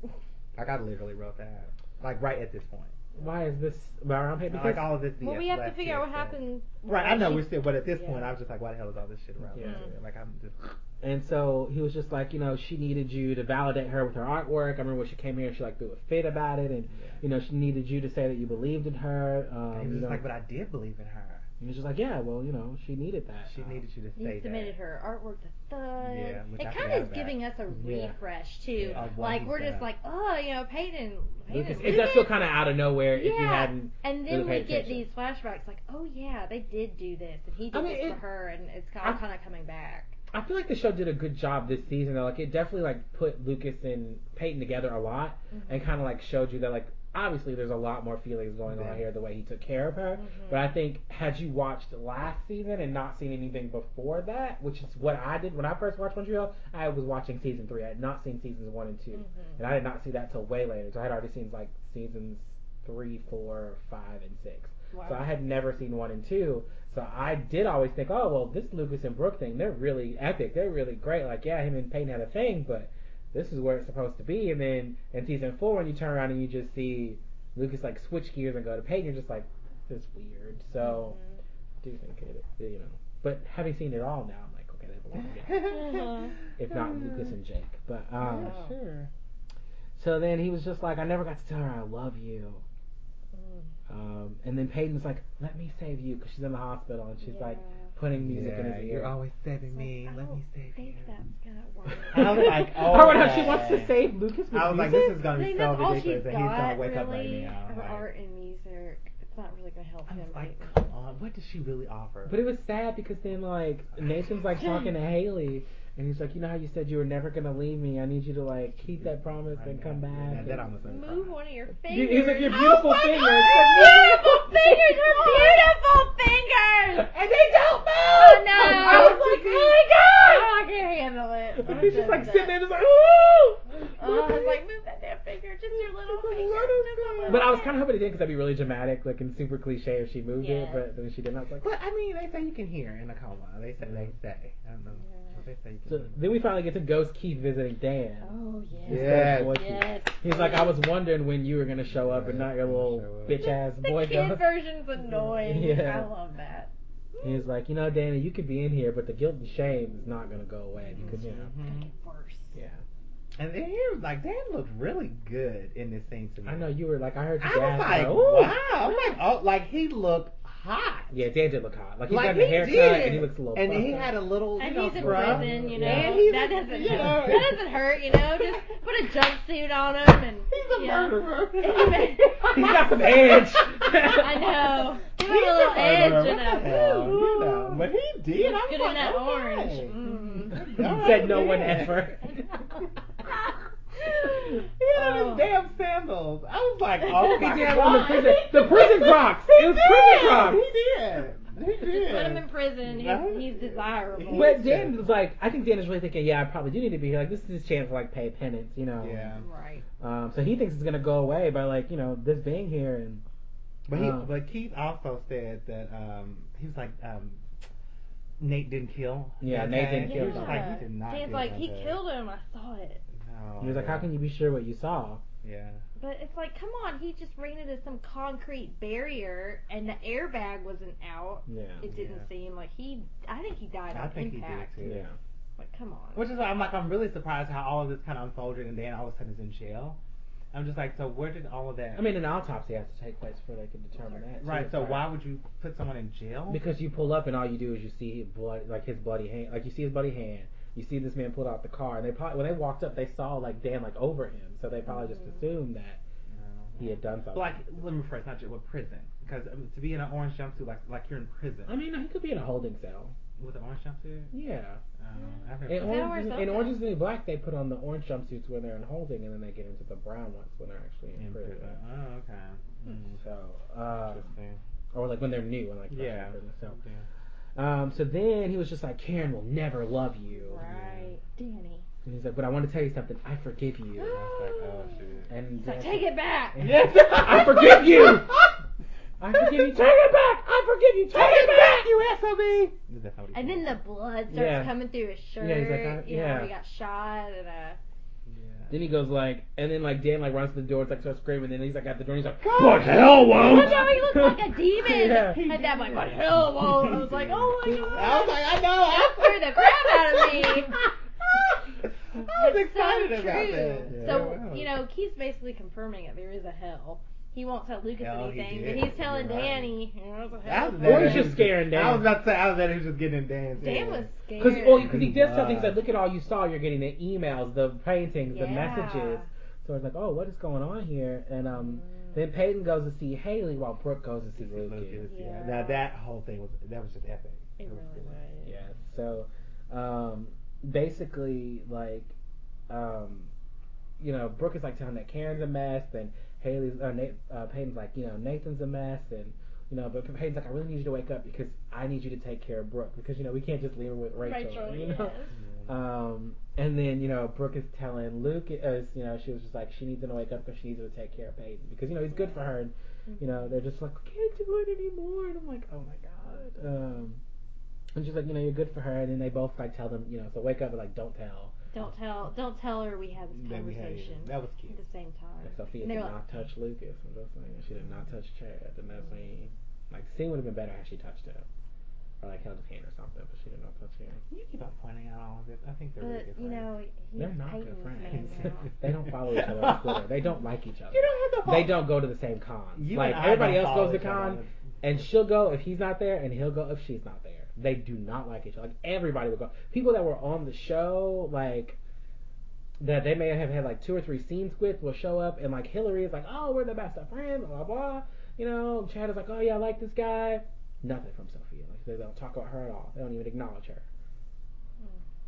Like, I literally wrote that. Like, right at this point.
Why is this around here? Because
like, all of this.
Well,
BS
we have to
last
figure out
year,
what
so-
happened.
Right, I know
She-
we're still, but at this
Yeah.
point, I was just like, why the hell is all this shit around?
Yeah.
Lucas? Like, I'm just.
and so he was just like, you know, she needed you to validate her with her artwork. I remember when she came here, she like threw a fit about it, and
Yeah.
you know, she needed you to say that you believed in her. Um,
he was
you
just
know,
like, but I did believe in her.
he was just like, yeah, well, you know, she needed that.
She
Um,
needed you to say
He
that.
submitted her artwork to Thud.
Yeah, which I
it kind
forgot
of is
about.
giving us a
Yeah.
refresh too.
Yeah, of what
like
he's
we're just
done.
like, oh, you know, Peyton. Peyton
Uh, Lucas, it does feel
Lucas?
kind of out of nowhere if you
Yeah.
hadn't.
And
really
then we
paid
get
attention.
these flashbacks, like, oh yeah, they did do this, and he did
I mean,
this
it-
to her, and it's kind
I-
of, kind of coming back.
I feel like the show did a good job this season. Though. Like it definitely like put Lucas and Peyton together a lot, and kind of like showed you that like obviously there's a lot more feelings going
Yeah.
on here the way he took care of
Mm-hmm.
her. But I think had you watched last season and not seen anything before that, which is what I did when I first watched Montreal, I was watching season three. I had not seen seasons one and 2 and I did not see that till way later. So I had already seen like seasons three, four, five, and six.
Wow.
So I had never seen one and two. So I did always think, oh well, this Lucas and Brooke thing, they're really epic. They're really great. Like yeah, him and Peyton had a thing, but this is where it's supposed to be. And then in season four, when you turn around and you just see Lucas like switch gears and go to Peyton, you're just like, this is weird. So I do think it, you know. But having seen it all now, I'm like, okay, they belong together.
Uh-huh.
if not Lucas and Jake, but um.
Yeah.
Sure.
So then he was just like, I never got to tell her I love you.
Mm.
Um, and then Peyton's like, let me save you, because she's in the hospital and she's like
Yeah.
putting music in
Yeah,
his
you're
ear.
always saving
Like,
me.
I
Let me
don't
save you.
think that's gonna work.
I was like, oh,
I wonder how she
yeah.
wants to save Lucas. With
I was like,
music?
this is
I
gonna be
mean,
so
that's all
ridiculous,
she's
and he's gonna
got,
wake up right
really,
now.
of
Like,
art and music. It's not really gonna help
I
him
was
right
like,
now.
come on, what does she really offer?
But it was sad because then like Nathan's like talking to Haley, and he's like, you know how you said you were never gonna leave me? I need you to like keep that promise
I
and
know.
come back.
Yeah, that
and-
almost made me
Move
cry.
one of your
You-
fingers.
he's like, your beautiful
oh
fingers.
My God, beautiful fingers. Your beautiful fingers.
And they don't move.
Oh no!
I was like,
oh my God! I can't handle it.
But
I'm
then she's
done
like
with
sitting
that.
there, just like, ooh.
Oh, I was like, move that damn finger, just your little finger.
But I was kind of hoping it did because that'd be really dramatic, like and super cliche if she moved it.
Yeah.
But then she didn't. I was like,
But I mean, they say you can hear in a coma. They say they say. I don't know. They say you can
So
hear.
then we finally get to Ghost Keith visiting Dan.
Oh yeah.
Instead of
Yes.
Boy Keith.
Yes.
He's like, I was wondering when you were gonna show up and not your
Yeah,
little
show up.
bitch ass boy
The kid
ghost.
version's annoying.
Yeah.
I love that.
He's like, you know, Danny, you could be in here, but the guilt and shame is not gonna go away because you know.
It's gonna
Mhm.
get worse.
Yeah.
And then he was like, Dan looked really good in this scene to me.
I know you were like, I heard you
I
gasp.
was like,
ooh.
wow. I'm like, oh, like he looked hot.
Yeah, Dan did look hot. Like he
like
got
he
a haircut
did.
and he looks a little.
And he
fucked up.
had a little.
And
you know,
he's in
scrub.
prison, you know.
And he's
that
a-
doesn't
you
hurt.
know.
That doesn't hurt, you know. Just put a jumpsuit on him and
He's a
yeah.
murderer.
He's got some edge.
I know. Give him
He's
a little edge
murderer.
and
What the
a
hell, you know. But he did. I was
good
like,
in that
okay.
orange. Mm.
Mm-hmm. He said no one ever.
He had his
Oh.
damn sandals. I was like, oh my
he did
god.
have on the prison. The prison rocks. It was prison rocks.
He did. He did.
Just put him in prison.
Right?
He's, he's desirable.
But Dan was like, I think Dan is really thinking, yeah, I probably do need to be here. Like, this is his chance to like pay penance, you know.
Yeah.
Right.
Um, so he thinks it's gonna go away by like, you know, this being here and
But he,
Um,
but Keith also said that um, he was like, um, Nate didn't kill.
Yeah,
that
Nate didn't
guy.
kill
He was
him.
like, he did not.
Dan's
do
like,
that
he
bad."
killed him. I saw it.
No,
He was like, how can you be sure what you saw?
Yeah.
But it's like, come on, he just ran into some concrete barrier, and the airbag wasn't out.
Yeah.
It didn't
Yeah.
seem like he. I think he died
I
on
think he did,
impact.
too.
Yeah.
Like, come on.
Which is why I'm like, I'm really surprised how all of this kind of unfolded, and Dan all of a sudden is in jail. I'm just like, so where did all of that?
I mean, an autopsy has to take place before they can determine that. too,
right. So
right?
why would you put someone in jail?
Because you pull up and all you do is you see blood, like his bloody hand, like you see his bloody hand. You see this man pulled out the car, and they probably when they walked up, they saw like Dan like over him, so they probably just assumed that
No.
he had done something.
Like, let me rephrase, not jail, but prison. Because um, to be in an orange jumpsuit, like, like you're in prison
I mean, he could be in a holding cell.
with an orange jumpsuit.
Yeah.
Um, I've never-
In
wear
Orange, is, in
something.
Orange is the New Black, they put on the orange jumpsuits when they're in holding, and then they get into the brown ones when they're actually in,
in
prison.
prison. Oh, okay. Mm.
So, uh,
Interesting.
or like when they're new and like fresh
Yeah.
in prison. So,
Okay.
um, so then he was just like, Karen will never love you.
right, Danny.
And he's like, but I want to tell you something. I forgive you.
I was like, oh shit.
And
He's like,
Dan's
take it back.
Yes, I forgive you. I forgive you. Take it back. I forgive you. Take, it back.
You SOB! That's not what he
And
said.
then the blood starts
Yeah.
coming through his shirt.
Yeah, he's like, "I-
you know,
yeah."
he got shot and uh.
Then he goes like, and then like Dan like runs to the door, it's like starts screaming, and then he's like at the door, and he's like,
But hell
That's how he looked like a demon.
Oh Yeah.
And that like, what hell? Whoa! I was like, oh my god.
I was like, I know. I
That threw the crap out of me.
I was
It's
excited
so
about
true.
that.
So you know, Keith's basically confirming it. There is a hell. He won't tell Lucas
Hell, he
anything,
did.
but he's telling
You're right.
Danny. You know, there's a
I
hell.
was
Or
mad
he's
he
just scaring Dan.
I was about to say, I was mad he was just getting in Dan's
Dan
head.
was scared.
because well, 'cause he does something. He's
Wow.
like, look at all you saw. You're getting the emails, the paintings, the
Yeah.
messages. So I was like, oh, what is going on here? And um,
Mm.
then Peyton goes to see Haley while Brooke goes to see Lucas.
Lucas, yeah.
Yeah.
Now that whole thing was that was just epic.
It really was.
Yeah. So, um, basically, like, um, you know, Brooke is like telling that Karen's a mess, and Haley's, uh, Nate, uh, Peyton's like, you know, Nathan's a mess, and you know, but Peyton's like, I really need you to wake up because I need you to take care of Brooke because you know we can't just leave her with Rachel.
Rachel,
you
yes.
know. Um, and then you know Brooke is telling Lucas, you know, she was just like she needs him to wake up because she needs him to take care of Peyton because you know he's good for her. And, You know, they're just like we can't do it anymore, and I'm like, oh my god. Um, and she's like, you know, you're good for her, and then they both like tell them, you know, so wake up and like don't tell.
Don't tell. Don't tell her we had this
That we had,
conversation
that was
at
cute.
the same time.
And Sophia
And
did
they're like,
not touch Lucas. I'm just saying she did not touch Chad, and that's me. Like, the scene would have been better had she touched him, or like held his hand or something, but she did not touch him.
You keep on pointing out all of this. I think they're
but
really good
you
friends.
know, he's
They're not good
Peyton's
friends.
man now.
they don't follow each other on Twitter. They don't like each other.
You don't have to follow.
They don't go to the same cons.
You
like
and I
everybody
don't
else
follow
goes to
each other.
cons, and she'll go if he's not there, and he'll go if she's not there. They do not like each other. Like everybody would go. People that were on the show, like that they may have had like two or three scenes with, will show up, and like Hillary is like, "Oh, we're the best of friends," blah blah. blah. You know, Chad is like, "Oh yeah, I like this guy." Nothing from Sophia. Like they don't talk about her at all. They don't even acknowledge her.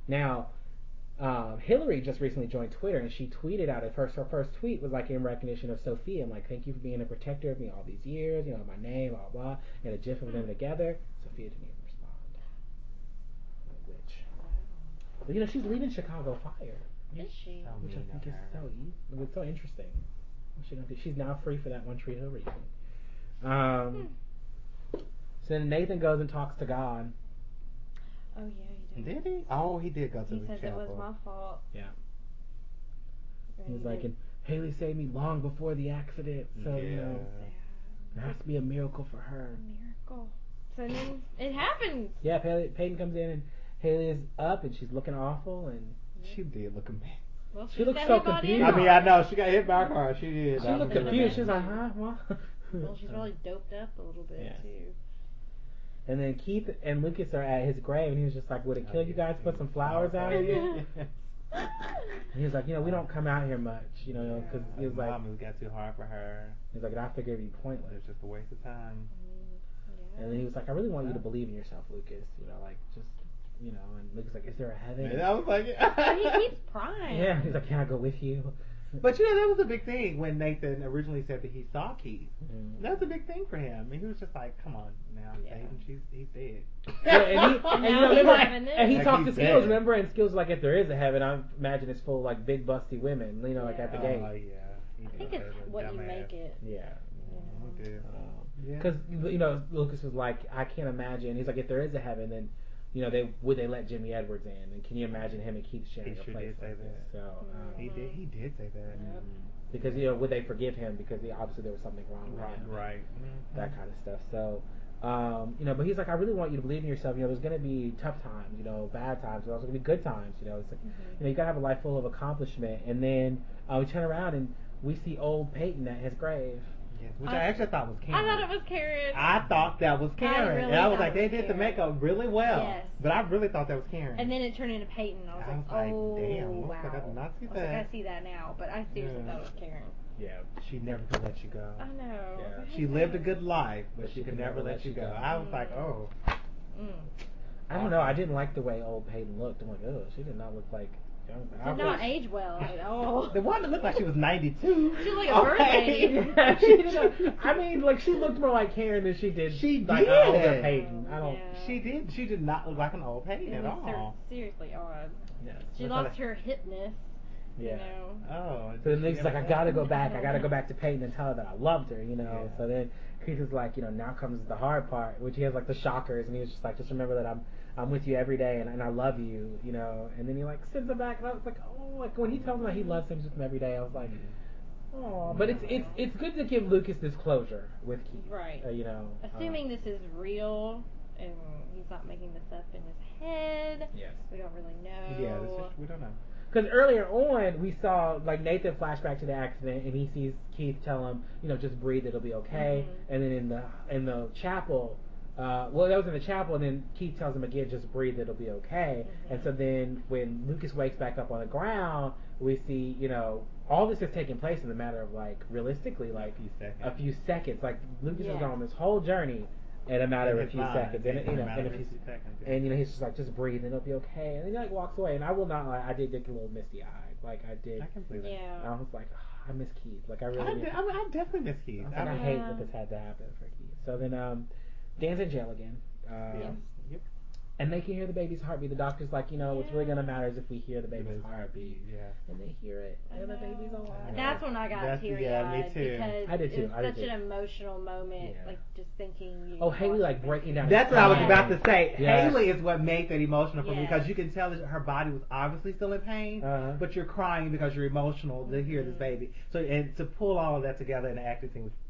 Now, um, Hillary just recently joined Twitter, and she tweeted out at first. Her first tweet was like in recognition of Sophia, and like, "Thank you for being a protector of me all these years. You know, my name, blah blah." And a gif of them together. Sophia didn't even respond. Which, but, you know, she's leaving Chicago Fire,
Is she?
So
which
mean
I think
to
is
her.
so e- it's so interesting. What's she gonna do? She's now free for that one Tree Hill reason. Um, so then Nathan goes and talks to God.
Oh yeah, he did.
Did he? Oh, he did go to
He
the
says it
chapel.
was my fault.
Yeah.
And
He's
he
like,
did.
and Haley saved me long before the accident, so you know. There has to be a miracle for her.
miracle. So then it happens.
Yeah, Pay- Peyton comes in and Haley is up and she's looking awful and
She did look amazing.
Well,
She
she's
looks so
everybody
confused.
else.
Yeah.
I mean, I know she got hit by a car. She did.
she
I
looked
was
confused. She's
amazed.
like, huh, what?
Well, she's probably doped up a little bit
Yeah.
too.
and then Keith and Lucas are at his grave and he was just like, would it kill you guys to put some flowers out here? And he was like, you know, we don't come out here much, you know, because he was like,
Mom, it got too hard for her.
he was like, and I figure it'd be
It
pointless.
was just a waste of time.
And then he was like, I really want you to believe in yourself, Lucas. You know, like just, you know. And Lucas like, is there a
And
heaven?
I was like,
But he keeps prying.
Yeah. He's like, can I go with you?
But you know, that was a big thing when Nathan originally said that he saw Keith.
Mhm.
That was a big thing for him. And he was just like, come on now,
Yeah.
Satan, she's, he's dead.
Yeah, and he, and, you know,
Now he's
remember-
having this.
and he
Like
talked
he
to Skills,
said.
remember? And Skills was like, if there is a heaven, I imagine it's full of like big busty women, you know, like at the
Yeah.
gate.
Oh, yeah. He
I think
did.
it's
That was
what you
dumbass.
make it.
Yeah.
Mhm, he did. Yeah.
Because you know Lucas was like, I can't imagine. He's like, if there is a heaven, then you know, they would they let Jimmy Edwards in? And can you imagine him and Keith sharing
He
a
sure
place
did say
like this?
that. Mm-hmm.
So um,
He did. He did say that.
mhm. because you know, would they forgive him because he, obviously there was something wrong with
Right.
him?
Right.
that kind of stuff. So, um, you know, but he's like, I really want you to believe in yourself. You know, there's gonna be tough times, you know, bad times, but also gonna be good times. You know, it's like, you know, you gotta have a life full of accomplishment. And then uh, we turn around and we see old Peyton at his grave.
Yes, which I,
I-
actually thought was
I
Karen.
thought it was Karen.
I thought that was Karen.
really
and I was
thought
like,
it
they
was
did the
Karen.
makeup really well.
Yes.
But I really thought that was Karen.
and then it turned into Peyton. I was,
I was
like,
like,
oh,
damn, I was
wow.
like, I did not see
I was like,
that.
I see that now, but I seriously
Yeah.
thought it was Karen.
Yeah.
she never could let you go.
I know.
Yeah.
She lived a good life, but, she, could never
let
let you
you
go.
go.
I was like, oh.
Mm.
I don't know. I didn't like the way old Peyton looked. I'm like, oh, she did not look like. Young. I
Did not
was-
age well at all.
The woman looked like she was 92.
oh. She looked like a bird lady.
Yeah, she did not, I mean, like she looked more like Karen than she did.
She
like an
did.
older Peyton. I don't.
Yeah.
She did. She did not look like an old
It
Peyton at
was ser-
all.
seriously odd.
Yeah.
She
That's
lost
how
her hipness.
Yeah.
You know.
Oh.
So then
she
Lisa's like,
never
I
left.
gotta go back. I gotta go back to Peyton and tell her that I loved her, you know.
Yeah.
So then Keith is like, you know, now comes the hard part, which he has like the shockers, and he was just like, just remember that I'm, I'm with you every day, and, and I love you, you know. And then he like sends him back, and I was like, oh, like when he tells him that he loves him just him every day, I was like, oh.
Mm-hmm.
But it's it's it's good to give Lucas this closure with Keith,
Right.
Uh, you know, uh,
Assuming this is real and he's not making this up in his head.
Yes.
We don't really know.
Yeah, this is, we don't know.
Because earlier on, we saw like Nathan flash back to the accident, and he sees Keith tell him, you know, just breathe, it'll be okay.
Mhm.
And then in the in the chapel, uh, well, that was in the chapel, and then Keith tells him again, just breathe, it'll be okay.
Mhm.
And so then when Lucas wakes back up on the ground, we see, you know, all this is taking place in the matter of like realistically, like
few seconds.
a few seconds. Like Lucas
Yeah.
has gone on this whole journey in a matter
In
of a
his
few
mind,
seconds, and
in
you
a
know,
matter
in a
of
few
a few seconds, yeah.
and you know he's just like just breathe and it'll be okay, and then he like walks away, and I will not lie, I did get a little misty eyed, like I did.
I can believe it.
Yeah.
I was like, "Ah, I miss Keith, like I
I,
really.
de-
did.
I, I definitely miss Keith.
I, was like, I
mean-
hate
Yeah.
that this had to happen for Keith. So then, um, Dan's in jail again. Um,
Yeah. Yep.
And they can hear the baby's heartbeat. The doctor's like, you know, what's really gonna matter is if we hear the baby's heartbeat,
Yeah.
and they hear it,
I
and the
know.
baby's alive.
That's when I got
That's-
teary
yeah, me
eyed
too.
because
I did too,
it was
I did
such
too.
an emotional moment,
Yeah.
like just thinking. You
Oh, Haley
lost
like
your
breaking
baby.
down.
That's what I was about to say.
Yes.
Haley is what made that emotional for me
Yes.
because you can tell that her body was obviously still in pain,
Uh-huh.
but you're crying because you're emotional to hear this
Mhm.
baby. So and to pull all of that together in the acting scene was just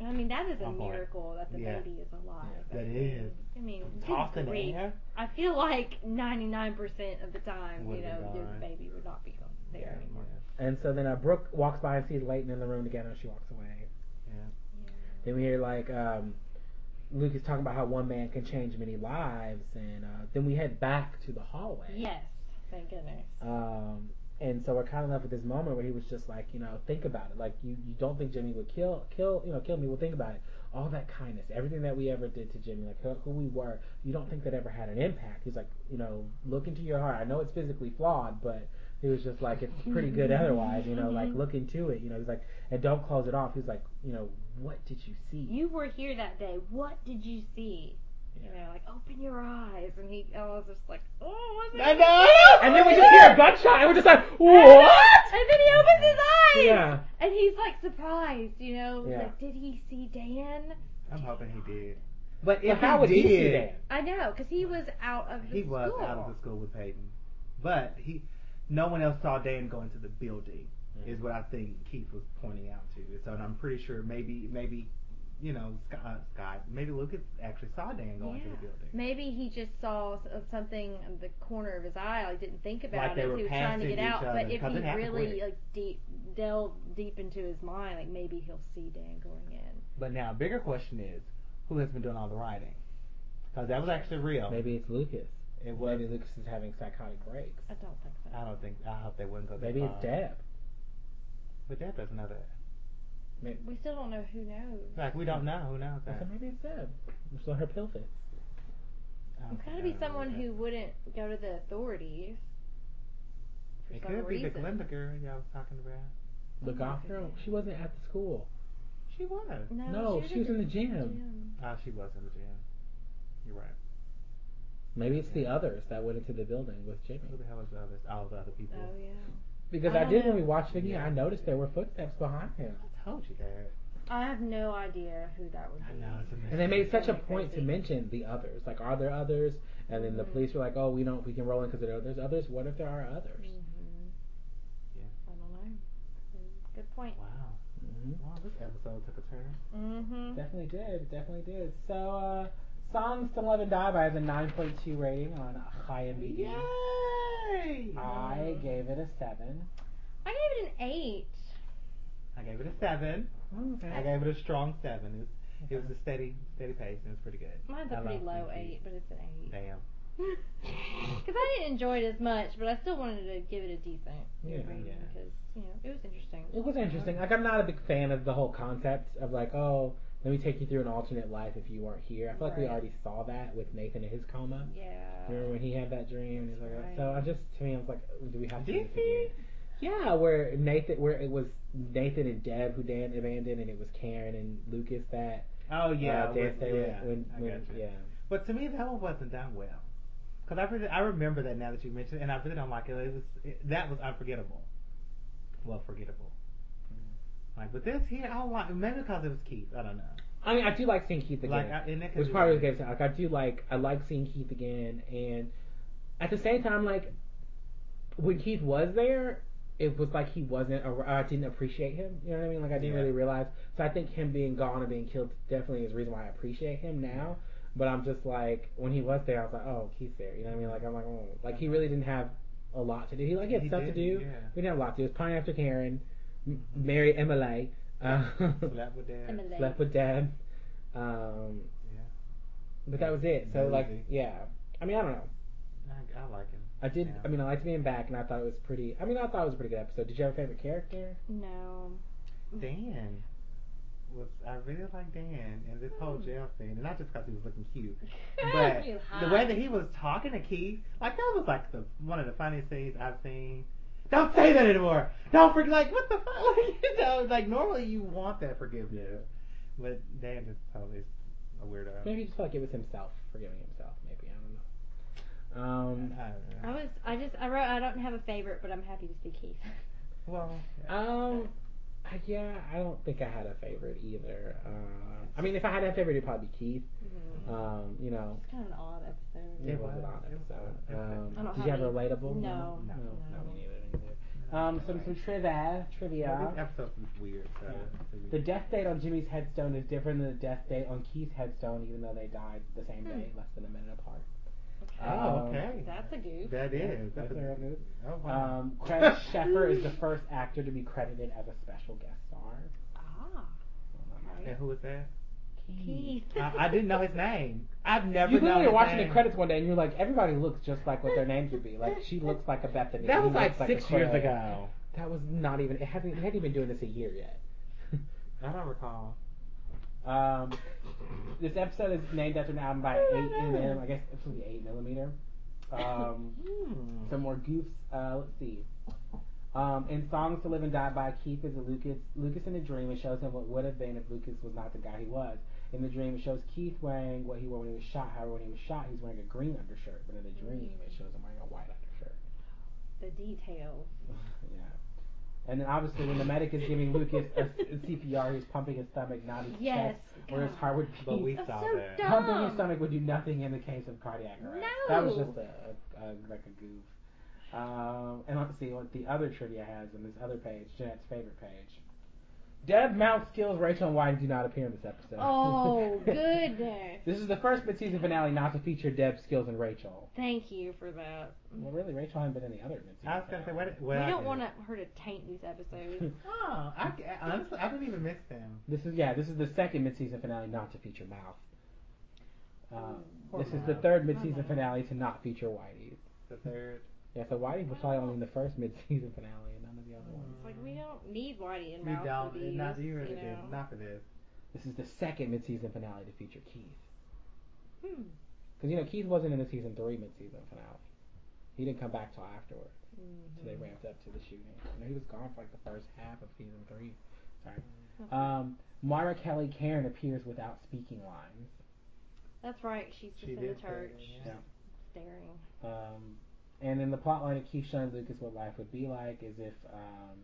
I mean, that is a
On point.
miracle that the
Yeah.
baby is alive.
Yeah,
I
that
mean,
is.
I mean, good
tossed in the
grief.
air.
I feel like 99% of the time, you
Would've been
know, your
gone.
baby would not be gone there
Yeah.
anymore.
And so then uh, Brooke walks by and sees Leighton in the room together, and she walks away.
Yeah.
Then we hear like um, Luke is talking about how one man can change many lives, and uh, then we head back to the hallway.
Yes, thank goodness.
Um, and so we're kind of left with this moment where he was just like, you know, think about it. Like you, you don't think Jimmy would kill, kill, you know, kill me? Well, think about it. All that kindness, everything that we ever did to Jimmy, like who, who we were, you don't think that ever had an impact. He's like, you know, look into your heart. I know it's physically flawed, but he was just like, it's pretty good otherwise. You know, like look into it. You know, he's like, and don't close it off. He's like, you know, what did you see?
You were here that day. What did you see? You know, like open your eyes, and he. I was just like, oh, what's
I know.
And then we just hear a gunshot, and we're just like, what?
And then he opens his eyes.
Yeah.
And he's like surprised, you know.
Yeah.
Like, did he see Dan?
I'm hoping he did. But if
But how would
he
he see
did,
that?
I know, because he was out of the
he was
school.
out of the school with Peyton. But he, no one else saw Dan go into the building.
Mm-hmm.
Is what I think Keith was pointing out to. So and I'm pretty sure maybe maybe, you know, Scott, uh, Scott maybe Lucas actually saw Dan go into the
Yeah.
building.
Maybe he just saw s- of something in the corner of his eye. Like didn't think about
Like
it.
they
as
were
he was trying to
passing
get
each
out.
other,
But if
'cause it
he
happened
really
quick.
like deep delve deep into his mind, like maybe he'll see Dan going in.
But now, a bigger question is, who has been doing all the writing? Because that was actually real.
Maybe it's Lucas.
it was.
Maybe Lucas is having psychotic breaks.
I don't think so.
I don't think. I hope they wouldn't go. that
Maybe it's
far.
Deb.
But Deb doesn't know that.
Maybe,
We still don't know who knows.
Like we don't know who knows that.
so maybe it's Deb. It's on her pill fits.
I don't
It's got to
think
be
I know
someone
that.
who wouldn't go to the authorities. For
It
some
could be
reason.
the Glinda girl y'all was talking about.
The goth girl, she wasn't at the school.
She was.
No,
No, she was in the gym.
Ah, she was in the gym. You're right.
Maybe it's the others that went into the building with Jimmy.
Who the hell is the others? All the other people.
Oh yeah.
Because
I
I,
don't
did
know.
when we watched the
Yeah.
I noticed there were footsteps behind him.
I told you that.
I have no idea who that would be.
I know. It's a
And they made
mystery.
such a point to mention the others. Like, are there others? And then the
Mhm.
police were like, oh, we don't, we can roll in because there's others. What if there are others?
Mhm. I don't know. Mm, Good point.
Wow.
hmm
Wow, this episode took a turn.
Mm-hmm.
Definitely did. Definitely did. So, uh, Songs to Love and Die By has a 9.2 rating on High IMDb.
Yay!
I gave it a 7.
I gave it an eight.
I gave it a seven. I gave it a strong seven. It was, it was a steady, steady pace, and it was pretty good.
Mine's a
I
pretty
love
low
Twin
eight,
Peaks.
but it's an eight.
Damn.
Because I didn't enjoy it as much, but I still wanted to give it a decent
Yeah,
rating
yeah.
because you know it was interesting.
It was interesting. Like, I'm not a big fan of the whole concept of like, oh, let me take you through an alternate life if you weren't here. I feel like we
Right.
already saw that with Nathan and his coma. Remember
Yeah.
when he had that dream? And he's like,
Right.
so I just to me, I was like, do we have to do
Did
this
he?
again? Yeah, where Nathan, where it was Nathan and Deb who Dan abandoned, and it was Karen and Lucas that
Oh yeah,
uh,
with-
danced there
yeah.
when,
I
when,
gotcha.
yeah.
But to me, that one wasn't done well. Cause I really, I remember that now that you mentioned, it, and I really don't like it. It was it, that was unforgettable. Well, forgettable. Like, but this here, I like. Maybe because it was Keith. I don't know.
I mean, I do like seeing Keith again.
Like, I, and that could
which
be-
part of the game like I do like I like seeing Keith again and at the same time like when Keith was there it was like he wasn't or I didn't appreciate him you know what I mean like I didn't
Yeah.
really realize so I think him being gone and being killed definitely is the reason why I appreciate him now but I'm just like when he was there I was like oh Keith's there you know what I mean like I'm like oh. like he really didn't have a lot to do he like he had
He
stuff to
didn't,
do
yeah.
he didn't have a lot to do he was pining after Karen m- marry Emily uh,
Slap with that.
Emily.
slept with Deb um
Yeah.
but that was it. So
Very
like,
easy.
yeah. I mean, I don't know.
I, I like him.
I did.
Yeah.
I mean, I liked being back, and I thought it was pretty. I mean, I thought it was a pretty good episode. Did you have a favorite character?
No.
Dan was I really like Dan and this whole
Hmm.
jail scene, and not just because he was looking cute, but
You
the
hot.
way that he was talking to Keith, like that was like the one of the funniest things I've seen. Don't say that anymore. Don't forget. Like what the fuck? Like, you know, like normally you want that forgiveness, but Dan just totally is a weirdo.
Maybe just like it was himself forgiving himself. Maybe I don't know. Um.
I don't
I
know.
was. I just. I wrote. I don't have a favorite, but I'm happy to see Keith.
Well, yeah.
Um. I- Yeah, I don't think I had a favorite either. Uh, I mean, if I had a favorite, it'd probably be Keith.
Mhm.
Um, you know,
It's kind of an odd episode.
it, was, an
was,
odd
it was
episode.
odd.
Um,
I don't
did you have
have
a
any-
relatable?
No.
no,
No.
no, me neither. me neither. Um, some some trivia, trivia.
Well, this episode was weird. So,
Yeah.
so we-
The death date on Jimmy's headstone is different than the death date on Keith's headstone, even though they died the same
Hmm.
day, less than a minute apart.
oh,
um,
okay.
That's a goof.
That is.
That's
That's,
a real good.
Oh wow.
Um, Craig Sheffer is the first actor to be credited as a special guest star.
Ah.
and who was that?
Keith.
I, I didn't know his name. I've never.
You
known
literally
his
were watching
name.
the credits one day, and you're like, everybody looks just like what their names would be. Like she looks like a Bethany.
That
he
was like
looks a
six years
Craig.
ago.
That was not even. It hasn't. It hadn't even been doing this a year yet.
I don't recall.
Um, this episode is named after an album by
I
Eight
don't know.
mm I guess it's gonna be Eight Millimeter. Um,
Hmm.
some more goofs. Uh, let's see. Um, in Songs to Live and Die By, Keith is a Lucas. Lucas in a dream. It shows him what would have been if Lucas was not the guy he was. In the dream, it shows Keith wearing what he wore when he was shot. However, when he was shot, he's wearing a green undershirt. But in the dream, it shows him wearing a white undershirt.
The details.
yeah. And then obviously, when the medic is giving Lucas a, s- CPR, he's pumping his stomach, not his
Yes.
chest, where his heart would beat.
But we
That's
saw
so
that.
dumb.
Pumping your stomach would do nothing in the case of cardiac arrest. That was
No.
just a, a, a like a goof. Um, and let's see what the other trivia has on this other page, Jeanette's favorite page. Deb Mount skills Rachel and Wyden do not appear in this episode.
Oh goodness.
this is the first mid-season finale not to feature Deb skills and Rachel.
Thank you for that.
Well, really, Rachel hasn't been in the other mid-season.
I was gonna say
finale.
what? Well,
we don't want her to taint these episodes.
Oh, I, I- honestly, I didn't even miss them.
This is yeah. This is the second mid-season finale not to feature Mouth. Um,
Poor
this is the
Mouth.
third mid-season
Mouth.
finale to not feature Whitey.
The third.
Yeah, so Whitey was probably only in the first mid-season finale and none of the other ones.
It's like we don't need Whitey and
We
Ralph
don't. uh,
for these,
Not you really
you
did.
know.
Not for this.
This is the second mid-season finale to feature Keith,
Hmm.
because you know Keith wasn't in the season three mid-season finale. He didn't come back till afterward, so they
Mhm.
ramped up to the shooting. You know, he was gone for like the first half of season three. Sorry.
Okay.
Um, Moira Kelly Karen appears without speaking lines.
That's right. She's just
She
in the
did say
church.
that,
She's
yeah.
staring.
Um, and then the plot line of Keith showing Lucas what life would be like is if, um,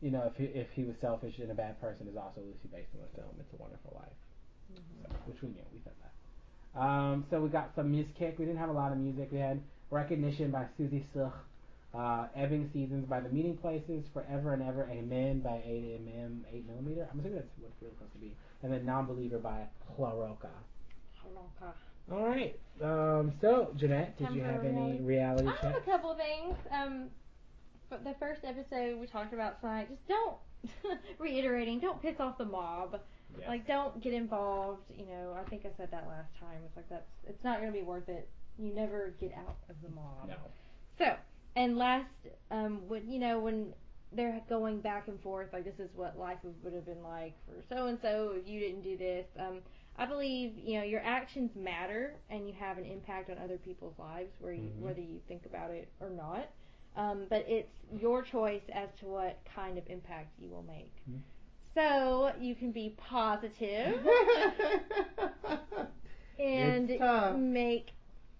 you know, if he, if he was selfish and a bad person is also loosely based on the film It's a Wonderful Life, so, which we knew we said that. Um, so we got some music. We didn't have a lot of music. We had Recognition by Susie Sugh, uh, Ebbing Seasons by The Meeting Places, Forever and Ever Amen by 8mm, 8mm. I'm assuming that's what it's really supposed to be. And then Non-Believer by Ploroka. All right. Um, so, Jeanette, did you have any reality
I have a
check?
couple of things. Um, but the first episode we talked about tonight. Just don't reiterating. Don't piss off the mob. Like don't get involved. You know, I think I said that last time. It's like that's it's not gonna be worth it. You never get out of the mob.
No.
So and last um when you know when they're going back and forth like this is what life would have been like for so and so if you didn't do this. Um, I believe you know your actions matter and you have an impact on other people's lives, where you,
Mhm.
whether you think about it or not. Um, but it's your choice as to what kind of impact you will make.
Mhm.
So you can be positive and
It's tough.
make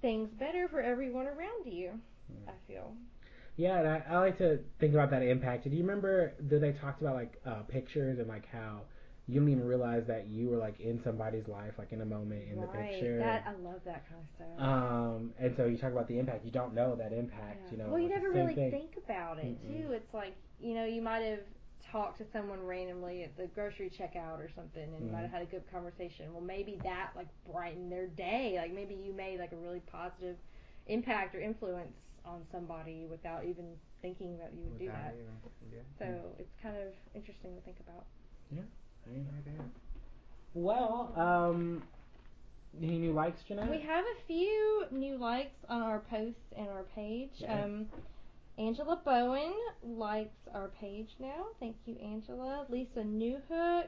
things better for everyone around you. I feel.
Yeah, and I, I like to think about that impact. Do you remember that they talked about like uh, pictures and like how you don't even realize that you were like in somebody's life, like in a moment in the
right.
picture.
That uh, I love that kind of stuff.
Um, and so you talk about the impact. You don't know that impact.
Yeah.
You know.
well, you
it's the
never
same
really
thing.
think about it,
Mm-mm.
too. It's like you know, you might have talked to someone randomly at the grocery checkout or something, and
Mm-hmm.
you might have had a good conversation. Well, maybe that like brightened their day. Like maybe you made like a really positive impact or influence on somebody without even thinking that you would do
Without
that.
even- yeah.
So it's kind of interesting to think about.
It is.
Well, um, any new likes, Jeanette?
We have a few new likes on our posts and our page.
Yeah.
Um, Angela Bowen likes our page now. Thank you, Angela. Lisa Newhook.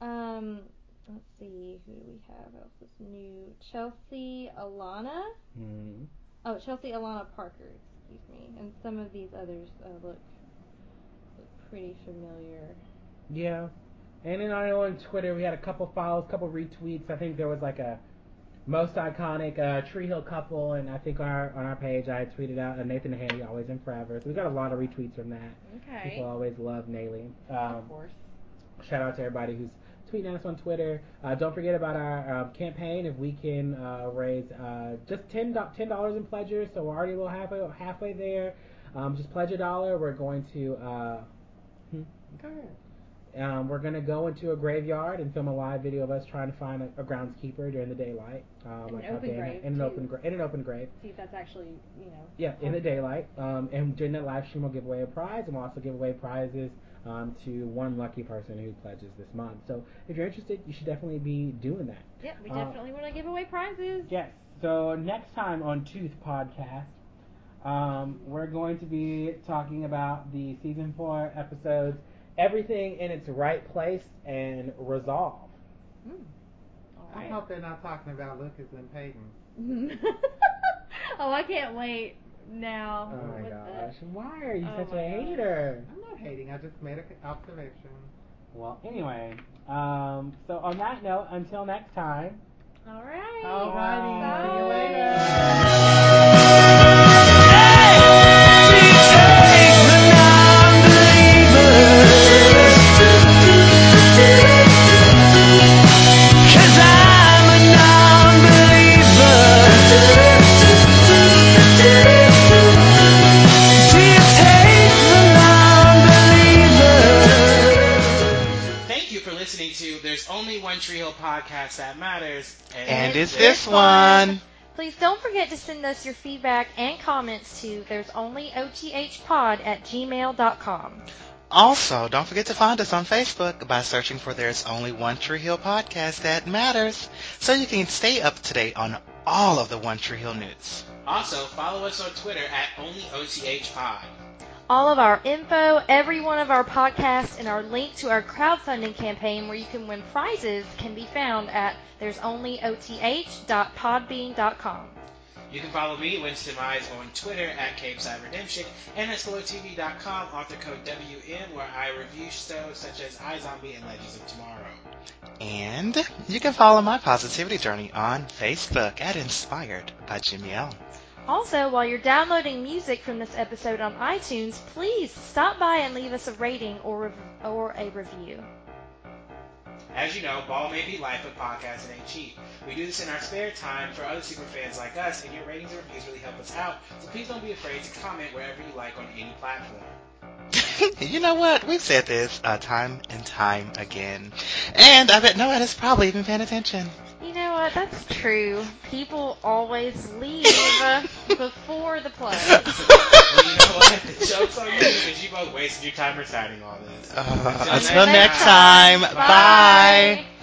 Um, let's see who do we have else is new. Chelsea Alana.
Mhm.
Oh, Chelsea Alana Parker. Excuse me. And some of these others uh, look look pretty familiar.
Yeah. And then I know on Twitter we had a couple follows, couple retweets. I think there was like a most iconic uh, Tree Hill couple, and I think our on our page I had tweeted out a Nathan Handy always and forever. So we got a lot of retweets from that.
Okay.
People always love Naylee.
of
Um,
course.
shout out to everybody who's tweeting at us on Twitter. Uh, don't forget about our um, campaign. If we can uh, raise uh, just ten dollars in pledges, so we're already a little halfway halfway there. Um, just pledge a dollar. We're going to. Uh,
Go ahead.
um, we're gonna go into a graveyard and film a live video of us trying to find a, a groundskeeper during the daylight. Um,
In
like
an
how
open
Dan-
grave,
In an
too.
open gra- in an open grave.
See if that's actually you know.
Yeah, in the
Oh.
daylight. Um, and during that live stream, we'll give away a prize, and we'll also give away prizes um, to one lucky person who pledges this month. So if you're interested, you should definitely be doing that.
Yeah, we
Uh,
definitely want to give away prizes.
Yes. So next time on Tooth Podcast, um, we're going to be talking about the season four episodes, everything in its right place and resolve.
All
I
right.
hope they're not talking about Lucas and Peyton.
oh, I can't wait now.
Oh my
What
gosh! Why are you
Oh
such a
my gosh.
hater?
I'm not hating. I just made an observation.
Well, anyway. Um, so on that note, until next time.
the- All right.
Alrighty. See you
Bye.
later.
Thank you for listening to There's Only One Tree Hill podcast that matters.
And it's this one. Please don't forget to send us your feedback and comments to there's only othpod at gmail.com.
Also, don't forget to find us on Facebook by searching for There's Only One Tree Hill podcast that matters, so you can stay up to date on all of the One Tree Hill news.
Also, follow us on Twitter at OnlyOTHPod.
All of our info, every one of our podcasts, and our link to our crowdfunding campaign where you can win prizes can be found at there's only oth.podbean.com.
You can follow me, Winston Mize, on Twitter at CapeSideRedemption and at SlowTV.com, author code WN, where I review shows such as iZombie and Legends of Tomorrow.
And you can follow my positivity journey on Facebook at Inspired by Jimmy Allen.
Also, while you're downloading music from this episode on iTunes, please stop by and leave us a rating or, rev- or a review.
As you know, Ball may be light, but podcasting ain't cheap. We do this in our spare time for other super fans like us, and your ratings and reviews really help us out, so please don't be afraid to comment wherever you like on any platform.
you know what? We've said this uh, time and time again. And I bet nobody has probably even paying attention.
You know what? That's true. People always leave before the play.
Well, you know what? The joke's on you because you both wasted your time reciting all this.
Uh,
Until
until
next
next
time.
time, bye.